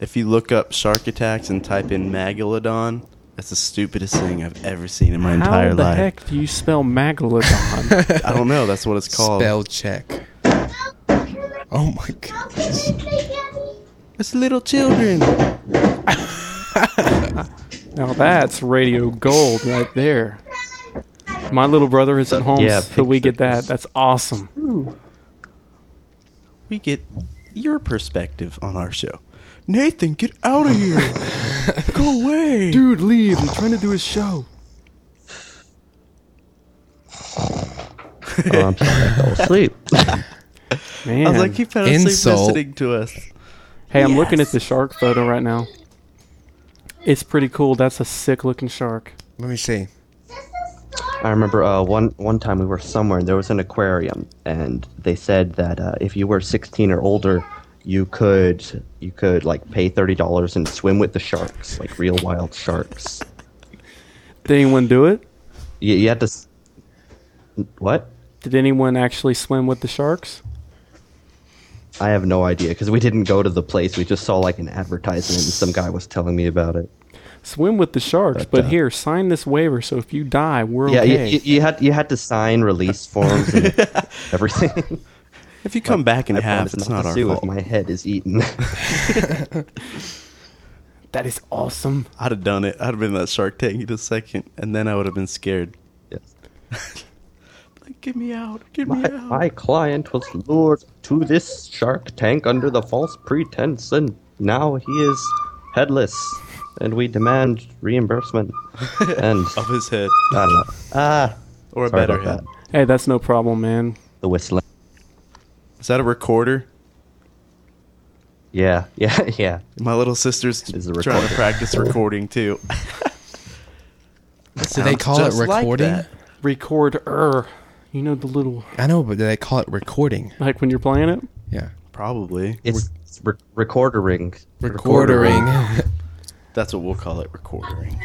S4: If you look up shark attacks and type in Magalodon, that's the stupidest thing I've ever seen in my entire
S2: How the
S4: life.
S2: heck do you spell Magalodon?
S4: I don't know. That's what it's called.
S2: Spell
S4: check.
S7: Oh my gosh.
S4: It's little children.
S2: now that's radio gold right there. My little brother is at home,
S6: Yeah,
S2: so we get that. That's awesome.
S4: We get your perspective on our show. Nathan, get out of here. Go away.
S2: Dude, leave. He's trying to do his show.
S6: Oh, I'm sorry. I fell asleep.
S2: Man.
S4: I was like, he fell asleep listening to us.
S2: Hey, I'm looking at the shark photo right now. It's pretty cool. That's a sick looking shark.
S6: Let me see. I remember uh, one one time we were somewhere and there was an aquarium and they said that uh, if you were 16 or older, you could you could like pay thirty dollars and swim with the sharks, like real wild sharks.
S2: Did anyone do it?
S6: You, you had to. s- What?
S2: Did anyone actually swim with the sharks?
S6: I have no idea because we didn't go to the place. We just saw like an advertisement and some guy was telling me about it.
S2: Swim with the sharks, but,
S6: But, uh,
S2: here, sign this waiver so if you die, we're
S6: yeah,
S2: okay.
S6: you, you, you had you had to sign release forms and everything.
S4: If you come back and
S6: I
S4: half,
S6: promise
S4: it's
S6: not
S4: not
S6: to
S4: our
S6: sue
S4: fault.
S6: If my head is eaten.
S2: that is awesome.
S4: I'd have done it. I'd have been that Shark Tank in a second, and then I would have been scared.
S6: Yes.
S4: like, get me out. Get
S6: My,
S4: me out.
S6: my client was lured to this shark tank under the false pretense, and now he is headless, and we demand reimbursement. And
S4: of his head.
S6: I don't know. Ah,
S4: or a
S6: sorry
S4: better
S6: about
S4: head.
S6: that.
S2: Hey, that's no problem, man.
S6: The whistling.
S4: Is that a recorder?
S6: Yeah, yeah, yeah.
S4: My little sister's trying to
S6: recorder.
S4: practice recording too.
S7: Do they call it recording?
S2: Recorder. You know the little.
S7: I know, but do they call it recording?
S2: Like when you're playing it?
S7: Yeah.
S4: Probably.
S6: It's it's re- recordering.
S7: Recordering.
S4: That's what we'll call it, recording.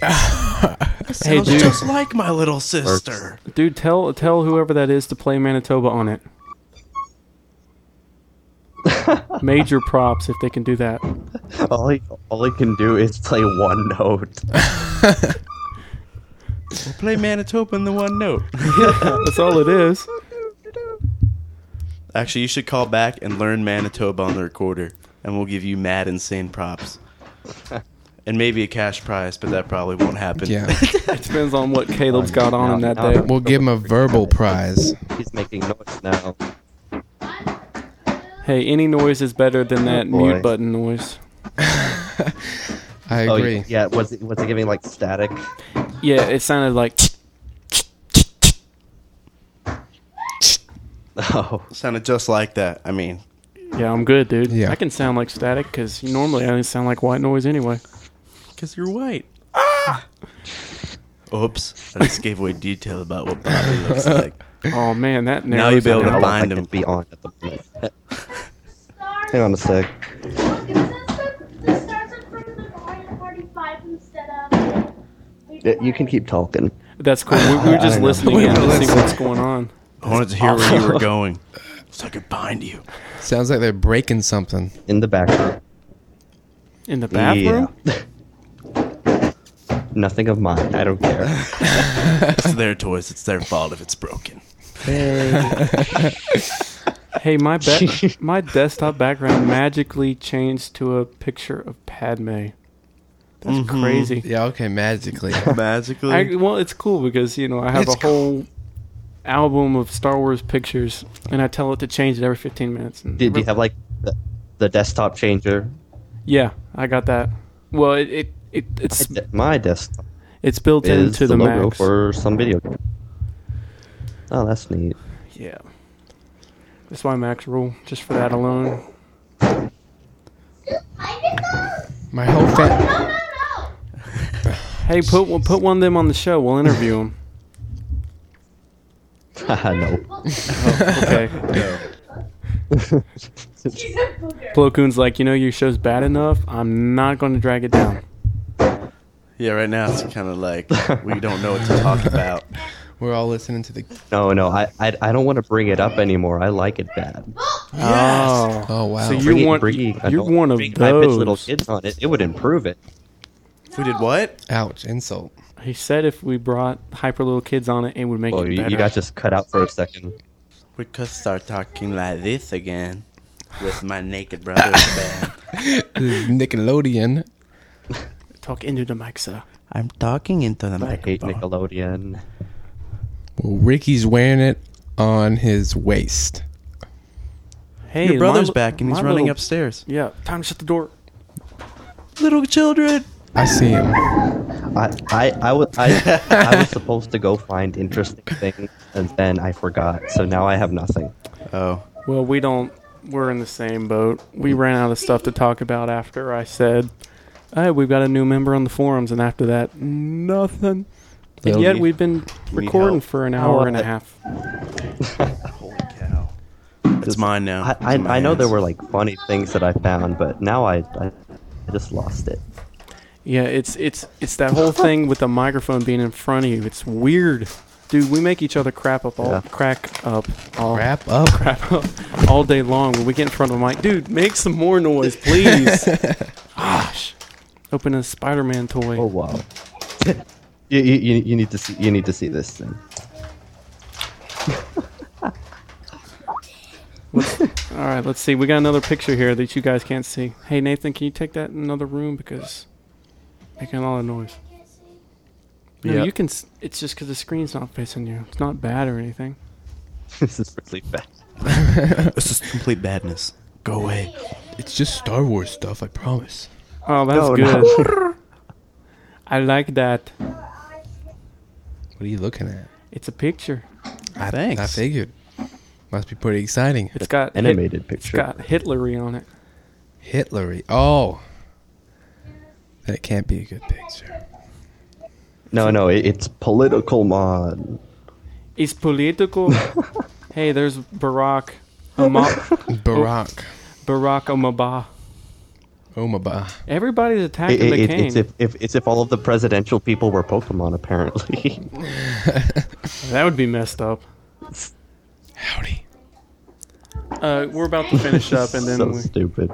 S4: that
S2: Hey,
S4: sounds
S2: dude.
S4: just like my little sister.
S2: Dude, tell tell whoever that is to play Manitoba on it. Major props if they can do that.
S4: Oh.
S6: All he, all he can do is play one note.
S4: We'll play Manitoba in the one note.
S2: That's all it is.
S4: Actually, you should call back and learn Manitoba on the recorder, and we'll give you mad insane props. And maybe a cash prize, but that probably won't happen.
S7: Yeah.
S2: It depends on what Caleb's got on him that day.
S7: We'll give him a verbal prize.
S6: He's making noise now.
S2: Hey, any noise is better than
S4: Oh,
S2: that
S6: boy.
S2: mute button noise.
S7: I
S6: Oh,
S7: agree.
S6: yeah, was it was it giving like static?
S2: Yeah, it sounded like
S6: Oh.
S4: Sounded just like that. I mean,
S2: yeah, I'm good, dude.
S4: Yeah.
S2: I can sound like static because normally I sound like white noise anyway.
S4: because you're white. Ah! Oops. I just gave away detail about what Bobby looks like.
S2: Oh man, that
S4: Now you'll
S2: narrows
S4: be
S2: it
S4: able to
S2: down.
S4: bind him.
S6: oh, Be on at the moment. Hang on a sec. Yeah, You can keep talking.
S2: That's cool. We, we were just listening in to see what's going on.
S4: I wanted to hear where you were going, so I could bind you.
S7: Sounds like they're breaking something.
S6: In the background.
S2: In the
S7: bathroom?
S6: Nothing of mine. I don't care.
S4: It's their toys. It's their fault if it's broken.
S2: Hey, my be- my desktop background magically changed to a picture of Padme. That's
S7: Mm-hmm.
S2: crazy.
S7: Yeah, okay, magically.
S4: Mm-hmm. magically.
S2: I, well, it's cool because you know I have
S7: It's
S2: a whole album of Star Wars pictures, and I tell it to change it every 15 minutes. And
S6: Did you have like the, the desktop changer?
S2: Yeah, I got that. Well, it it, it it's
S6: My desktop.
S2: It's built
S6: is
S2: into the,
S6: the logo
S2: Macs.
S6: for some video game. Oh, that's neat.
S2: yeah. That's why Macs rule just for that alone.
S7: My whole family.
S2: Hey, put one put one of them on the show. We'll interview them.
S6: no.
S2: okay. Plo Koon's like, you know, your show's bad enough. I'm not going to drag it down.
S4: Yeah, right now it's kind of like we don't know what to talk about.
S7: We're all listening to the.
S6: No, no, I, I, I don't want to bring it up anymore. I like it bad.
S2: Oh.
S7: Oh wow.
S2: So you
S6: Bring it-
S2: want
S6: bring it- I
S2: you're
S6: don't-
S2: one of
S6: bring it- I pitch
S2: those.
S6: little kids on it. It would improve it.
S4: We did what?
S7: Ouch! Insult.
S2: He said if we brought hyper little kids on it, it would make
S6: Well,
S2: it
S6: you,
S2: better.
S6: you got just cut out for a second.
S4: We could start talking like this again with my naked brother band.
S7: Nickelodeon.
S2: Talk into the mic, sir.
S4: I'm talking into the
S6: I hate Nickelodeon.
S7: Well, Ricky's wearing it on his waist.
S2: Hey,
S4: Your brother's
S2: my-
S4: back and he's
S2: my
S4: running
S2: little-
S4: upstairs.
S2: Yeah, time to shut the door.
S4: Little children.
S7: I see him.
S6: I, I, I, was, I, I was supposed to go find interesting things, and then I forgot. So now I have nothing.
S4: Oh.
S2: Well, we don't. We're in the same boat. We ran out of stuff to talk about after I said, "Hey, we've got a new member on the forums," and after that, nothing.
S7: Well,
S2: and yet
S7: you-
S2: we've been
S4: Need
S2: recording
S4: help.
S2: for an
S4: Oh,
S2: hour and
S4: I-
S2: a half.
S4: It's mine now.
S6: I, I, I know there were like funny things that I found, but now I, I, I just lost it.
S2: Yeah, it's it's it's that whole thing with the microphone being in front of you. It's weird, dude. We make each other crap up all
S6: Yeah.
S2: crack up all
S7: crap up
S2: crap up all day long when we get in front of a mic. Dude, make some more noise, please. Gosh, open a Spider-Man toy. Oh
S6: wow. You, you, you- you need to see you need to see this thing.
S2: All right, let's see. We got another picture here that you guys can't see. Hey, Nathan, can you take that in another room because making a lot of noise. No,
S6: Yeah.
S2: you can. s- It's just because the screen's not facing you. It's not bad or anything.
S6: this is really bad.
S4: this is complete badness. Go away.
S7: It's just Star Wars stuff. I promise.
S2: Oh, that's
S7: No, no.
S2: good. I like that.
S7: What are you looking at?
S2: It's a picture.
S7: I,
S2: Thanks.
S7: I figured. Must be pretty exciting.
S2: It's got Hit- It's got Hitlery on it.
S7: Hitlery. Oh. That can't be a good picture.
S6: No, no, it, it's political mod.
S2: It's political. hey, there's Barack. Ama-
S7: Barack.
S2: Barack Obama.
S7: Omaba.
S2: Everybody's
S6: It,
S2: attacking
S6: it,
S2: the
S6: it-
S2: cane.
S6: it's if, if it's if all of the presidential people were Pokemon, apparently.
S2: That would be messed up. Howdy. Uh, we're about to finish up, and then
S6: so
S2: we,
S6: stupid.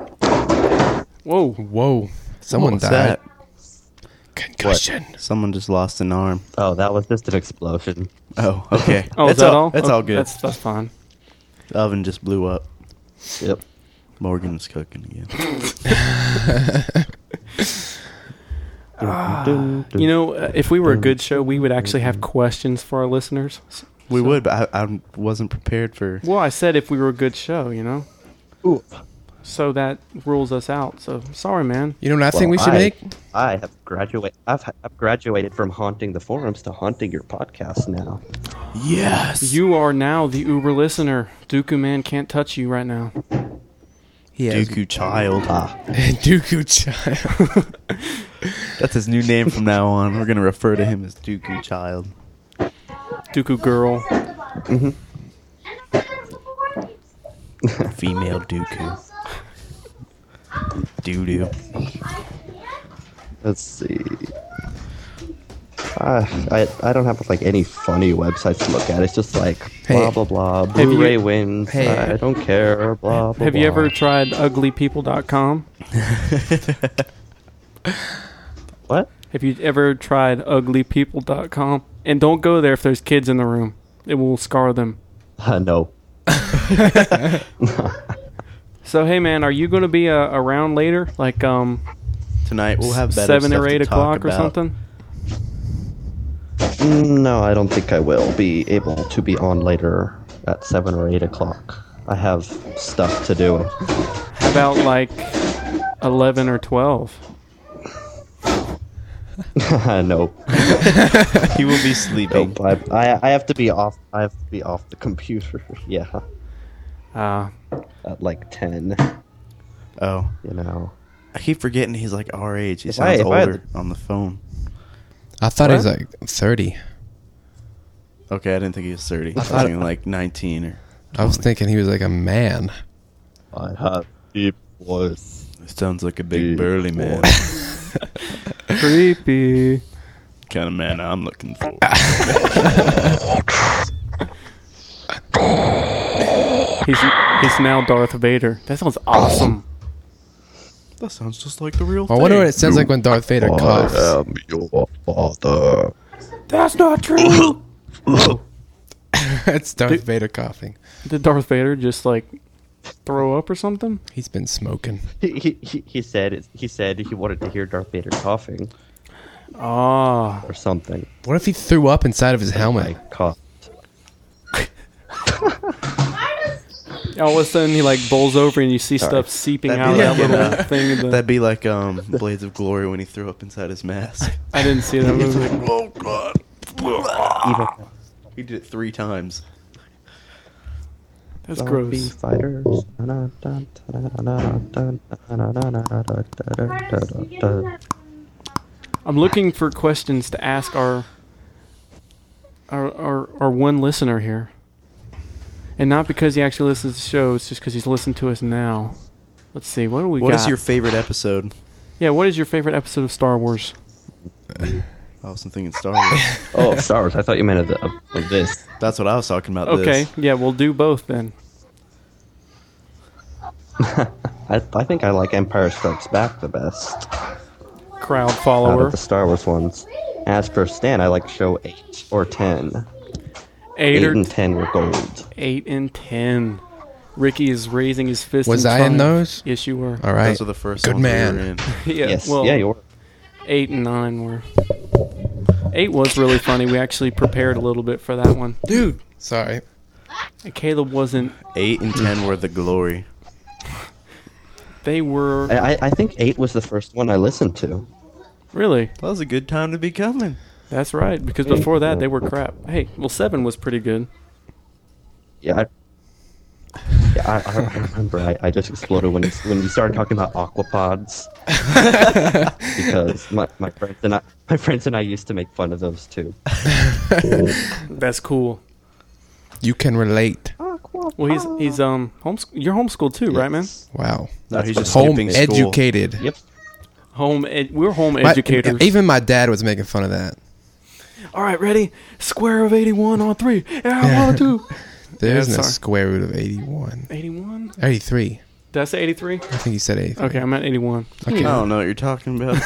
S2: whoa,
S7: whoa, someone
S4: What was
S7: died.
S4: Concussion. Someone just lost an arm.
S6: Oh, that was just an explosion.
S4: Oh, okay.
S2: Oh, is
S4: That's
S2: that all?
S4: That's
S2: Oh,
S4: all good.
S2: That's that's fine.
S4: The oven just blew up.
S6: Yep.
S4: Morgan's cooking again.
S2: Ah, you know, uh, if we were a good show, we would actually have questions for our listeners. S-
S4: we would, but I, I wasn't prepared for.
S2: Well, I said if we were a good show, you know. So that rules us out. So sorry, man.
S7: You know what I
S6: Well, I- I have graduated. I've, I've graduated from haunting the forums to haunting your podcast now.
S4: Yes.
S2: You are now the Uber listener. Dooku man can't touch you right now.
S7: He has- Ah.
S4: Dooku Child.
S7: Dooku Child.
S4: That's his new name from now on. We're gonna refer to him as Dooku Child.
S2: Dooku girl.
S6: Mm-hmm.
S4: Female Dooku. Doo doo.
S6: Let's see. Uh, I I don't have like any funny websites to look at. It's just like blah blah blah.
S2: Have you-
S6: Blu-ray wins.
S2: Hey.
S6: I don't care. Blah blah.
S2: Have you
S6: blah.
S2: ever tried uglypeople.com?
S6: what?
S2: Have you ever tried uglypeople.com? And don't go there if there's kids in the room. It will scar them.
S6: Uh, no.
S2: So hey man, are you going to be uh, around later? Like um
S4: Tonight we'll have better
S2: seven or
S4: stuff to
S2: eight
S4: talk
S2: o'clock or
S4: about.
S2: something.
S6: Mm, No, I don't think I will be able to be on later at seven or eight o'clock. I have stuff to do.
S2: How about like eleven or twelve?
S6: nope.
S4: he will be sleeping.
S6: Nope, I, I, I have to be off. I have to be off the computer. yeah.
S2: Uh,
S6: at like ten.
S4: Ah. Oh,
S6: you know.
S4: I keep forgetting he's like our age. He
S6: If I-
S4: sounds
S6: if I had
S4: older on the phone.
S7: I thought he was
S4: What?
S7: like 30.
S4: Okay, I didn't think he was thirty.
S7: I
S4: I was
S7: thought-
S4: thinking like nineteen or.
S7: I was thinking he was like a man.
S6: I have deep voice.
S4: Sounds like a big burly man.
S2: Creepy.
S4: kind of man I'm looking for.
S2: He's he's now Darth Vader. That sounds awesome.
S4: that sounds just like the real.
S7: I wonder what it sounds like when Darth Vader coughs.
S6: am um, your father.
S2: That's not true.
S7: it's Darth Vader coughing.
S2: Did Darth Vader just like throw up or something?
S7: He's been smoking.
S6: He, he, he said he said he wanted to hear Darth Vader coughing
S2: Ah.
S6: or something.
S7: What if he threw up inside of his helmet?
S6: Cough.
S2: All of a sudden, he like bowls over and you see stuff seeping out of that little thing. in the-
S4: uh, That'd be like um, Blades of Glory when he threw up inside his mask.
S2: I didn't see that
S4: He's
S2: movie.
S4: like, oh god. he did it three times.
S2: That's
S6: Zombie
S2: gross.
S6: Fighters. What
S2: I'm looking for questions to ask our our our, our one listener here, and not because he actually listens to shows, just because he's listened to us now. Let's see. What do we
S4: What is
S2: got?
S4: your favorite episode?
S2: yeah? What is your favorite episode of Star Wars?
S4: I was thinking Star Wars.
S6: Oh, Star Wars. I thought you meant of, the, of, of this.
S4: That's what I was talking about.
S2: Okay,
S4: This.
S2: yeah, we'll do both then.
S6: I, I think I like Empire Strikes Back the best
S2: Crowd
S6: out
S2: follower
S6: of the Star Wars ones. As for Stan, I like show eight or ten.
S2: Eight or-
S6: and ten were gold.
S2: eight and ten. Ricky is raising his fist.
S7: Was
S2: in
S7: I in
S2: triumph.
S7: those?
S2: Yes, you were.
S7: All right.
S4: Those are the first
S7: Good
S4: ones we
S7: man.
S4: were in.
S2: yeah,
S6: Yes,
S2: well,
S6: yeah, you were.
S2: Eight and nine were. Eight was really funny. We actually prepared a little bit for that one.
S7: Dude, sorry.
S2: And Caleb wasn't.
S4: Eight and ten were the glory.
S2: They were
S6: I, I, I think eight was the first one I listened to.
S2: really.
S4: That was a good time to be coming.
S2: That's right. Because before that, they were crap. Hey, well, seven was pretty good.
S6: Yeah. I, yeah, I, I remember. I, I just exploded when you, when you started talking about aquapods because my, my friends and I my friends and I used to make fun of those too.
S2: That's cool.
S7: You can relate.
S2: Well, he's he's um homeschool. You're homeschooled too, right, man?
S7: Wow.
S4: No, he's just
S7: home
S4: skipping school.
S7: educated.
S6: Yep.
S2: Home. Ed- we're home
S7: My-
S2: educators.
S7: even my dad was making fun of that.
S2: All right, ready? Square of eighty-one on three. Yeah, I want to.
S7: There
S2: Yeah,
S7: isn't a
S2: sorry.
S7: square root of 81.
S2: Eighty-one.
S7: 83.
S2: Did I say eighty-three?
S7: I think you said 83.
S2: Okay, I'm at eighty-one.
S7: Okay.
S4: I don't know what you're talking about.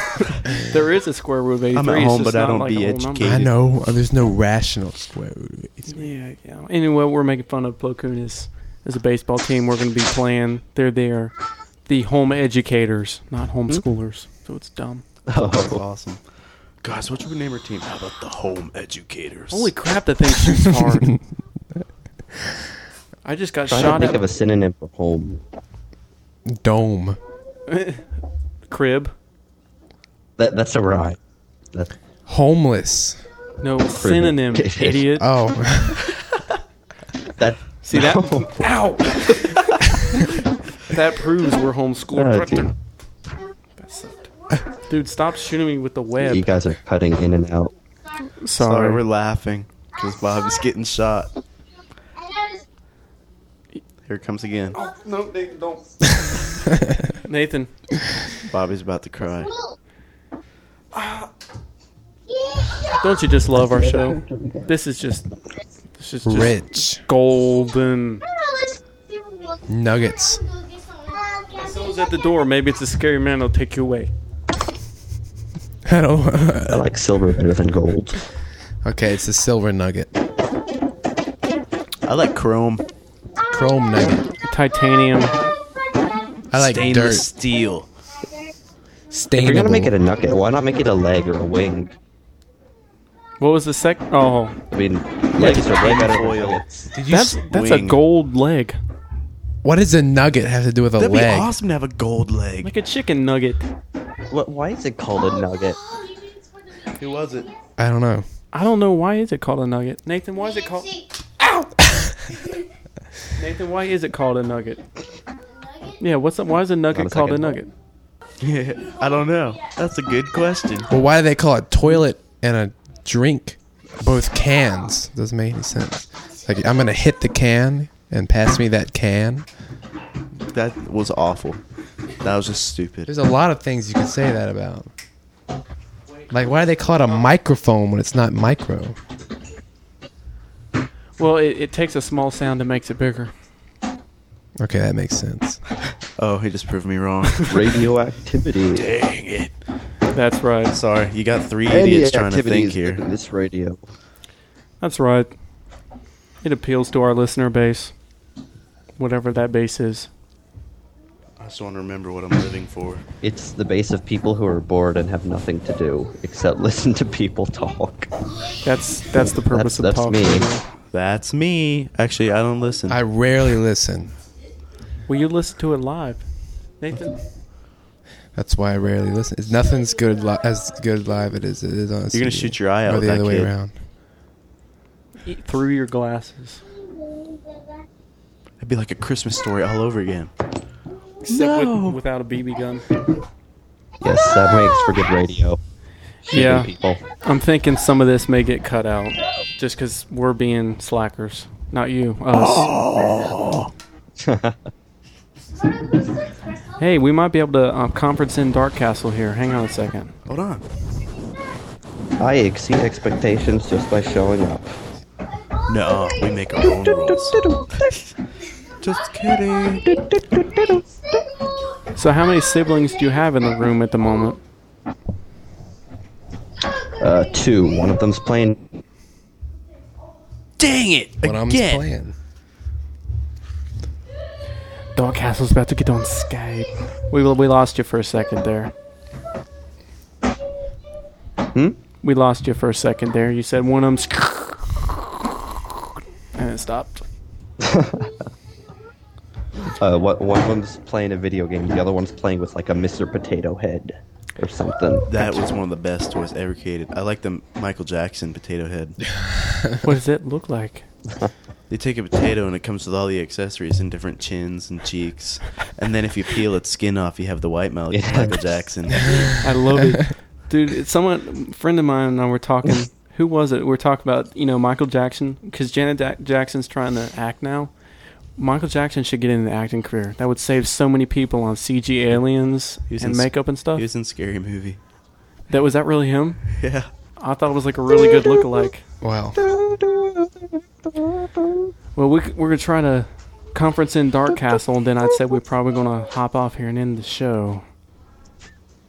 S2: There is a square root of eighty-three.
S4: I'm at
S2: it's
S4: home,
S2: just
S4: but I
S2: not
S4: don't
S2: like
S4: be
S2: a whole number.
S4: educated.
S7: I know. uh, There's no rational square root of 83.
S2: Yeah, yeah. Anyway, we're making fun of Plokun is is a baseball team. We're going to be playing. They're there, the home educators, not homeschoolers.
S4: Hmm?
S2: So it's dumb.
S6: Oh.
S4: That's awesome. Guys, what should we name our team? How about the home educators?
S2: Holy crap! That thing shoots hard. I just got
S6: Try to
S2: shot
S6: think
S2: at
S6: of a synonym for home.
S7: Dome.
S2: crib.
S6: That that's a rhyme. That's
S7: Homeless.
S2: No synonym, idiot.
S7: Oh.
S6: that.
S2: See that? Ow! that proves we're homeschooled.
S6: Oh,
S2: That sucked. Dude, stop shooting me with the
S6: You
S2: web.
S6: guys are cutting in and out.
S2: Sorry,
S4: Sorry, we're laughing because Bobby's getting shot. Here it comes again.
S2: No, Nathan, don't. Nathan,
S4: Bobby's about to cry.
S2: don't you just love our show? This is just, this is just
S7: Rich.
S2: golden.
S7: Nuggets.
S2: Someone's at the door. Maybe it's a scary man. I'll take you away.
S7: I don't.
S6: I like silver better than gold.
S7: okay, it's a silver nugget.
S4: I like chrome.
S7: Chrome nugget.
S2: Titanium.
S7: I like
S4: Stainless
S7: dirt.
S4: steel.
S6: If you're gonna
S7: Stainable.
S6: make it a nugget, why not make it a leg or a wing?
S2: What was the sec? Oh,
S6: I mean, legs are way better than nuggets.
S7: Did
S2: that's that's a gold leg.
S7: What does a nugget have to do with a
S2: That'd be
S7: leg?
S2: awesome
S4: to have a gold leg.
S2: Like a chicken nugget.
S6: What? Why is it called a nugget?
S4: Who was it?
S7: I don't know.
S2: I don't know why is it called a nugget. Nathan, why is it called? Ow! Nathan, why is it called a nugget? Yeah, what's up? Why is a nugget
S4: a
S2: called a
S4: second.
S2: nugget?
S4: I don't know. That's a good question.
S7: Well, why do they call it toilet and a drink? Both cans. Doesn't make any sense. Like I'm gonna hit the can and pass me that can.
S4: That was awful. That was just stupid.
S7: There's a lot of things you could say that about. Like why do they call it a microphone when it's not micro?
S2: Well, it, it takes a small sound and makes it bigger.
S7: Okay, that makes sense.
S4: Oh, he just proved me wrong.
S6: Radioactivity.
S4: Dang it.
S2: That's right.
S4: Sorry, you got three
S6: Any
S4: idiots trying to
S6: activity
S4: think
S6: is
S4: here.
S6: good in This radio.
S2: That's right. It appeals to our listener base, whatever that base is.
S4: I just want to remember what I'm living for.
S6: It's the base of people who are bored and have nothing to do except listen to people talk.
S2: That's that's the
S6: purpose
S4: of
S6: of
S4: talk
S6: That's me.
S4: That's me. Actually, I don't listen. I
S7: rarely listen.
S2: Well, you listen to it live, Nathan.
S7: That's why I rarely listen. It's- Nothing's good li- as good live it is. It is on a
S4: You're
S7: CD.
S4: gonna shoot your eye out
S7: or
S4: with
S7: the
S4: that
S7: other way
S4: kid.
S7: around.
S2: Eat through your glasses.
S4: It'd be like a Christmas story all over again.
S2: Except with, without a BB gun.
S6: Yes, that makes for good radio. Shooting
S2: yeah.
S6: people.
S2: I'm thinking some of this may get cut out just because we're being slackers. Not you, us. hey, we might be able to uh, conference in Dark Castle here. Hang on a second.
S4: Hold on.
S6: I exceed expectations just by showing up.
S4: No, we make our own rules. Just kidding.
S2: So, how many siblings do you have in the room at the moment?
S6: Uh, two. One of them's playing.
S4: Dang it!
S7: What I'm
S6: Again.
S7: playing.
S2: Dark Castle's about to get on Skype. We we lost you for a second there.
S6: Hmm.
S2: We lost you for a second there. You said one of them's and it stopped.
S6: Uh, what, one of them's playing a video game. The other one's playing with like a Mr. Potato Head or something.
S4: That was one of the best toys ever created. I like the Michael Jackson potato head.
S2: What does it look like?
S4: They take a potato and it comes with all the accessories and different chins and cheeks. And then if you peel its skin off, you have the white Mel- Michael Jackson.
S2: I love it, dude. it's Someone, friend of mine, and I were talking. Who was it? We are talking about you know Michael Jackson because Janet Da- Jackson's trying to act now. Michael Jackson should get into the acting career. That would save so many people on CG aliens
S4: He was
S2: and
S4: in-
S2: makeup and stuff.
S4: He was in Scary Movie.
S2: That was that really him?
S4: Yeah.
S2: I thought it was like a really good lookalike.
S7: Wow.
S2: Well, we, c- we're gonna try to conference in Dark Castle, and then I'd say we're probably gonna hop off here and end the show.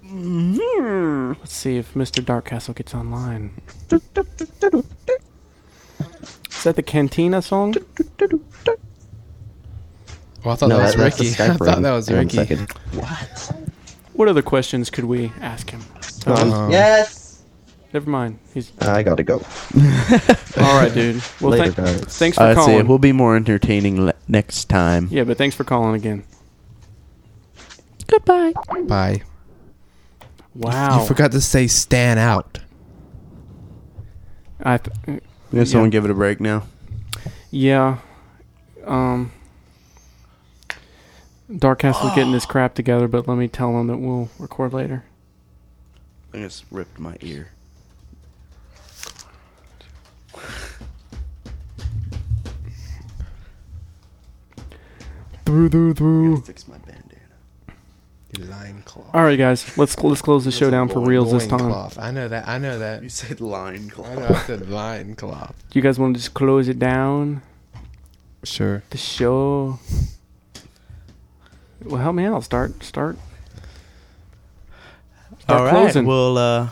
S2: Let's see if Mr. Dark Castle gets online. Is that the Cantina song?
S7: Well, Oh, I thought
S2: No,
S7: that was
S2: that- that's the
S7: Ricky.
S2: Skype
S7: I thought
S2: ring.
S7: that was
S2: Hang on a
S7: Ricky.
S2: second. What other questions could we ask him?
S6: Um, Yes.
S2: Never mind. He's
S6: I gotta go.
S2: all right, dude. Well,
S6: Later,
S2: thank-
S6: guys.
S2: thanks for
S4: I'd
S2: calling.
S4: say we'll be more entertaining le- next time.
S2: Yeah, but thanks for calling again.
S7: Goodbye. Bye.
S2: Wow.
S7: You forgot to say stand out.
S2: I th-
S4: Yeah, someone give it a break now.
S2: Yeah. Um Dark Castle's getting
S4: Ah.
S2: this crap together, but let me tell him that we'll record later.
S4: I just ripped my ear.
S2: Through, through, through.
S4: Fix my bandana.
S7: Line cloth.
S2: All right, guys, let's let's close the show down for reals this time.
S7: Cloth. I know that. I know that. You
S4: said line cloth.
S7: I know. I said line cloth.
S2: Do you guys want to just close it down?
S7: Sure.
S2: The show. Well, help me out. Start, start. Start
S4: All right.
S2: closing.
S4: Well, uh,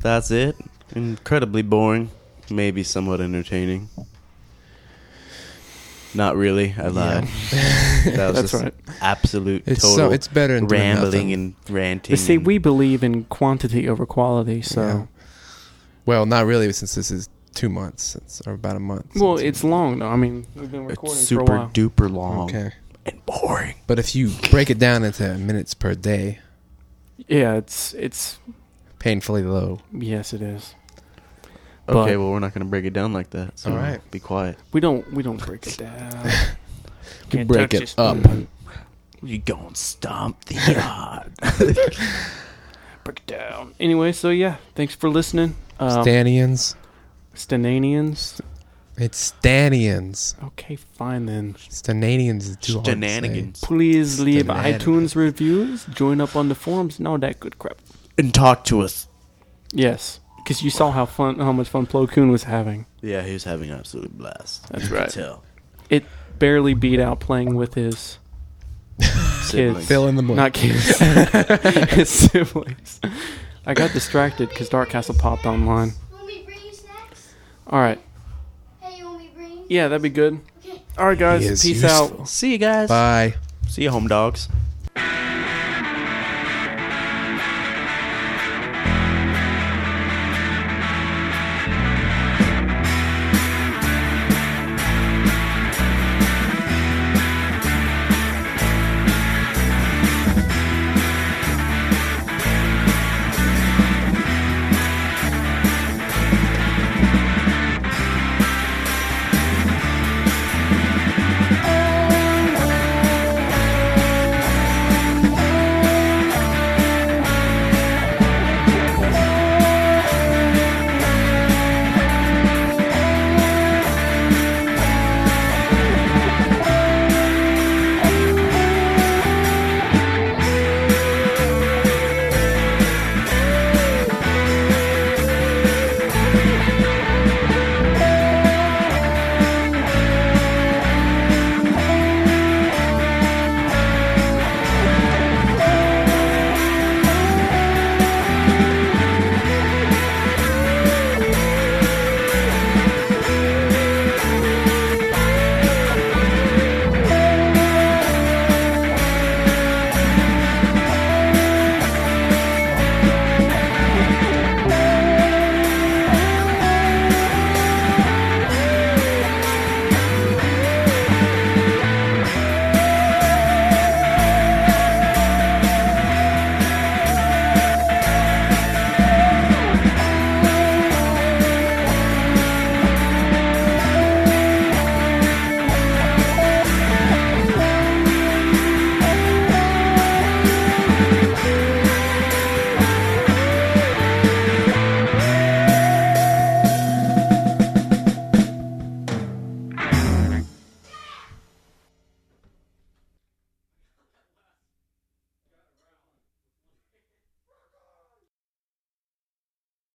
S4: that's it. Incredibly boring. Maybe somewhat entertaining. Not really. I lied. That was
S2: That's
S4: just
S2: right.
S4: absolute
S7: It's so-
S4: total
S7: it's better than doing
S4: rambling
S7: nothing.
S4: and ranting.
S2: But see, we believe in quantity over quality, so.
S7: Yeah. Well, not really, since this is two months. It's or about a month.
S2: Well, it's long though. I mean, we've been recording
S4: super
S2: for a while.
S4: duper long.
S7: Okay. And boring. But if you break it down into minutes per day,
S2: yeah, it's it's
S7: painfully low.
S2: yes, it is.
S4: Okay,
S2: But-
S4: well, we're not going to break it down like that. So
S7: All right.
S4: Be quiet.
S2: We don't we don't break it down.
S7: Can't break touch it this. up.
S4: You gonna stomp the yard?
S2: break it down. Anyway, so yeah, thanks for listening. Um,
S7: Stanians.
S2: Stananians.
S7: It's Stanians.
S2: Okay, fine then.
S7: Stananians is too hard to say.
S2: Please leave
S7: Stananigans.
S2: iTunes reviews. Join up on the forums and all that good crap.
S4: And talk to us.
S2: Yes, because you saw how fun how much fun Plo Koon was having.
S4: Yeah, he was having an absolute blast.
S2: That's
S4: You could
S2: right.
S4: Tell.
S2: It barely beat out playing with his kids.
S4: Siblings. Fill in the blank.
S2: Not kids. his siblings. I got distracted because Dark Castle popped online. All right. Yeah, that'd be good. All right, guys. Peace out.
S4: See you guys.
S7: Bye.
S4: See you, home dogs.